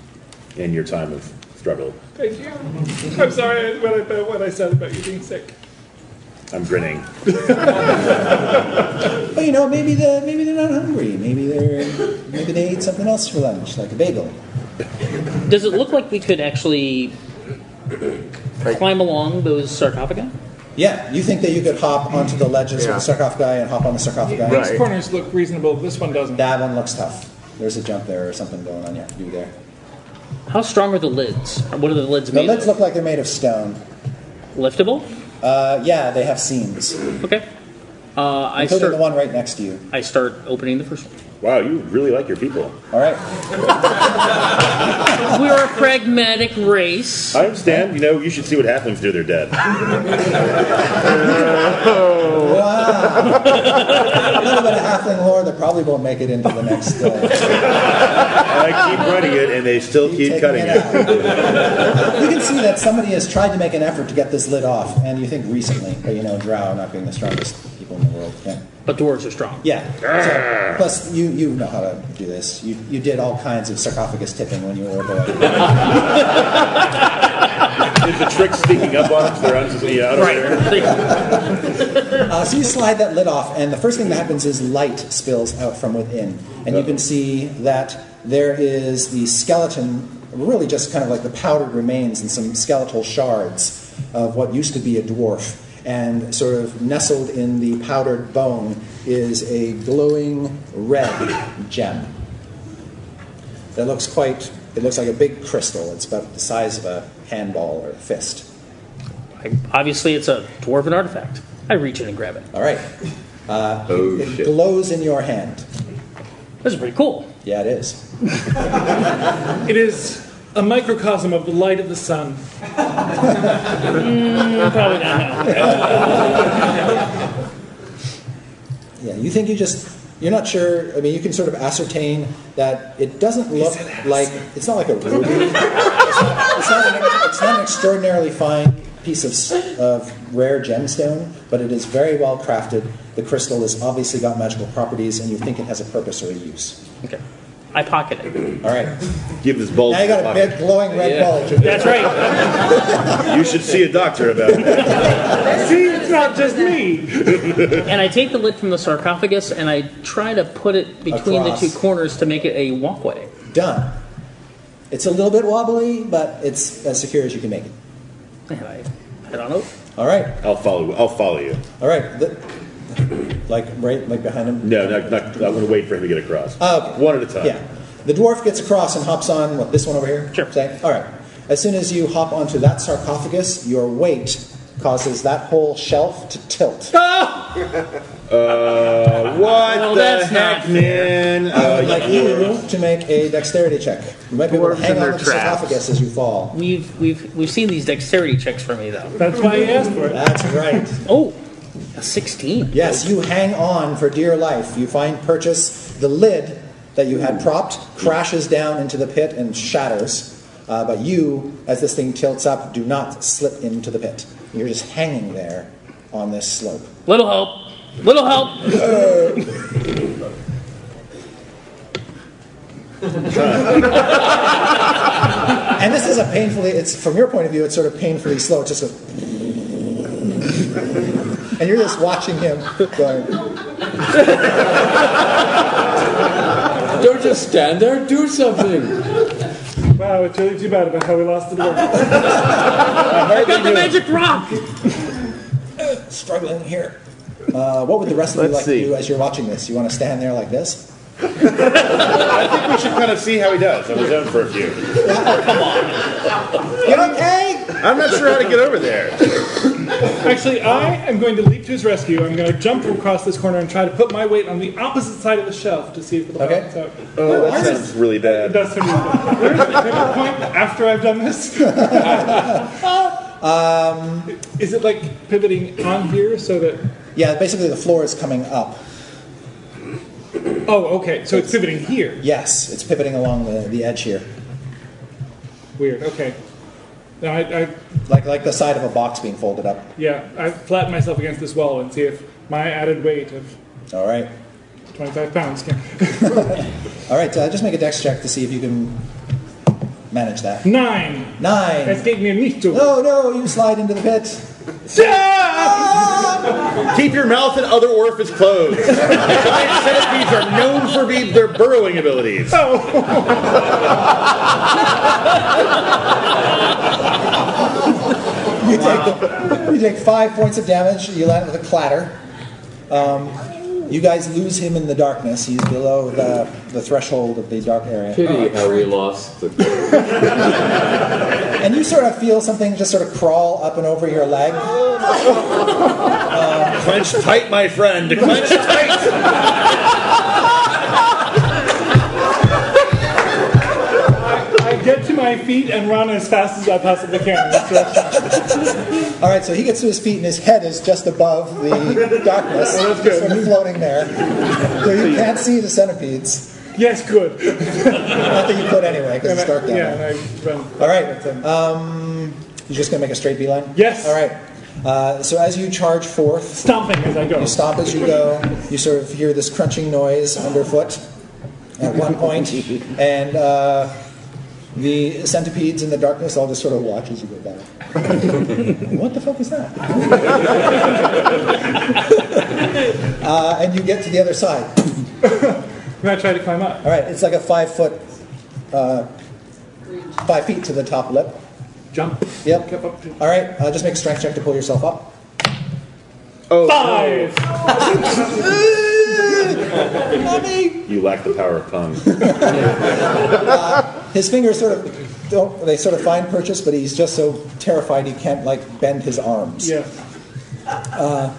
[SPEAKER 7] in your time of struggle.
[SPEAKER 5] Thank you. I'm sorry what I, what I said about you being sick.
[SPEAKER 7] I'm grinning.
[SPEAKER 4] But you know, maybe the maybe they're not hungry. Maybe they're maybe they ate something else for lunch, like a bagel.
[SPEAKER 6] Does it look like we could actually climb along those sarcophagi?
[SPEAKER 4] Yeah, you think that you could hop onto the ledges
[SPEAKER 6] Yeah.
[SPEAKER 4] with the sarcophagi and hop on the sarcophagi?
[SPEAKER 5] These corners look reasonable. This one doesn't.
[SPEAKER 4] That one looks tough. There's a jump there or something going on you have to do there.
[SPEAKER 6] How strong are the lids? Or What are the lids
[SPEAKER 4] The
[SPEAKER 6] made
[SPEAKER 4] lids
[SPEAKER 6] of?
[SPEAKER 4] look like they're made of stone.
[SPEAKER 6] Liftable?
[SPEAKER 4] Uh, yeah, they have seams.
[SPEAKER 6] Okay. Uh, I
[SPEAKER 4] Including
[SPEAKER 6] start.
[SPEAKER 4] the one right next to you.
[SPEAKER 6] I start opening the first one.
[SPEAKER 7] Wow, you really like your people.
[SPEAKER 4] All
[SPEAKER 7] [laughs]
[SPEAKER 4] right.
[SPEAKER 6] We're a pragmatic race.
[SPEAKER 7] I understand. You know, you should see what halflings do. They're dead.
[SPEAKER 4] A little bit of halfling lore that probably won't make it into the next. Uh,
[SPEAKER 7] I keep running it, and they still [laughs] keep, cutting it.
[SPEAKER 4] you can see that somebody has tried to make an effort to get this lid off, and you think recently, but you know, Drow not being the strongest people in the world. Yeah.
[SPEAKER 6] But dwarves are strong.
[SPEAKER 4] [laughs] Yeah. So, plus, you you know how to do this. You you did all kinds of sarcophagus tipping when you were a boy.
[SPEAKER 7] Is the trick sneaking up on them? So they're unseen, yeah, out of there.
[SPEAKER 4] Uh, so you slide that lid off, and the first thing that happens is light spills out from within, and you can see that there is the skeleton, really just kind of like the powdered remains and some skeletal shards of what used to be a dwarf. And sort of nestled in the powdered bone is a glowing red gem that looks quite. It looks like a big crystal. It's about the size of a handball or a fist.
[SPEAKER 6] I, obviously, it's a dwarven artifact. I reach in and grab it.
[SPEAKER 4] All right. Uh,
[SPEAKER 9] Oh,
[SPEAKER 4] it- it glows in your hand.
[SPEAKER 6] This is pretty cool.
[SPEAKER 4] Yeah, it is.
[SPEAKER 5] It is a microcosm of the light of the sun.
[SPEAKER 6] probably not.
[SPEAKER 4] Yeah, you think you just. You're not sure. I mean, you can sort of ascertain that it doesn't look like it's not like a ruby. it's, not, it's not an, it's not an extraordinarily fine piece of, s- of rare gemstone, but it is very well crafted. The crystal has obviously got magical properties, and you think it has a purpose or a use.
[SPEAKER 6] Okay. I pocket it.
[SPEAKER 4] All right.
[SPEAKER 7] Give this bulge.
[SPEAKER 4] Now you got a big glowing red bulge.
[SPEAKER 6] That's right.
[SPEAKER 7] You should see a doctor about it. [laughs]
[SPEAKER 5] See, it's not just me.
[SPEAKER 6] And I take the lid from the sarcophagus and I try to put it between
[SPEAKER 4] Across.
[SPEAKER 6] the two corners to make it a walkway.
[SPEAKER 4] Done. It's a little bit wobbly, but it's as secure as you can make it.
[SPEAKER 6] And I head on over.
[SPEAKER 4] All right.
[SPEAKER 7] I'll follow. I'll follow you.
[SPEAKER 4] All right. The- like right, like behind him.
[SPEAKER 7] No, no, no I'm going to wait for him to get across.
[SPEAKER 4] Oh, okay.
[SPEAKER 7] One at a time.
[SPEAKER 4] Yeah. The dwarf gets across and hops on what, this one over here? Sure. All right. As soon as you hop onto that sarcophagus, your weight causes that whole shelf to tilt.
[SPEAKER 20] Oh,
[SPEAKER 7] Uh, what the
[SPEAKER 6] that's
[SPEAKER 7] heck,
[SPEAKER 6] not
[SPEAKER 7] man?
[SPEAKER 4] I
[SPEAKER 7] Uh,
[SPEAKER 4] would like you to make a dexterity check. You might be able to
[SPEAKER 20] Dwarves
[SPEAKER 4] hang
[SPEAKER 20] and
[SPEAKER 4] on
[SPEAKER 20] their
[SPEAKER 4] to the
[SPEAKER 20] traps.
[SPEAKER 4] sarcophagus as you fall.
[SPEAKER 6] We've we've we've seen these dexterity checks for me though.
[SPEAKER 5] That's why I asked for it.
[SPEAKER 4] That's right.
[SPEAKER 6] Oh, a sixteen.
[SPEAKER 4] Yes, you hang on for dear life. You find purchase. The lid that you had propped crashes down into the pit and shatters. Uh, but you, as this thing tilts up, do not slip into the pit. You're just hanging there on this slope.
[SPEAKER 6] Little help. Little help.
[SPEAKER 4] And this is a painfully, it's from your point of view, it's sort of painfully slow. It just goes. And you're just watching him going,
[SPEAKER 9] Don't just stand there, do something.
[SPEAKER 5] Wow, it's really too bad about how we lost the dwarf.
[SPEAKER 6] I got the magic rock.
[SPEAKER 4] struggling here. Uh, what would the rest of you
[SPEAKER 20] Let's
[SPEAKER 4] like
[SPEAKER 20] see.
[SPEAKER 4] to do as you're watching this? You want to stand there like this?
[SPEAKER 7] I think we should kind of see how he does on his own for a few.
[SPEAKER 4] You okay?
[SPEAKER 7] I'm not sure how to get over there.
[SPEAKER 5] Actually, I am going to leap to his rescue. I'm going to jump across this corner and try to put my weight on the opposite side of the shelf to see if it'll
[SPEAKER 4] Okay.
[SPEAKER 5] balance out.
[SPEAKER 7] Oh, that sounds really
[SPEAKER 5] It
[SPEAKER 7] bad.
[SPEAKER 5] does seem to- Where is the pivot point after I've done this? Is it like pivoting on here so that?
[SPEAKER 4] Yeah, basically the floor is coming up.
[SPEAKER 5] Oh, okay. So it's pivoting here.
[SPEAKER 4] Yes, it's pivoting along the, the edge here,
[SPEAKER 5] Weird. Okay. Now I, I
[SPEAKER 4] like like the side of a box being folded up.
[SPEAKER 5] yeah, I flatten myself against this wall and see if my added weight of
[SPEAKER 4] All right,
[SPEAKER 5] 25 pounds can.
[SPEAKER 4] all right. Uh, just make a dex check to see if you can manage that.
[SPEAKER 5] Nine. That's
[SPEAKER 4] Nine.
[SPEAKER 5] taking me to.
[SPEAKER 4] No, no, you slide into the pit.
[SPEAKER 7] Keep your mouth and other orifice closed. [laughs] Giant centipedes are known for be- their burrowing abilities.
[SPEAKER 4] You take the, you take five points of damage. You land with a clatter. Um, you guys lose him in the darkness. He's below the, the threshold of the dark area.
[SPEAKER 9] Pity how we lost the
[SPEAKER 4] and you sort of feel something just sort of crawl up and over your leg.
[SPEAKER 7] Clench tight, my friend. Clench tight.
[SPEAKER 5] my feet and run as fast as I possibly can.
[SPEAKER 4] All right, so he gets to his feet, and his head is just above
[SPEAKER 5] [laughs]
[SPEAKER 4] the darkness.
[SPEAKER 5] Well, Oh, that's good.
[SPEAKER 4] Sort of floating there. So you can't see the centipedes.
[SPEAKER 5] Yes, good.
[SPEAKER 4] Not that you could anyway, because it's dark down
[SPEAKER 5] yeah,
[SPEAKER 4] there.
[SPEAKER 5] and I run.
[SPEAKER 4] All right. Um, you're just going to make a straight beeline?
[SPEAKER 5] Yes.
[SPEAKER 4] All right. Uh, so as you charge forth,
[SPEAKER 5] stomping as I go,
[SPEAKER 4] you stop as you go. You sort of hear this crunching noise underfoot at one point, and uh, the centipedes in the darkness all just sort of watch as you go by. what the fuck was that? [laughs] uh, and you get to the other side.
[SPEAKER 5] And I try to climb up.
[SPEAKER 4] All right, it's like a five foot, uh, five feet to the top lip.
[SPEAKER 5] Jump.
[SPEAKER 4] Yep. All right, uh, just make a strength check to pull yourself up.
[SPEAKER 7] Oh,
[SPEAKER 5] Five.
[SPEAKER 7] You lack the power of pun.
[SPEAKER 4] His fingers sort of don't, they sort of find purchase, but he's just so terrified he can't like bend his arms.
[SPEAKER 5] Yeah.
[SPEAKER 4] Uh,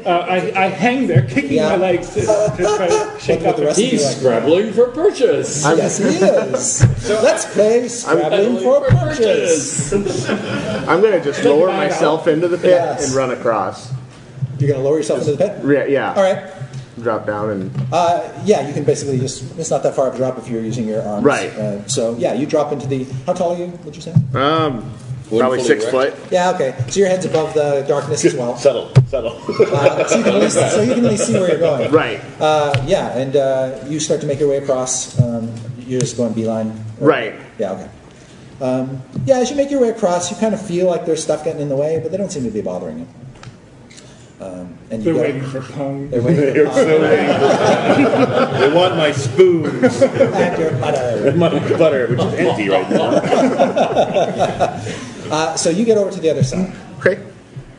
[SPEAKER 5] Uh, I, I hang there, kicking
[SPEAKER 4] Yeah.
[SPEAKER 5] my legs to, to try [laughs] to shake up.
[SPEAKER 4] the rest of you
[SPEAKER 21] He's
[SPEAKER 4] like-
[SPEAKER 21] scrabbling for purchase.
[SPEAKER 4] yes, he is. Let's play Scrabbling for Purchase.
[SPEAKER 9] I'm gonna just lower myself into the pit
[SPEAKER 4] Yes.
[SPEAKER 9] and run across.
[SPEAKER 4] You're gonna lower yourself into the pit.
[SPEAKER 9] Yeah, yeah.
[SPEAKER 4] All right.
[SPEAKER 9] Drop down and
[SPEAKER 4] Uh, yeah, you can basically just, it's not that far of a drop if you're using your arms.
[SPEAKER 9] Right.
[SPEAKER 4] Uh, so, yeah, you drop into the, how tall are you, would you say?
[SPEAKER 9] um, probably six foot.
[SPEAKER 4] Yeah, okay. So your head's above the darkness as well.
[SPEAKER 7] Settle, settle.
[SPEAKER 4] Uh, so, you can at least, so you can at least see where you're going.
[SPEAKER 9] Right.
[SPEAKER 4] Uh, yeah, and uh, you start to make your way across. Um, you're just going beeline.
[SPEAKER 9] Right.
[SPEAKER 4] Yeah, okay. Um, yeah, as you make your way across, you kind of feel like there's stuff getting in the way, but they don't seem to be bothering you. Um, and you
[SPEAKER 5] They're
[SPEAKER 4] go-
[SPEAKER 5] waiting for Pong.
[SPEAKER 4] They're waiting.
[SPEAKER 7] You're so They want my spoons.
[SPEAKER 4] and your butter.
[SPEAKER 7] [laughs] my butter, which is empty right now.
[SPEAKER 4] Uh, so you get over to the other side.
[SPEAKER 9] Okay.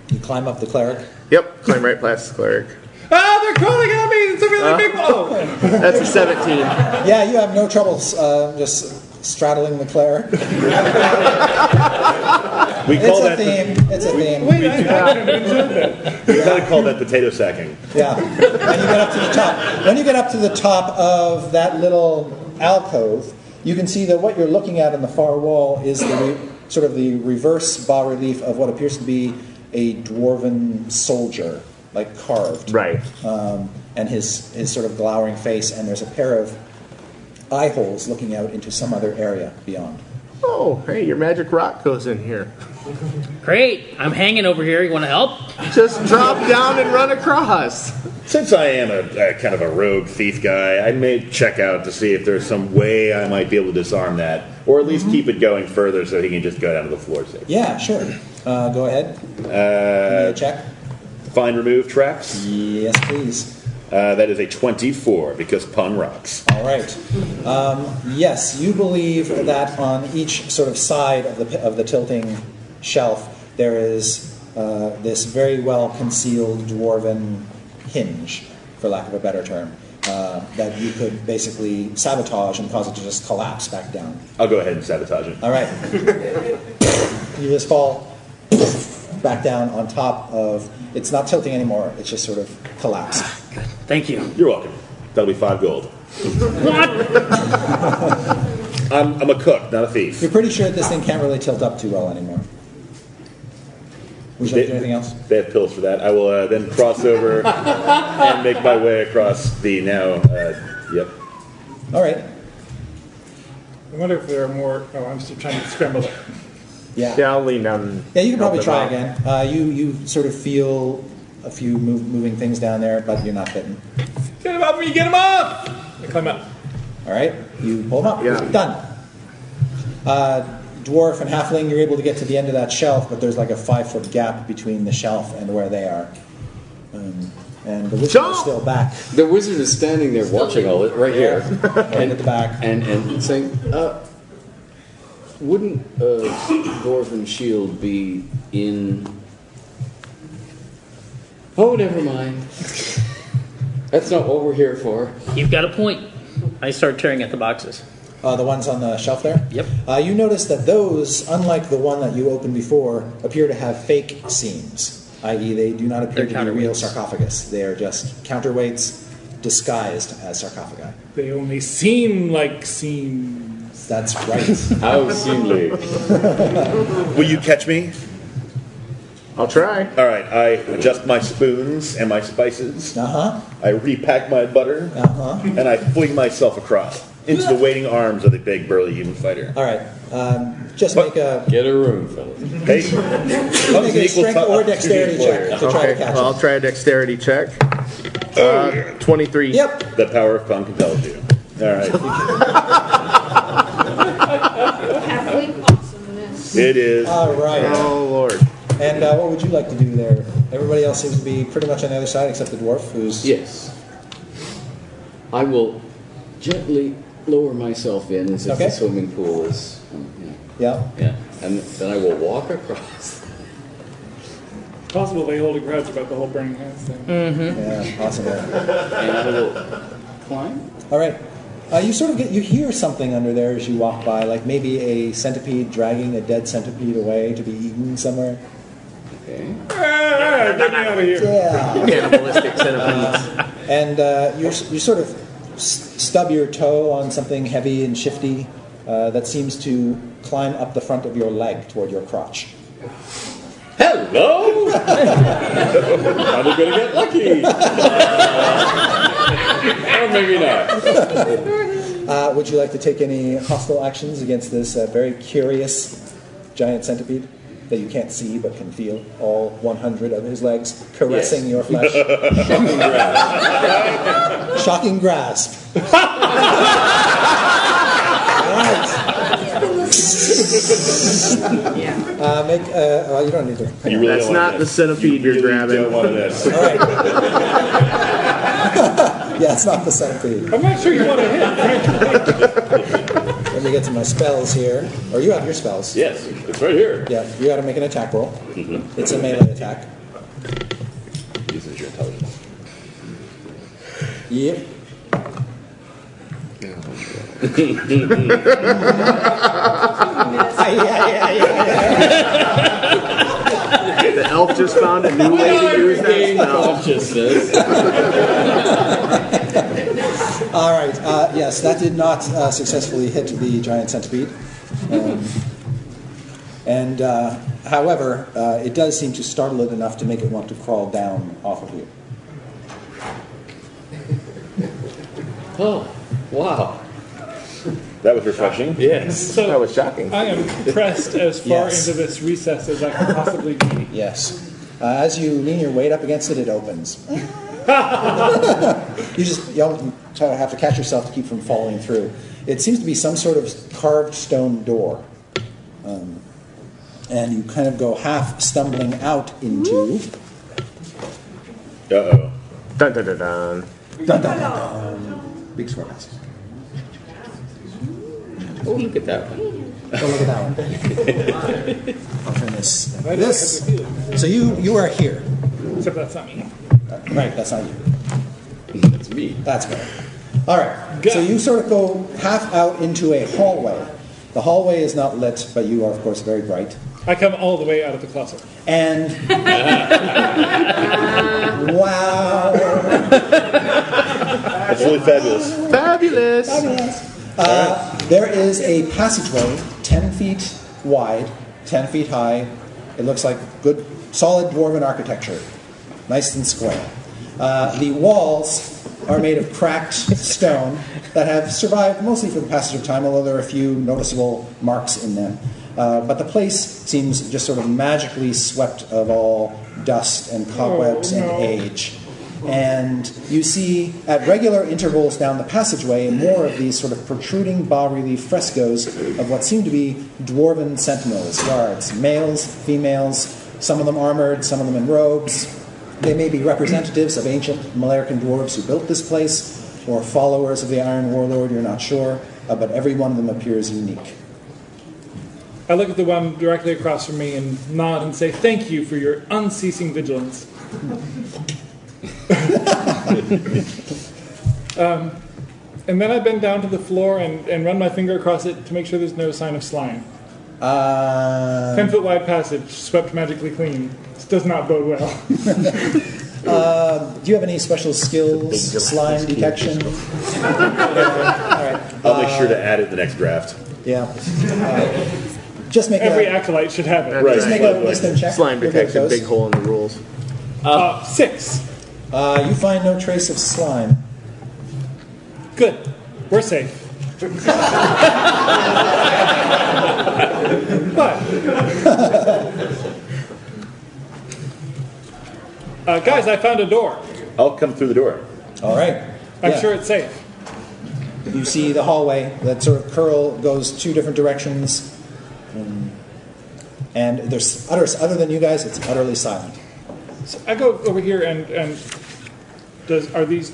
[SPEAKER 4] You climb up the cleric.
[SPEAKER 9] Yep. Climb right past the cleric.
[SPEAKER 5] Ah, they're crawling on me! It's a really
[SPEAKER 9] Uh.
[SPEAKER 5] big oh, blow!
[SPEAKER 9] That's a 17.
[SPEAKER 4] Yeah, you have no troubles uh, just straddling the cleric.
[SPEAKER 7] We
[SPEAKER 4] It's
[SPEAKER 7] call
[SPEAKER 4] a
[SPEAKER 7] that
[SPEAKER 4] theme. It's a theme.
[SPEAKER 5] [laughs] Wait, I, I haven't observed that.
[SPEAKER 7] we gotta call that potato sacking.
[SPEAKER 4] Yeah. And you get up to the top. When you get up to the top of that little alcove, you can see that what you're looking at on the far wall is the re- sort of the reverse bas relief of what appears to be a dwarven soldier, like carved.
[SPEAKER 9] Right.
[SPEAKER 4] Um, and his, his sort of glowering face, and there's a pair of eye holes looking out into some other area beyond.
[SPEAKER 9] Oh, hey, your magic rock goes in here.
[SPEAKER 6] Great. I'm hanging over here. You want to help?
[SPEAKER 9] Just drop down and run across.
[SPEAKER 7] Since I am a, a kind of a rogue thief guy, I may check out to see if there's some way I might be able to disarm that, or at least keep it going further so he can just go down to the floor safe.
[SPEAKER 4] Yeah, sure. Uh, go ahead. Give me a
[SPEAKER 7] Uh,
[SPEAKER 4] check.
[SPEAKER 7] find remove traps.
[SPEAKER 4] Yes, please.
[SPEAKER 7] Uh, that is a 24 because pun rocks.
[SPEAKER 4] All right. Um, yes, you believe that on each sort of side of the of the tilting shelf there is uh, this very well concealed dwarven hinge, for lack of a better term, uh, that you could basically sabotage and cause it to just collapse back down.
[SPEAKER 7] I'll go ahead and sabotage it.
[SPEAKER 4] All right. [laughs] you just fall back down on top of. It's not tilting anymore. It's just sort of collapsed.
[SPEAKER 6] Thank you.
[SPEAKER 7] You're welcome. That'll be five gold.
[SPEAKER 6] What?
[SPEAKER 7] I'm, I'm a cook, not a thief.
[SPEAKER 4] You're pretty sure this thing can't really tilt up too well anymore. Would you like to do anything else?
[SPEAKER 7] They have pills for that. I will uh, then cross over and make my way across the now. Uh, yep.
[SPEAKER 4] All right.
[SPEAKER 5] I wonder if there are more. Oh, I'm still trying to scramble it.
[SPEAKER 4] Yeah. Yeah,
[SPEAKER 9] Yeah, I'll lean down. and
[SPEAKER 4] you can
[SPEAKER 9] help
[SPEAKER 4] probably
[SPEAKER 9] him
[SPEAKER 4] try
[SPEAKER 9] out.
[SPEAKER 4] again. Uh, you you sort of feel a few move, moving things down there, but you're not bitten.
[SPEAKER 5] Get him up, me, get him up! I climb up.
[SPEAKER 4] All right. You pull them up.
[SPEAKER 9] Yeah.
[SPEAKER 4] Done. Uh, dwarf and halfling, you're able to get to the end of that shelf, but there's like a five foot gap between the shelf and where they are. Um, and the wizard
[SPEAKER 9] Jump!
[SPEAKER 4] is still
[SPEAKER 9] [laughs]
[SPEAKER 4] back,
[SPEAKER 22] The wizard is standing there watching all it right here,
[SPEAKER 4] right at the back.
[SPEAKER 22] and and saying, uh, "Wouldn't a dwarven shield be in?" Oh, never mind. That's not what we're here for.
[SPEAKER 6] You've got a point. I start tearing at the boxes.
[SPEAKER 4] Uh, the ones on the shelf there?
[SPEAKER 6] Yep.
[SPEAKER 4] Uh, you notice that those, unlike the one that you opened before, appear to have fake seams, i.e., they do not appear
[SPEAKER 6] They're
[SPEAKER 4] to be real
[SPEAKER 6] counterweights.
[SPEAKER 4] sarcophagus. They are just counterweights disguised as sarcophagi.
[SPEAKER 5] They only seem like seams.
[SPEAKER 6] [laughs]
[SPEAKER 4] That's right.
[SPEAKER 23] How seemly.
[SPEAKER 7] Will you catch me?
[SPEAKER 24] I'll try.
[SPEAKER 7] All right, I adjust my spoons and my spices.
[SPEAKER 4] Uh huh.
[SPEAKER 7] I repack my butter.
[SPEAKER 4] Uh huh.
[SPEAKER 7] And I fling myself across into the waiting arms of the big burly human fighter.
[SPEAKER 4] All right. Um, just make a
[SPEAKER 23] Get a room, fellas.
[SPEAKER 7] Hey,
[SPEAKER 4] make a strength or dexterity check to try to
[SPEAKER 24] Okay,
[SPEAKER 4] catch
[SPEAKER 24] well, I'll
[SPEAKER 4] it.
[SPEAKER 24] try a dexterity check. Uh, 23.
[SPEAKER 4] Yep.
[SPEAKER 7] the power of fun compels you. All right,
[SPEAKER 1] Halfling awesomeness.
[SPEAKER 7] it is.
[SPEAKER 4] All right.
[SPEAKER 24] Oh, Lord.
[SPEAKER 4] And uh, what would you like to do there? Everybody else seems to be pretty much on the other side except the dwarf, who's
[SPEAKER 9] Yes. I will gently lower myself in as if
[SPEAKER 4] Okay.
[SPEAKER 9] the swimming pool is. um,
[SPEAKER 4] yeah.
[SPEAKER 9] Yeah. yeah. And then I will walk across.
[SPEAKER 5] Possible they hold a grudge about the whole burning hands thing.
[SPEAKER 24] Mm.
[SPEAKER 4] Yeah, possible.
[SPEAKER 9] And I will climb.
[SPEAKER 4] All right. Uh, you sort of get you hear something under there as you walk by, like maybe a centipede dragging a dead centipede away to be eaten somewhere.
[SPEAKER 9] Okay.
[SPEAKER 5] Hey, get me out of here.
[SPEAKER 4] Yeah.
[SPEAKER 24] Cannibalistic centipedes.
[SPEAKER 4] and uh, you you sort of s- stub your toe on something heavy and shifty uh, that seems to climb up the front of your leg toward your crotch.
[SPEAKER 23] Hello! Probably gonna
[SPEAKER 24] [laughs]
[SPEAKER 23] get lucky. or maybe not.
[SPEAKER 4] Uh, would you like to take any hostile actions against this uh, very curious giant centipede that you can't see but can feel all 100 of his legs caressing your flesh? Shocking grasp. all right. Uh, make, uh, well, you don't need to.
[SPEAKER 7] You really
[SPEAKER 24] That's
[SPEAKER 7] don't
[SPEAKER 24] not
[SPEAKER 7] want
[SPEAKER 24] the
[SPEAKER 7] this.
[SPEAKER 24] centipede
[SPEAKER 7] you
[SPEAKER 24] you're
[SPEAKER 7] really
[SPEAKER 24] grabbing.
[SPEAKER 7] Don't want
[SPEAKER 24] [laughs]
[SPEAKER 7] this.
[SPEAKER 4] All right. yeah, it's not the centipede.
[SPEAKER 5] I'm not sure you want to hit.
[SPEAKER 4] Let me get to my spells here. Or you have your spells.
[SPEAKER 23] Yes, it's right here.
[SPEAKER 4] Yeah, you got to make an attack roll. It's a melee attack.
[SPEAKER 23] Uses Mm-hmm. your intelligence. [laughs]
[SPEAKER 4] Yep. [laughs] yeah, yeah, yeah, yeah.
[SPEAKER 24] The elf just found a new way to use that
[SPEAKER 9] Regain
[SPEAKER 24] spell.
[SPEAKER 9] consciousness.
[SPEAKER 4] All right. Uh, yes, that did not uh, successfully hit the giant centipede. Um, and uh, however, uh, it does seem to startle it enough to make it want to crawl down off of you.
[SPEAKER 9] Oh, wow.
[SPEAKER 7] That was refreshing.
[SPEAKER 24] Yes. That was shocking.
[SPEAKER 5] I am pressed as far
[SPEAKER 4] Yes.
[SPEAKER 5] into this recess as I can possibly be.
[SPEAKER 4] Yes. Uh, as you lean your weight up against it, it opens. [laughs] you just you don't have to catch yourself to keep from falling through. It seems to be some sort of carved stone door, um, and you kind of go half stumbling out into.
[SPEAKER 7] Uh oh.
[SPEAKER 24] Dun dun dun dun.
[SPEAKER 4] Dun, dun, dun, dun. Big square mask.
[SPEAKER 9] Oh, look at that one.
[SPEAKER 4] Go look at that one. [laughs] I'll turn this. This. So you you are here.
[SPEAKER 5] Except that's not me.
[SPEAKER 4] Right. That's not you.
[SPEAKER 9] That's me.
[SPEAKER 4] That's better. All right. So you sort of go half out into a hallway. The hallway is not lit, but you are, of course, very bright.
[SPEAKER 5] I come all the way out of the closet.
[SPEAKER 4] And wow,
[SPEAKER 7] That's really fabulous.
[SPEAKER 24] Fabulous.
[SPEAKER 4] uh, there is a passageway, ten feet wide, ten feet high. It looks like good, solid dwarven architecture, nice and square. Uh, the walls are made of cracked stone that have survived mostly for the passage of time, although there are a few noticeable marks in them. Uh, but the place seems just sort of magically swept of all dust and cobwebs and age. And you see at regular intervals down the passageway more of these sort of protruding bas relief frescoes of what seem to be dwarven sentinels, guards, males, females, some of them armored, some of them in robes. They may be representatives of ancient Malarican dwarves who built this place, or followers of the Iron Warlord, you're not sure, uh, but every one of them appears unique.
[SPEAKER 5] I look at the one directly across from me and nod and say, Thank you for your unceasing vigilance. [laughs] um, Um, and then I bend down to the floor and, and run my finger across it to make sure there's no sign of slime.
[SPEAKER 4] Uh,
[SPEAKER 5] Ten foot wide passage, swept magically clean. This does not bode well.
[SPEAKER 4] do you have any special skills? Slime detection? All right.
[SPEAKER 7] I'll make sure to add it the next draft.
[SPEAKER 4] Yeah. Uh, Just make
[SPEAKER 5] Every
[SPEAKER 4] a,
[SPEAKER 5] acolyte should have it.
[SPEAKER 4] Right. Just make a wisdom check.
[SPEAKER 9] Slime
[SPEAKER 4] You're good with
[SPEAKER 9] detection,
[SPEAKER 4] those.
[SPEAKER 9] big hole in the rules.
[SPEAKER 5] Uh, six.
[SPEAKER 4] Uh, you find no trace of slime.
[SPEAKER 5] Good. We're safe. but. Uh, guys, I found a door.
[SPEAKER 7] I'll come through the door.
[SPEAKER 4] All right.
[SPEAKER 5] I'm
[SPEAKER 4] Yeah.
[SPEAKER 5] sure it's safe.
[SPEAKER 4] You see the hallway that sort of curl goes two different directions, um, and there's utter, other than you guys, it's utterly silent.
[SPEAKER 5] So I go over here and and does are these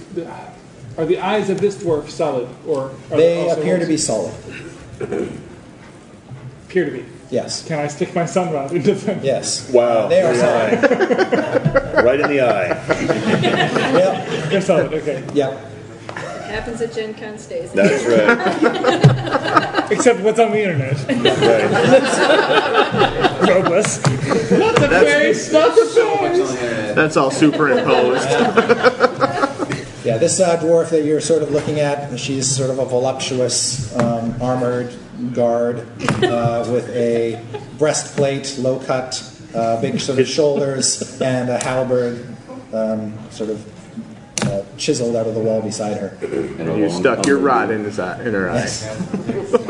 [SPEAKER 5] are the eyes of this dwarf solid or are
[SPEAKER 4] They
[SPEAKER 5] also
[SPEAKER 4] appear to
[SPEAKER 5] holes?
[SPEAKER 4] be solid.
[SPEAKER 5] appear to be?
[SPEAKER 4] Yes.
[SPEAKER 5] Can I stick my sunrod into them?
[SPEAKER 4] Yes.
[SPEAKER 7] Wow.
[SPEAKER 4] They are
[SPEAKER 7] Right. right in the eye.
[SPEAKER 5] They're solid. Okay.
[SPEAKER 4] Yeah.
[SPEAKER 25] Happens at Gen Con stays.
[SPEAKER 7] That's right.
[SPEAKER 5] Except what's on the internet.
[SPEAKER 7] Right.
[SPEAKER 5] [laughs] Robles.
[SPEAKER 26] Not the face, not the face.
[SPEAKER 9] That's all superimposed.
[SPEAKER 4] Yeah, this uh, dwarf that you're sort of looking at, she's sort of a voluptuous um, armored guard uh, with a breastplate, low cut, uh, big sort of shoulders, and a halberd um, sort of uh, chiseled out of the wall beside her.
[SPEAKER 9] And you stuck your rod in his eye, in her eye.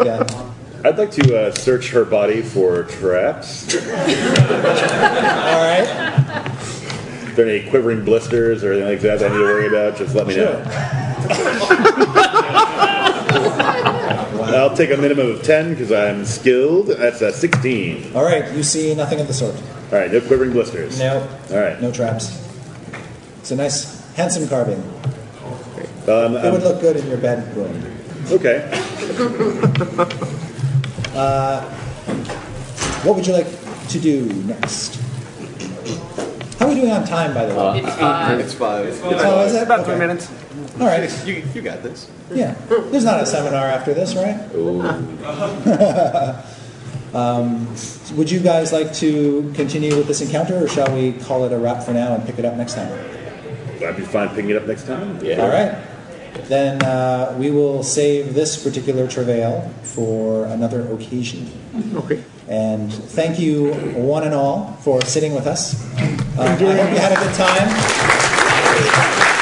[SPEAKER 4] Yeah.
[SPEAKER 7] I'd like to uh, search her body for traps. Are
[SPEAKER 4] All right.
[SPEAKER 7] there any quivering blisters or anything like that that I need to worry about? Just let me know. I'll take a minimum of 10 because I'm skilled. That's a 16.
[SPEAKER 4] All right. You see nothing of the sort.
[SPEAKER 7] All right, no quivering blisters.
[SPEAKER 4] No.
[SPEAKER 7] All right.
[SPEAKER 4] No traps. It's a nice, handsome carving.
[SPEAKER 7] Um,
[SPEAKER 4] It would
[SPEAKER 7] um,
[SPEAKER 4] look good in your bedroom.
[SPEAKER 7] okay.
[SPEAKER 4] What would you like to do next? How are we doing on time, by the way?
[SPEAKER 27] It's five.
[SPEAKER 4] Oh, is it?
[SPEAKER 28] Uh, About three
[SPEAKER 4] Okay.
[SPEAKER 28] minutes.
[SPEAKER 4] All right.
[SPEAKER 28] You, you got this.
[SPEAKER 4] Yeah. There's not a seminar after this, right? [laughs] um, would you guys like to continue with this encounter, or shall we call it a wrap for now and pick it up next time?
[SPEAKER 7] I'd be fine picking it up next time. Yeah.
[SPEAKER 4] All right. Then uh, we will save this particular travail for another occasion.
[SPEAKER 9] Okay.
[SPEAKER 4] And thank you, one and all, for sitting with us. Uh, I hope you had a good time.